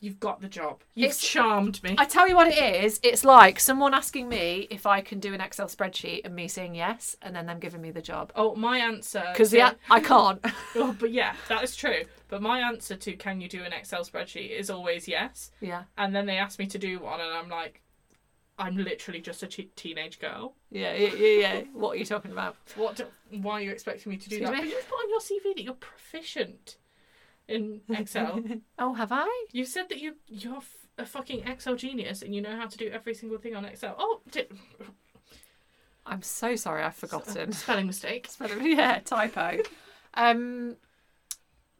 Speaker 2: You've got the job. You've
Speaker 1: It's-
Speaker 2: charmed me.
Speaker 1: I tell you what it is. It's like someone asking me if I can do an Excel spreadsheet and me saying yes, and then them giving me the job.
Speaker 2: Oh, my answer.
Speaker 1: Because
Speaker 2: to-
Speaker 1: yeah, I (laughs) can't.
Speaker 2: (laughs) Oh, but yeah, that is true. But my answer to can you do an Excel spreadsheet is always yes.
Speaker 1: yeah,
Speaker 2: And then they ask me to do one, and I'm like, I'm literally just a che- teenage girl.
Speaker 1: yeah, yeah, yeah, yeah. What are you talking about?
Speaker 2: What? Do, why are you expecting me to do
Speaker 1: Excuse
Speaker 2: that?
Speaker 1: me?
Speaker 2: But you put on your CV that you're proficient in
Speaker 1: (laughs)
Speaker 2: Excel.
Speaker 1: Oh, have I?
Speaker 2: you said that you you're f- a fucking Excel genius and you know how to do every single thing on Excel. Oh, di-
Speaker 1: I'm so sorry. I've forgotten. (laughs)
Speaker 2: spelling mistake.
Speaker 1: Sort of- yeah, typo. Um,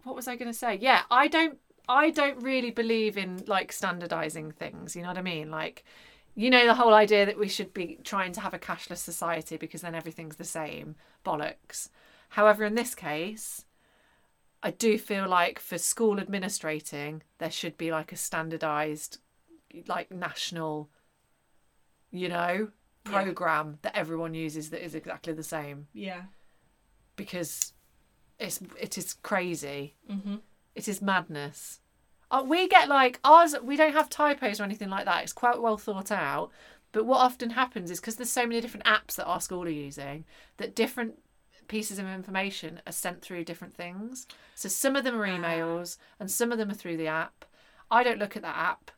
Speaker 1: what was I going to say? Yeah, I don't, I don't really believe in like standardizing things. You know what I mean? Like, you know, the whole idea that we should be trying to have a cashless society because then everything's the same. Bollocks. However, in this case, I do feel like for school administrating, there should be like a standardized, like national, you know,
Speaker 2: Yeah.
Speaker 1: program that everyone uses that is exactly the same
Speaker 2: Yeah.
Speaker 1: because it's it is crazy.
Speaker 2: Mhm.
Speaker 1: It is madness. Uh, we get like ours. We don't have typos or anything like that. It's quite well thought out. But what often happens is because there's so many different apps that our school are using that different pieces of information are sent through different things. So some of them are emails and some of them are through the app. I don't look at that app.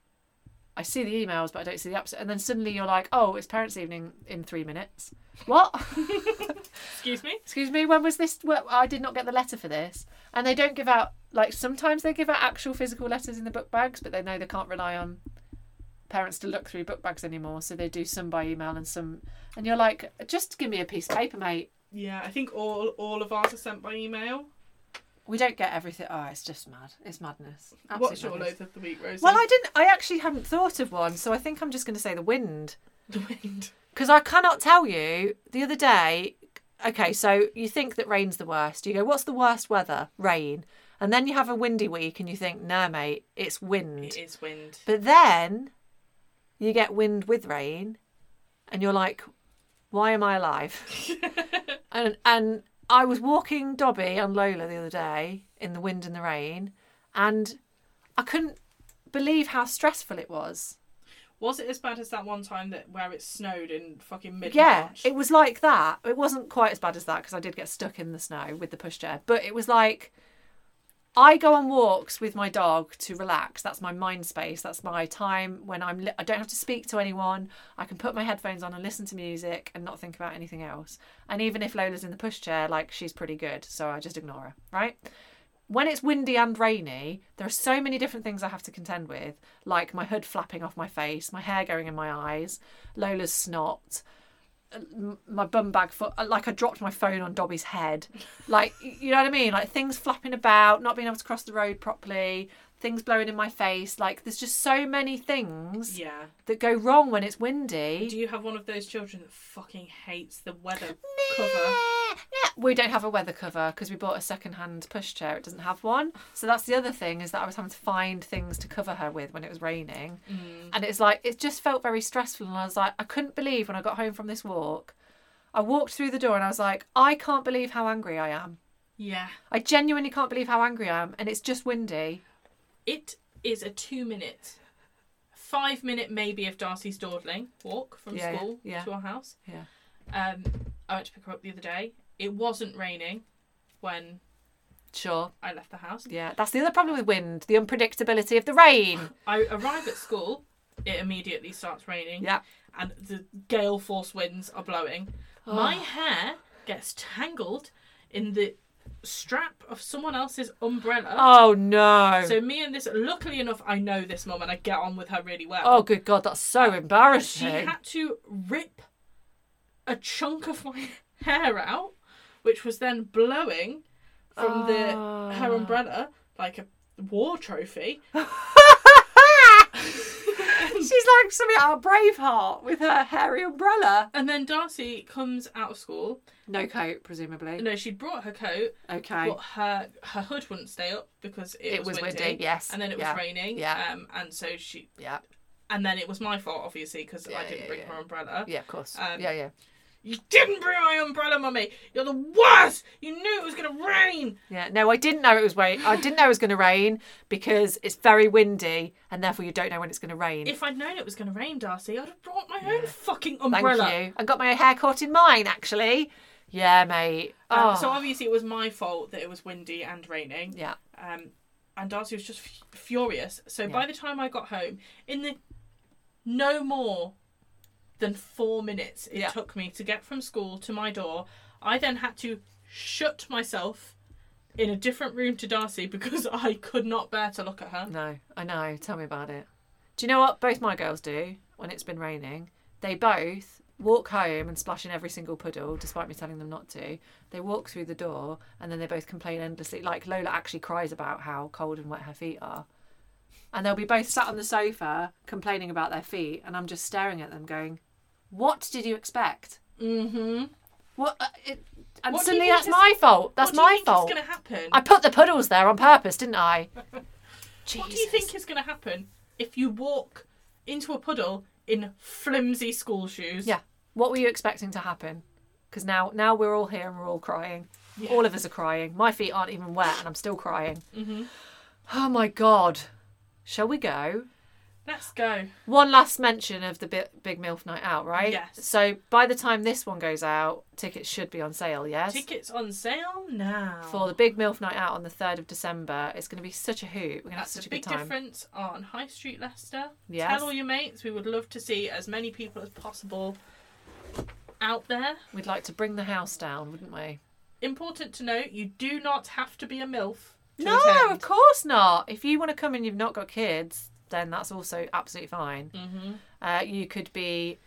Speaker 1: I see the emails, but I don't see the apps. And then suddenly you're like, oh, it's parents' evening in three minutes. What?
Speaker 2: Excuse me.
Speaker 1: excuse me when was this well, i did not get the letter for this and they don't give out like sometimes they give out actual physical letters in the book bags but they know they can't rely on parents to look through book bags anymore so they do some by email and some and you're like just give me a piece of paper mate
Speaker 2: Yeah, I think all all of ours are sent by email.
Speaker 1: we don't get everything oh it's just mad it's madness Absolute
Speaker 2: What's your
Speaker 1: madness.
Speaker 2: loath of the week, Rosie?
Speaker 1: well i didn't i actually hadn't thought of one so i think i'm just going to say the wind
Speaker 2: (laughs) the wind.
Speaker 1: Because I cannot tell you the other day. Okay, so you think that rain's the worst. You go, what's the worst weather? Rain. And then you have a windy week and you think, nah, mate, it's wind.
Speaker 2: It is wind.
Speaker 1: But then you get wind with rain and you're like, why am I
Speaker 2: (laughs)
Speaker 1: alive? and, and I was walking Dobby and Lola the other day in the wind and the rain and I couldn't believe how stressful it was.
Speaker 2: Was it as bad as that one time that where it snowed in fucking mid
Speaker 1: Yeah,
Speaker 2: March?
Speaker 1: it was like that. It wasn't quite as bad as that because I did get stuck in the snow with the pushchair, but it was like I go on walks with my dog to relax. That's my mind space. That's my time when I'm. Li- I don't have to speak to anyone. I can put my headphones on and listen to music and not think about anything else. And even if Lola's in the pushchair, like she's pretty good, so I just ignore her. Right? when it's windy and rainy, there are so many different things I have to contend with, like my hood flapping off my face, my hair going in my eyes, Lola's snot, uh, m- my bum bag foot, uh, like I dropped my phone on Dobby's head. Like, y- you know what I mean? Like things flapping about, not being able to cross the road properly, things blowing in my face. Like, there's just so many things
Speaker 2: Yeah.
Speaker 1: that go wrong when it's windy.
Speaker 2: Do you have one of those children that fucking hates the weather cover?
Speaker 1: We don't have a weather cover because we bought a second-hand pushchair. It doesn't have one, so that's the other thing is that I was having to find things to cover her with when it was raining,
Speaker 2: Mm.
Speaker 1: and it's like it just felt very stressful. And I was like, I couldn't believe when I got home from this walk, I walked through the door and I was like, I can't believe how angry I am.
Speaker 2: Yeah.
Speaker 1: I genuinely can't believe how angry I am, and it's just windy.
Speaker 2: It is a two minute five minute maybe if Darcy's dawdling walk from
Speaker 1: Yeah, yeah,
Speaker 2: school
Speaker 1: yeah.
Speaker 2: to our house.
Speaker 1: Yeah.
Speaker 2: Um, I went to pick her up the other day. It wasn't raining when
Speaker 1: Sure.
Speaker 2: I left the house.
Speaker 1: Yeah. That's the other problem with wind the unpredictability of the rain.
Speaker 2: I arrive at school. It immediately starts raining.
Speaker 1: Yeah.
Speaker 2: And the gale force winds are blowing. My hair gets tangled in the strap of someone else's umbrella.
Speaker 1: Oh, no.
Speaker 2: So me and this, luckily enough, I know this mum and I get on with her really well.
Speaker 1: oh, good God. That's so
Speaker 2: she
Speaker 1: embarrassing. (laughs)
Speaker 2: (laughs) had to rip a chunk of (laughs) my hair out, which was then blowing from
Speaker 1: Ah.
Speaker 2: the her umbrella like a war trophy. (laughs)
Speaker 1: She's like something out of Braveheart with her hairy umbrella.
Speaker 2: And then Darcy comes out of school.
Speaker 1: No coat, presumably.
Speaker 2: No, she'd brought her coat,
Speaker 1: Okay.
Speaker 2: but her her hood wouldn't stay up because it,
Speaker 1: it was windy, yes.
Speaker 2: And then it was
Speaker 1: yeah.
Speaker 2: raining.
Speaker 1: Yeah.
Speaker 2: Um, and so she
Speaker 1: Yeah,
Speaker 2: and then it was my fault obviously because
Speaker 1: Yeah,
Speaker 2: I didn't
Speaker 1: yeah,
Speaker 2: bring
Speaker 1: yeah.
Speaker 2: her umbrella.
Speaker 1: yeah, of course.
Speaker 2: Um,
Speaker 1: yeah, yeah.
Speaker 2: You didn't bring my umbrella, mummy. You're the worst. You knew it was gonna rain.
Speaker 1: Yeah, no, I didn't know it was rain. I didn't know it was going to rain because it's very windy, and therefore you don't know when it's going to rain.
Speaker 2: If I'd known it was going to rain, Darcy, I'd have brought my own fucking
Speaker 1: Thank
Speaker 2: umbrella.
Speaker 1: you. I got my hair caught in mine, actually. Yeah, mate. Oh,
Speaker 2: Um, so obviously it was my fault that it was windy and raining.
Speaker 1: yeah.
Speaker 2: Um, and Darcy was just f- furious. So by the time I got home, in the no more than four minutes it
Speaker 1: Yeah.
Speaker 2: took me to get from school to my door, I then had to shut myself in a different room to Darcy because (laughs) I could not bear to look at her.
Speaker 1: No, I know. Tell me about it. Do you know what both my girls do when it's been raining? They both walk home and splash in every single puddle, despite me telling them not to. They walk through the door and then they both complain endlessly. Like Lola actually cries about how cold and wet her feet are. And they'll be both sat on the sofa complaining about their feet, and I'm just staring at them, going, "What did you expect?
Speaker 2: Mm-hmm.
Speaker 1: What?" uh, It, and
Speaker 2: What do
Speaker 1: suddenly,
Speaker 2: you think
Speaker 1: that's
Speaker 2: is-
Speaker 1: my fault. That's
Speaker 2: what do you
Speaker 1: my
Speaker 2: think
Speaker 1: fault.
Speaker 2: is going to happen?
Speaker 1: I put the puddles there on purpose, didn't I? Jesus.
Speaker 2: (laughs) What do you think is going to happen if you walk into a puddle in flimsy school shoes?
Speaker 1: Yeah. What were you expecting to happen? Because now, now we're all here and we're all crying.
Speaker 2: Yeah.
Speaker 1: All of us are crying. My feet aren't even wet, and I'm still crying. Mm-hmm. Oh my god! Shall we go?
Speaker 2: Let's go.
Speaker 1: One last mention of the big, big MILF night out, right?
Speaker 2: Yes.
Speaker 1: So by the time this one goes out, tickets should be on sale. Yes.
Speaker 2: Tickets on sale now.
Speaker 1: for the big MILF night out on the third of December, it's going to be such a hoot. We're going to have
Speaker 2: That's
Speaker 1: such
Speaker 2: a
Speaker 1: a good
Speaker 2: big
Speaker 1: time.
Speaker 2: difference on High Street, Leicester.
Speaker 1: Yes.
Speaker 2: Tell all your mates. We would love to see as many people as possible out there.
Speaker 1: We'd like to bring the house down, wouldn't we?
Speaker 2: Important to note, you do not have to be a MILF. To
Speaker 1: No, of
Speaker 2: attend.
Speaker 1: course not. If you want to come and you've not got kids, then that's also absolutely fine.
Speaker 2: Mm-hmm.
Speaker 1: Uh, you could be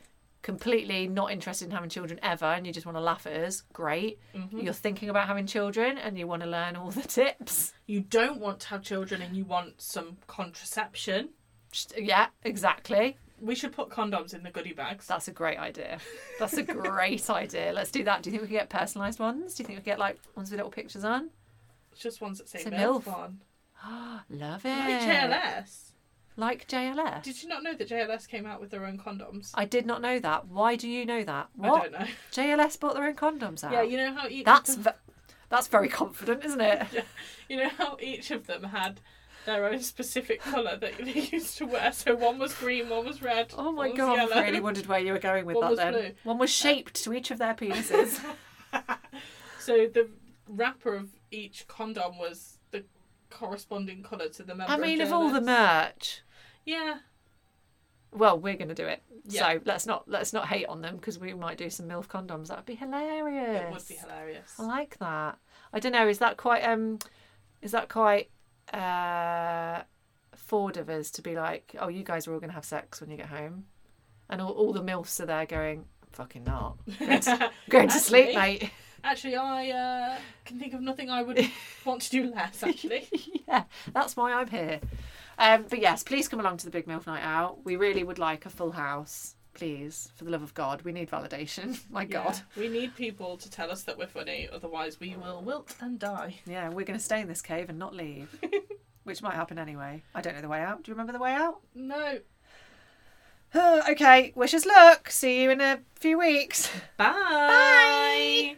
Speaker 1: completely not interested in having children ever and you just want to laugh at us. Great.
Speaker 2: Mm-hmm.
Speaker 1: You're thinking about having children and you want to learn all the tips.
Speaker 2: You don't want to have children and you want some contraception.
Speaker 1: Just- Yeah, exactly.
Speaker 2: We should put condoms in the goodie bags.
Speaker 1: That's a great idea. That's a
Speaker 2: (laughs)
Speaker 1: great idea. Let's do that. Do you think we can get personalised ones? Do you think we can get like ones with little pictures on? (gasps)
Speaker 2: Just ones that say
Speaker 1: It's a
Speaker 2: MILF,
Speaker 1: MILF.
Speaker 2: on.
Speaker 1: Love
Speaker 2: Like
Speaker 1: it.
Speaker 2: JLS.
Speaker 1: Like JLS.
Speaker 2: Did you not know that JLS came out with their own condoms?
Speaker 1: I did not know that. Why do you know that?
Speaker 2: I
Speaker 1: What?
Speaker 2: don't know.
Speaker 1: JLS bought their own condoms out.
Speaker 2: Yeah, you know how each
Speaker 1: That's
Speaker 2: of
Speaker 1: ve- that's very confident, isn't it?
Speaker 2: them, you know how each of them had their own specific colour that (laughs) they used to wear. So one was green, one was red.
Speaker 1: Oh my
Speaker 2: one was
Speaker 1: god!
Speaker 2: yellow.
Speaker 1: I
Speaker 2: (laughs)
Speaker 1: really wondered where you were going with
Speaker 2: One
Speaker 1: that.
Speaker 2: was Uh,
Speaker 1: then
Speaker 2: blue.
Speaker 1: one was shaped to each of their penises.
Speaker 2: (laughs) So the wrapper of each condom was the corresponding colour to the member.
Speaker 1: I mean, of all the
Speaker 2: JLS.
Speaker 1: merch,
Speaker 2: yeah,
Speaker 1: well, we're going to do it.
Speaker 2: Yeah.
Speaker 1: So let's not let's not hate on them because we might do some milf condoms. That'd be hilarious.
Speaker 2: it would be hilarious. (laughs)
Speaker 1: I like that. I don't know. Is that quite um, is that quite uh, forward of us to be like, oh, you guys are all going to have sex when you get home, and all, all the milfs are there going, fucking not, going
Speaker 2: (laughs)
Speaker 1: to, going to sleep,
Speaker 2: Actually-
Speaker 1: mate.
Speaker 2: Actually, I uh, can think of nothing I
Speaker 1: (laughs)
Speaker 2: would want to do less. Actually,
Speaker 1: yeah, that's why I'm here. Um, but yes, please come along to the Big MILF Night Out. We really would like a full house, please, for the love of God. We need validation. (laughs) (laughs) My God.
Speaker 2: Yeah, we need people to tell us that we're funny, otherwise we will wilt and die.
Speaker 1: Yeah, we're going to stay in this cave and not leave, (laughs) which might happen anyway. I don't know the way out. Do you remember the way out? (sighs)
Speaker 2: No.
Speaker 1: (laughs) okay, wish us luck. See you in a few weeks.
Speaker 2: Bye.